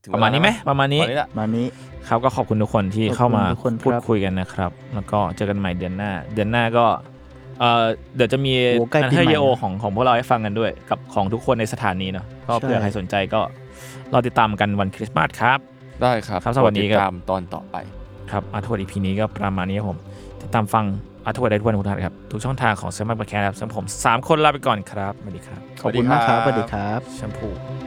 ถึง
ประมาณนี้ไหมประมาณนี้
ประมาณนี้แหละ
มานี้
ครับก็ขอบคุณทุกคนที่
ขอบคุณ
เข้ามา
ทุกคนครับ
พูดคุยกันนะครับ แล้วก็เจอกันใหม่เดือนหน้า เดือนหน้าก็เอ่อเดี๋ยวจะมี
โอ้ใกล้
อัน
ปี
เทอร์
ใหม่
เยโอของของพวกเราให้ฟังกันด้วย กับของทุกคนในสถานีเนาะก็
ใช่
เพื่อใครสนใจก็รอติดตามกันวันคริสต์มาสครับ
ได้ครับ
ครับสวัสดีครับ
ติตามตอนต่อไป
ครับอาร์ทวดอีพีนี้ก็ประมาณนี้ครับผมติดตามฟังอาร์ทวดได้ทุกวันพุธนะครับทุกช่องทางของเซมบัตแคร์ครับสำหรับผมสามคนลาไปก่อนครับสวัสดีครับ
ขอบคุณมากครับส
สวั
วั
ส
ส
ดี
ดี
ค
ค
รั
รับ บ
แชมพู